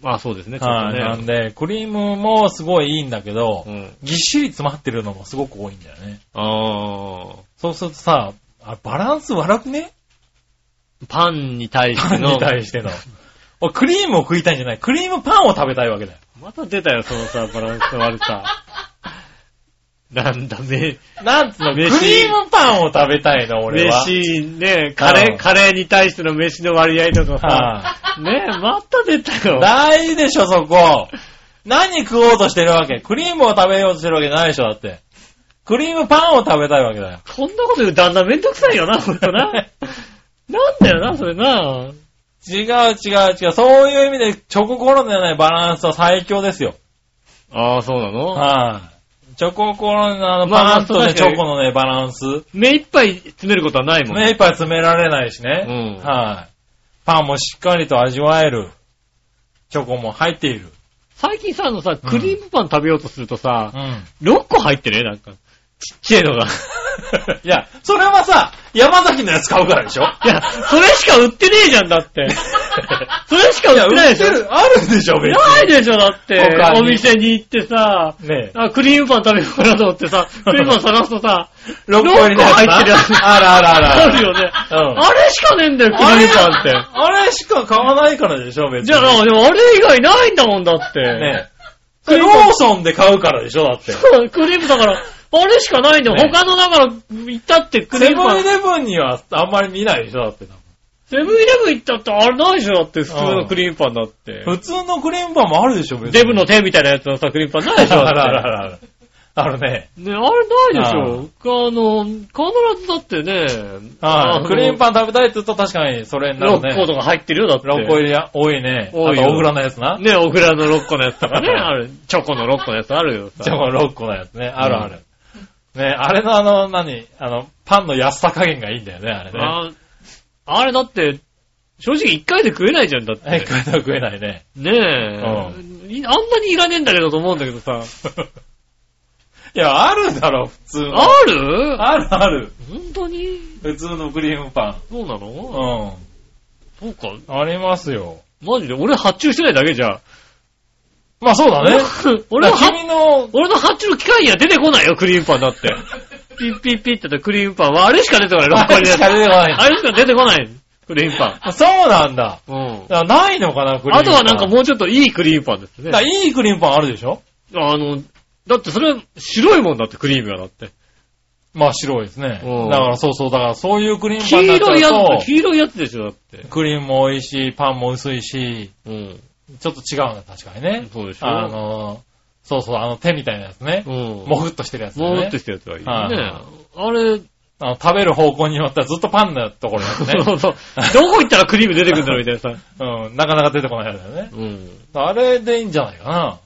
[SPEAKER 2] まあそうですね、ちょっ
[SPEAKER 3] はい、
[SPEAKER 2] と
[SPEAKER 3] な
[SPEAKER 2] ね
[SPEAKER 3] ん。で、クリームもすごいいいんだけど、
[SPEAKER 2] うん。
[SPEAKER 3] ぎっしり詰まってるのもすごく多いんだよね。
[SPEAKER 2] ああ。
[SPEAKER 3] そうするとさ、あバランス悪くね
[SPEAKER 2] パンに対し
[SPEAKER 3] パ
[SPEAKER 2] て
[SPEAKER 3] ン
[SPEAKER 2] の。
[SPEAKER 3] に対しての。俺クリームを食いたいんじゃない。クリームパンを食べたいわけだよ。
[SPEAKER 2] また出たよ、そのさ、バランスの悪
[SPEAKER 3] [LAUGHS]
[SPEAKER 2] さ。なんだ、め、
[SPEAKER 3] なんつうの、クリ
[SPEAKER 2] 飯
[SPEAKER 3] ームパンを食べたいの、俺は。
[SPEAKER 2] 飯、ね、カレ
[SPEAKER 3] う
[SPEAKER 2] ー、
[SPEAKER 3] ん
[SPEAKER 2] カレーに対しての飯の割合とかさ、
[SPEAKER 3] は
[SPEAKER 2] ね、また出た
[SPEAKER 3] い
[SPEAKER 2] よ。
[SPEAKER 3] ないでしょ、そこ。何食おうとしてるわけクリームを食べようとしてるわけじゃないでしょ、だって。クリームパンを食べたいわけだよ。
[SPEAKER 2] こんなこと言う旦那めんどくさいよな、ほんとな。なんだよな、それな。
[SPEAKER 3] 違う違う違う。そういう意味で、チョココロネのないバランスは最強ですよ。
[SPEAKER 2] ああ、そうなの
[SPEAKER 3] はい。チョココロネのあの
[SPEAKER 2] まあまあ
[SPEAKER 3] パンと
[SPEAKER 2] そうだ
[SPEAKER 3] ね、
[SPEAKER 2] け
[SPEAKER 3] チ
[SPEAKER 2] ど
[SPEAKER 3] ョコのね、バランス。
[SPEAKER 2] 目いっぱい詰めることはないもん
[SPEAKER 3] 目いっぱい詰められないしね。
[SPEAKER 2] うん
[SPEAKER 3] はい。パンもしっかりと味わえる。チョコも入っている。
[SPEAKER 2] 最近さ、あのさ、クリームパン食べようとするとさ、
[SPEAKER 3] ん。 [LAUGHS]
[SPEAKER 2] 6個入ってね、なんか。ちっちゃいのが。
[SPEAKER 3] いや、それはさ、山崎のやつ買うからでしょい
[SPEAKER 2] いや、それしか売ってねえじゃんだって。それしか売ってないでしょ。
[SPEAKER 3] る、あるでしょ、別
[SPEAKER 2] ないでしょ、だって
[SPEAKER 3] 他。に
[SPEAKER 2] お店に行ってさ、
[SPEAKER 3] に。ねえ。
[SPEAKER 2] あ、クリームパン食べようかなと思って
[SPEAKER 3] [LAUGHS]
[SPEAKER 2] さ、クリームパン探すとさ、
[SPEAKER 3] 6個入
[SPEAKER 2] 六
[SPEAKER 3] りの
[SPEAKER 2] 個入ってるやつ
[SPEAKER 3] あらあらあら。
[SPEAKER 2] あるよね。
[SPEAKER 3] うん
[SPEAKER 2] あれしかねえんだよ、クリームパンって。
[SPEAKER 3] あれしか買わないからでしょ、別に。
[SPEAKER 2] じゃあな、でもあれ以外ないんだもんだって。
[SPEAKER 3] ねえ。ローソンで買うからでしょ、だって。
[SPEAKER 2] そうクリームだから、あれしかないんだよ。
[SPEAKER 3] ね
[SPEAKER 2] 他のだから、行ったってクリー
[SPEAKER 3] セ
[SPEAKER 2] ム
[SPEAKER 3] ブ
[SPEAKER 2] パ
[SPEAKER 3] ンイ
[SPEAKER 2] ン。
[SPEAKER 3] レブンにはあんまり見ないでしょ、だって。
[SPEAKER 2] セブンイレブン行ったってあれないでしょ、だって普通のクリームパンだって。
[SPEAKER 3] 普通のクリームパンもあるでしょ、別に。
[SPEAKER 2] デブの手みたいなやつのさ、クリームパンないでしょ。だっ
[SPEAKER 3] [LAUGHS] あ
[SPEAKER 2] て
[SPEAKER 3] らあらあらあら。あるね。
[SPEAKER 2] ね、あれないでしょ。あの、必ずだってね、
[SPEAKER 3] はい。クリーム
[SPEAKER 2] ン
[SPEAKER 3] パン食べたいって言うと確かにそれになるね。
[SPEAKER 2] 6個とか入ってるよ、だって。
[SPEAKER 3] 6個入りや、多いね。あと、
[SPEAKER 2] 多
[SPEAKER 3] 大
[SPEAKER 2] いよ
[SPEAKER 3] 倉のやつな。
[SPEAKER 2] ね、オクラの6個のやつとか
[SPEAKER 3] [LAUGHS]
[SPEAKER 2] ね、ある。チョコの6個のやつあるよ。
[SPEAKER 3] じゃあこれ6個のやつね。あるある。ね、あれのあの、何あの、パンの安さ加減がいいんだよね、あれね。
[SPEAKER 2] ああれだって、正直1回で食えないじゃん、だっ
[SPEAKER 3] え、
[SPEAKER 2] て
[SPEAKER 3] 食。えたら食えないね。 [LAUGHS]
[SPEAKER 2] ねえ、いあんまりいらねえんだけどと思うんだけどさ。
[SPEAKER 3] いや、あるだろ、普通の。
[SPEAKER 2] ある
[SPEAKER 3] あるある。
[SPEAKER 2] 本当に
[SPEAKER 3] 普通のクリームパ
[SPEAKER 2] そうな
[SPEAKER 3] ン。
[SPEAKER 2] の、
[SPEAKER 3] う
[SPEAKER 2] そうか。
[SPEAKER 3] ん。ありますよ。
[SPEAKER 2] マジで俺発注してないだけじゃん。
[SPEAKER 3] まあそうだね。
[SPEAKER 2] [LAUGHS] 俺の
[SPEAKER 3] だから
[SPEAKER 2] 発
[SPEAKER 3] 君の、
[SPEAKER 2] 俺の発注の機械には出てこないよ、クリームパンだ
[SPEAKER 3] [LAUGHS]
[SPEAKER 2] って。ピッピッピッってやったらクリームパンは、あれしか出てこない、6個
[SPEAKER 3] あ
[SPEAKER 2] 入
[SPEAKER 3] れ
[SPEAKER 2] り
[SPEAKER 3] し
[SPEAKER 2] だ
[SPEAKER 3] か出てこない。
[SPEAKER 2] あれしか出てこない、クリームパン。
[SPEAKER 3] そうなんだ。
[SPEAKER 2] うん。
[SPEAKER 3] だからないのかな、クリームパン。
[SPEAKER 2] あとはなんかもうちょっといいクリームパンですね
[SPEAKER 3] だ。からいいクリームパンあるでしょ
[SPEAKER 2] あの、だってそれ、白いもんだって、クリームがだって。
[SPEAKER 3] まあ白いですね。
[SPEAKER 2] うん
[SPEAKER 3] だからそうそう、だからそういうクリームパン
[SPEAKER 2] 黄
[SPEAKER 3] だっ
[SPEAKER 2] 色いや
[SPEAKER 3] たら
[SPEAKER 2] つ、黄色いやつでしょ、だって
[SPEAKER 3] と、。クリームも美味しい、パンも薄いし、
[SPEAKER 2] うん。
[SPEAKER 3] ちょっと違うんだ、確かにね。
[SPEAKER 2] そうでしょ。
[SPEAKER 3] あの、そうそう、あの手みたいなやつね
[SPEAKER 2] う。ん。
[SPEAKER 3] もふっとしてるやつね。
[SPEAKER 2] もうってしたやつがいいよね。
[SPEAKER 3] は
[SPEAKER 2] あれ、
[SPEAKER 3] あの食べる方向によってはずっとパンのところですね。
[SPEAKER 2] [LAUGHS] [LAUGHS] そうそう。どこ行ったらクリーム出てくるんだろうみたいなさ。
[SPEAKER 3] うん、なかなか出てこないやつだよね。
[SPEAKER 2] うん。ね
[SPEAKER 3] あれでいいんじゃないか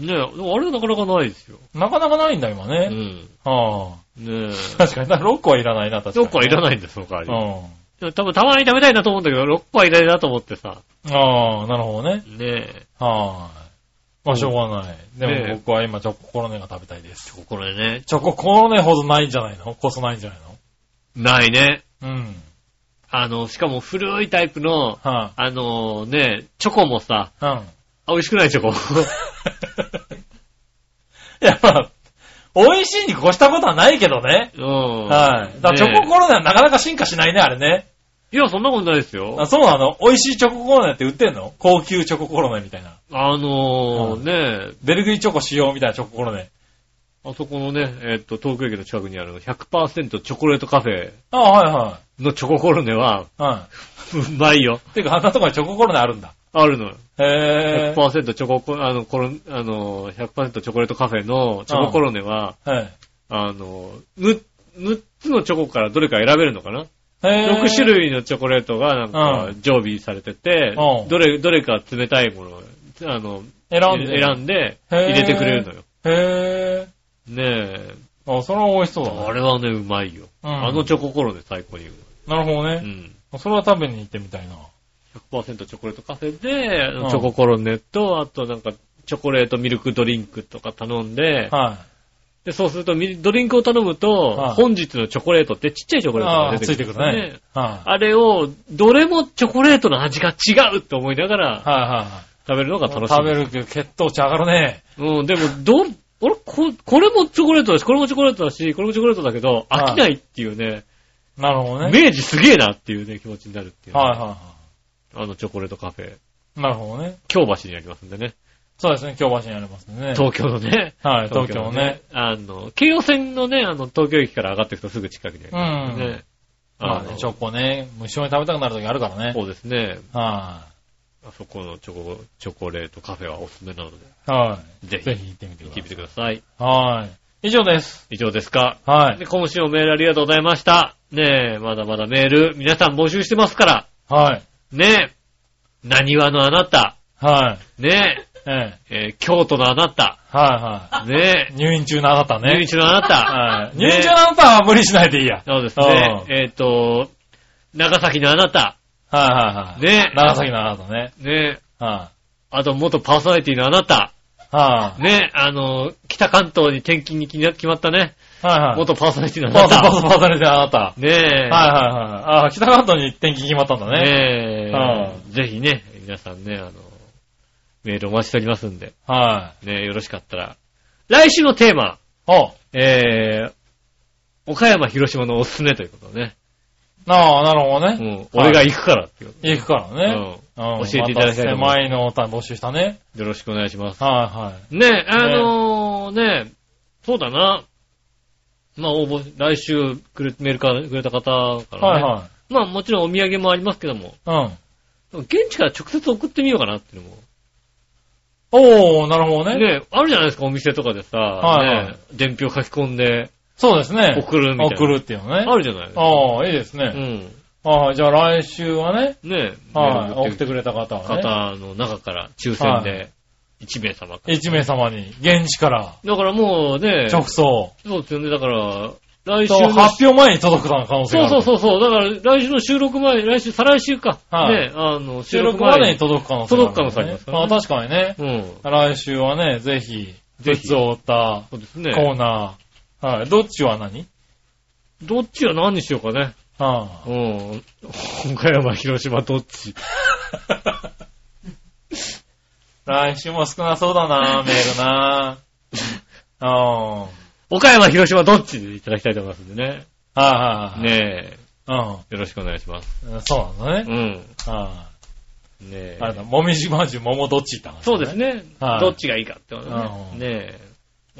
[SPEAKER 2] え、でもあれなかなかないですよ。
[SPEAKER 3] な。なかなかないんだ、今
[SPEAKER 2] う
[SPEAKER 3] ね。
[SPEAKER 2] ん。
[SPEAKER 3] は
[SPEAKER 2] ねえ。
[SPEAKER 3] あ、確かに、だから6個はいらないな、確かに。
[SPEAKER 2] 6個はいら
[SPEAKER 3] い。
[SPEAKER 2] ないんです、その代
[SPEAKER 3] う
[SPEAKER 2] わ
[SPEAKER 3] ん。
[SPEAKER 2] り。多分たまに食べたいなと思うんだけど、6個はいらないなと思ってさ。
[SPEAKER 3] ああ、なるほどね。
[SPEAKER 2] ねえ。
[SPEAKER 3] はーい。まあ、しょうがない。で
[SPEAKER 2] ねえ
[SPEAKER 3] も僕は今、チョココロネが食べたいです。
[SPEAKER 2] これね。
[SPEAKER 3] チョココロネほどないんじゃないのこそないんじゃない
[SPEAKER 2] ないね。
[SPEAKER 3] のうん。
[SPEAKER 2] あの、しかも古いタイプの、
[SPEAKER 3] は
[SPEAKER 2] あのね、チョコもさ、
[SPEAKER 3] い。うん。 [LAUGHS]
[SPEAKER 2] あ美味しくないチョコ。
[SPEAKER 3] いや、まあ、美味しいに越したことはないけどね。
[SPEAKER 2] うん。
[SPEAKER 3] はい。だからチョコ
[SPEAKER 2] ね
[SPEAKER 3] コロネはなかなか進化しないね、あれね。
[SPEAKER 2] えいや、そんなことないですよ。
[SPEAKER 3] あそうなの美味しいチョココロネって売ってんの高級チョココロネみたいな。
[SPEAKER 2] あのー
[SPEAKER 3] うん
[SPEAKER 2] ね
[SPEAKER 3] ベルギーチョコ使用みたいなチョココロネ。
[SPEAKER 2] え、あそこのね、えっと、東京駅の近くにある100%チョコレートカフェ
[SPEAKER 3] あは
[SPEAKER 2] のチョココロネは、 [LAUGHS]
[SPEAKER 3] いはい。は
[SPEAKER 2] うまいよ。
[SPEAKER 3] い。ていうか、あんなとこにチョココロネあるんだ。
[SPEAKER 2] あるのよ。
[SPEAKER 3] へぇ
[SPEAKER 2] 100%チョココ、あの、コロン、あの、100%チョコレートカフェのチョココロネは、
[SPEAKER 3] ー。はい。
[SPEAKER 2] あの、6, 6つのチョコからどれか選べるのかな、
[SPEAKER 3] へー
[SPEAKER 2] ?6 種。類のチョコレートがなん
[SPEAKER 3] う
[SPEAKER 2] か常備されてて、
[SPEAKER 3] うん
[SPEAKER 2] どれ、どれか冷たいものを、あの、
[SPEAKER 3] 選んで。
[SPEAKER 2] 選んで入れてくれるのよ。
[SPEAKER 3] へ
[SPEAKER 2] ねえ。
[SPEAKER 3] ぇあ、それは美味しそうだ
[SPEAKER 2] あ
[SPEAKER 3] ね。
[SPEAKER 2] れはね、うまいよ。
[SPEAKER 3] うん
[SPEAKER 2] あのチョココロネ最高にう
[SPEAKER 3] なるほど
[SPEAKER 2] まい。う
[SPEAKER 3] ね。
[SPEAKER 2] ん。
[SPEAKER 3] それは食べに行ってみたいな。
[SPEAKER 2] 100%チョコレートカフェで、あ
[SPEAKER 3] う
[SPEAKER 2] の
[SPEAKER 3] ん
[SPEAKER 2] チョココロネと、あとなんか、チョコレートミルクドリンクとか頼んで、
[SPEAKER 3] はい。
[SPEAKER 2] で、そうするとミル、ドリンクを頼むと、
[SPEAKER 3] はい
[SPEAKER 2] 本日のチョコレートってちっちゃいチョコレート
[SPEAKER 3] あ
[SPEAKER 2] が
[SPEAKER 3] あ、
[SPEAKER 2] 出
[SPEAKER 3] つ
[SPEAKER 2] て
[SPEAKER 3] い
[SPEAKER 2] くるん
[SPEAKER 3] てく
[SPEAKER 2] で
[SPEAKER 3] る
[SPEAKER 2] すよね、
[SPEAKER 3] ね。はい。
[SPEAKER 2] あれを、どれもチョコレートの味が違うって思いながら、
[SPEAKER 3] はいは
[SPEAKER 2] 食べるのが
[SPEAKER 3] いはい。
[SPEAKER 2] 楽しい。
[SPEAKER 3] 食べるけど血糖値上がるね。
[SPEAKER 2] うん、でも、ど、俺、こ、これもチョコレートだし、これもチョコレートだし、これもチョコレートだけど、
[SPEAKER 3] はい
[SPEAKER 2] 飽きないっていうね、
[SPEAKER 3] なるほどね。
[SPEAKER 2] 明治すげえなっていうね、気持ちになるっていう、
[SPEAKER 3] はいはいは
[SPEAKER 2] あのチョコレートカフェ、
[SPEAKER 3] い。なるほどね。
[SPEAKER 2] 京橋にありますんでね。
[SPEAKER 3] そうですね、京橋にありますね。
[SPEAKER 2] 東京のね。
[SPEAKER 3] はい、東京ね。。
[SPEAKER 2] あの、京葉線のね、あの、東京駅から上がっていくとすぐ近くにありますんでね。
[SPEAKER 3] まあ
[SPEAKER 2] の
[SPEAKER 3] ね、チョコね、無性に食べたくなる時あるからね。
[SPEAKER 2] そうですね。
[SPEAKER 3] は
[SPEAKER 2] あそこのチョコ、チョコレートカフェはおすすめなので、
[SPEAKER 3] い。は
[SPEAKER 2] ぜ
[SPEAKER 3] い。
[SPEAKER 2] ひ
[SPEAKER 3] ぜひ行ってみて
[SPEAKER 2] 行っ
[SPEAKER 3] く
[SPEAKER 2] てみ
[SPEAKER 3] ださ
[SPEAKER 2] てください。
[SPEAKER 3] い。はい。以上です。
[SPEAKER 2] 以上ですか。
[SPEAKER 3] はい。
[SPEAKER 2] で今週もメールありがとうございました。ねえ、まだまだメール、皆さん募集してますから、
[SPEAKER 3] はい。
[SPEAKER 2] ねえ、何話のあなた、
[SPEAKER 3] はい。
[SPEAKER 2] ね
[SPEAKER 3] ええ。
[SPEAKER 2] え、えー京都のあなた、
[SPEAKER 3] はいは
[SPEAKER 2] ね
[SPEAKER 3] い。入院中のあなた
[SPEAKER 2] え、入
[SPEAKER 3] ね
[SPEAKER 2] 院。中のあなた
[SPEAKER 3] は、い。入院中のあなたは無理しないでいいや。はい
[SPEAKER 2] そうですね。えっ、と、長崎のあなた、
[SPEAKER 3] はいはい。
[SPEAKER 2] ね
[SPEAKER 3] 長崎のあなたね。
[SPEAKER 2] ねえ、
[SPEAKER 3] は
[SPEAKER 2] あと元パーソナリティのあなた、
[SPEAKER 3] い。はい。
[SPEAKER 2] ねえ、あの、北関東に転勤に決まったね。
[SPEAKER 3] はいはい。
[SPEAKER 2] 元パーソナリティのあ
[SPEAKER 3] パ
[SPEAKER 2] な
[SPEAKER 3] ーソパーソ
[SPEAKER 2] た。
[SPEAKER 3] パーソナリティのあなた。
[SPEAKER 2] ねえ。
[SPEAKER 3] はいはいはい。あ、北関東に転勤決まったんだね。
[SPEAKER 2] ねえ、
[SPEAKER 3] は
[SPEAKER 2] ぜひね、皆さんね、あの、メールお待ちしておりますんで、
[SPEAKER 3] はい。
[SPEAKER 2] ね、よろしかったら。来週のテーマ、
[SPEAKER 3] お
[SPEAKER 2] えー、岡山、広島のおすすめということね。
[SPEAKER 3] ああ、なるほど
[SPEAKER 2] う
[SPEAKER 3] ね。
[SPEAKER 2] ん、俺が行くからっていうこ
[SPEAKER 3] 行くから
[SPEAKER 2] と。
[SPEAKER 3] ね。
[SPEAKER 2] うん
[SPEAKER 3] うん
[SPEAKER 2] 教えていただきたいと思います
[SPEAKER 3] ま狭いのを募集したね。
[SPEAKER 2] うん。よろしくお願いします。
[SPEAKER 3] は
[SPEAKER 2] ねえ、あのー、ねえ、そうだな。まあ、応募、来週くれ、メールからくれた方か
[SPEAKER 3] い
[SPEAKER 2] らね。
[SPEAKER 3] はい。は
[SPEAKER 2] まあ、もちろんお土産もありますけども、
[SPEAKER 3] いはい。うん。
[SPEAKER 2] 現地から直接送ってみようかなっていうのも。
[SPEAKER 3] おー、なるほどね。
[SPEAKER 2] ね、あるじゃないですか、お店とかでさ、
[SPEAKER 3] はいはい
[SPEAKER 2] ね、伝票書き込んで
[SPEAKER 3] そうですね。
[SPEAKER 2] 送るみたいな。
[SPEAKER 3] 送るっていうのね。
[SPEAKER 2] あるじゃないですか。
[SPEAKER 3] ああ、いいです
[SPEAKER 2] う
[SPEAKER 3] ね。
[SPEAKER 2] ん。
[SPEAKER 3] はい。じゃあ来週はね、
[SPEAKER 2] ね、
[SPEAKER 3] はい。
[SPEAKER 2] 送っ
[SPEAKER 3] 送ってて
[SPEAKER 2] く
[SPEAKER 3] くれた方
[SPEAKER 2] る
[SPEAKER 3] はね。
[SPEAKER 2] 方の中から抽選で1名様か。
[SPEAKER 3] 1名様に、現地から、
[SPEAKER 2] だからもうね、そ
[SPEAKER 3] 直送。
[SPEAKER 2] うですよね、だから、来週
[SPEAKER 3] と、
[SPEAKER 2] の、
[SPEAKER 3] 発表前に届く可能性が
[SPEAKER 2] そ
[SPEAKER 3] あ
[SPEAKER 2] う
[SPEAKER 3] る。
[SPEAKER 2] そう
[SPEAKER 3] う。
[SPEAKER 2] そうそう、だから来週の収録前、来週、再来週か。
[SPEAKER 3] はい
[SPEAKER 2] ね、あの、
[SPEAKER 3] 収
[SPEAKER 2] 収録
[SPEAKER 3] 録まで
[SPEAKER 2] 前
[SPEAKER 3] に
[SPEAKER 2] に。
[SPEAKER 3] 届く可能性がある
[SPEAKER 2] 届く
[SPEAKER 3] か
[SPEAKER 2] 可
[SPEAKER 3] らね。
[SPEAKER 2] 能性ありますからね
[SPEAKER 3] あ確かにね。
[SPEAKER 2] うん。
[SPEAKER 3] 来週はね、ぜひ、
[SPEAKER 2] ぜ
[SPEAKER 3] グ
[SPEAKER 2] ひ
[SPEAKER 3] ッズを追った
[SPEAKER 2] そうです
[SPEAKER 3] コ
[SPEAKER 2] ね。
[SPEAKER 3] ーナー。はい。どっちは何
[SPEAKER 2] どっちは何にしようかね。
[SPEAKER 3] は
[SPEAKER 2] うん。岡山、広島、どっち [LAUGHS]
[SPEAKER 3] あ来週も少なそうだな、メール
[SPEAKER 2] [LAUGHS]
[SPEAKER 3] な。うん。はい
[SPEAKER 2] 岡山、広島、どっちでいただきたいと思いますんでね。
[SPEAKER 3] はいはい。
[SPEAKER 2] ね
[SPEAKER 3] う
[SPEAKER 2] え、よろしくお願いします。
[SPEAKER 3] ん。そうなんだ
[SPEAKER 2] う
[SPEAKER 3] ね。
[SPEAKER 2] ん。
[SPEAKER 3] は
[SPEAKER 2] ねえ
[SPEAKER 3] い。あれだ、もみじまんじゅう、桃どっちって話だね
[SPEAKER 2] そうです。ね。
[SPEAKER 3] はい
[SPEAKER 2] どっちがいいかってことね。
[SPEAKER 3] うん
[SPEAKER 2] ねえ、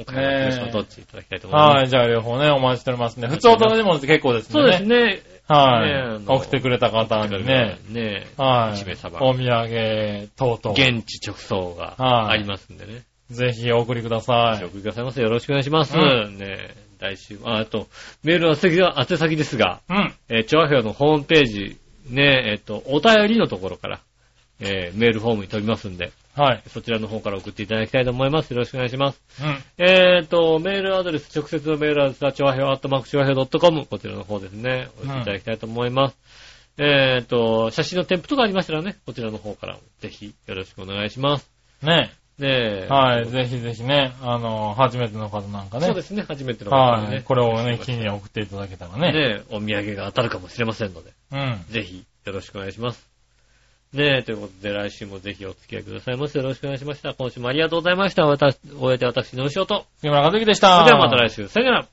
[SPEAKER 2] 岡山、広
[SPEAKER 3] ね
[SPEAKER 2] 島、
[SPEAKER 3] え
[SPEAKER 2] どっちいただきたいと思います。
[SPEAKER 3] はい。じゃあ両方ね、お待ちしておりますね。普通お便りでも結構ですね。
[SPEAKER 2] そうです。ね。
[SPEAKER 3] は
[SPEAKER 2] ねあ
[SPEAKER 3] い。
[SPEAKER 2] の
[SPEAKER 3] 送ってくれた方にね。
[SPEAKER 2] ね
[SPEAKER 3] はい。
[SPEAKER 2] 一名様
[SPEAKER 3] お土産等
[SPEAKER 2] え、
[SPEAKER 3] 々。
[SPEAKER 2] 現地直送が
[SPEAKER 3] は
[SPEAKER 2] あ
[SPEAKER 3] い
[SPEAKER 2] りますんでね。
[SPEAKER 3] ぜひお送りくださ
[SPEAKER 2] お
[SPEAKER 3] い。
[SPEAKER 2] 送りくださいませ。よろしくお願いします。
[SPEAKER 3] う
[SPEAKER 2] ねえ、来週、あ、あと、メールの宛先が宛先ですが、
[SPEAKER 3] うん。
[SPEAKER 2] えー、調和表のホームページ、ねえ、えっと、お便りのところから、えーメールフォームに飛びますんで、
[SPEAKER 3] はい。
[SPEAKER 2] そちらの方から送っていただきたいと思います。よろしくお願いします。
[SPEAKER 3] うん。
[SPEAKER 2] えーと、メールアドレス、直接のメールアドレスは、ちょわへアットマークちょわへ .com、こちらの方ですね、お送りいただきたいと思います。えーと、写真の添付とかありましたらね、こちらの方からもぜひよろしくお願いします。
[SPEAKER 3] ね。
[SPEAKER 2] ねえ。
[SPEAKER 3] はい。ぜひぜひね、あの、初めての方なんかね。
[SPEAKER 2] そうですね、初めての方に
[SPEAKER 3] は
[SPEAKER 2] ね。
[SPEAKER 3] い。これをね、機に送っていただけたらね。
[SPEAKER 2] ねえ、お土産が当たるかもしれませんので、
[SPEAKER 3] うん。
[SPEAKER 2] ぜひよろしくお願いします。ねえ、ということで来週もぜひお付き合いくださいませ。よろしくお願いしました。今週もありがとうございました。お相手は私、のうしおと。
[SPEAKER 3] 杉村和樹でした。
[SPEAKER 2] それではまた来週。さよなら。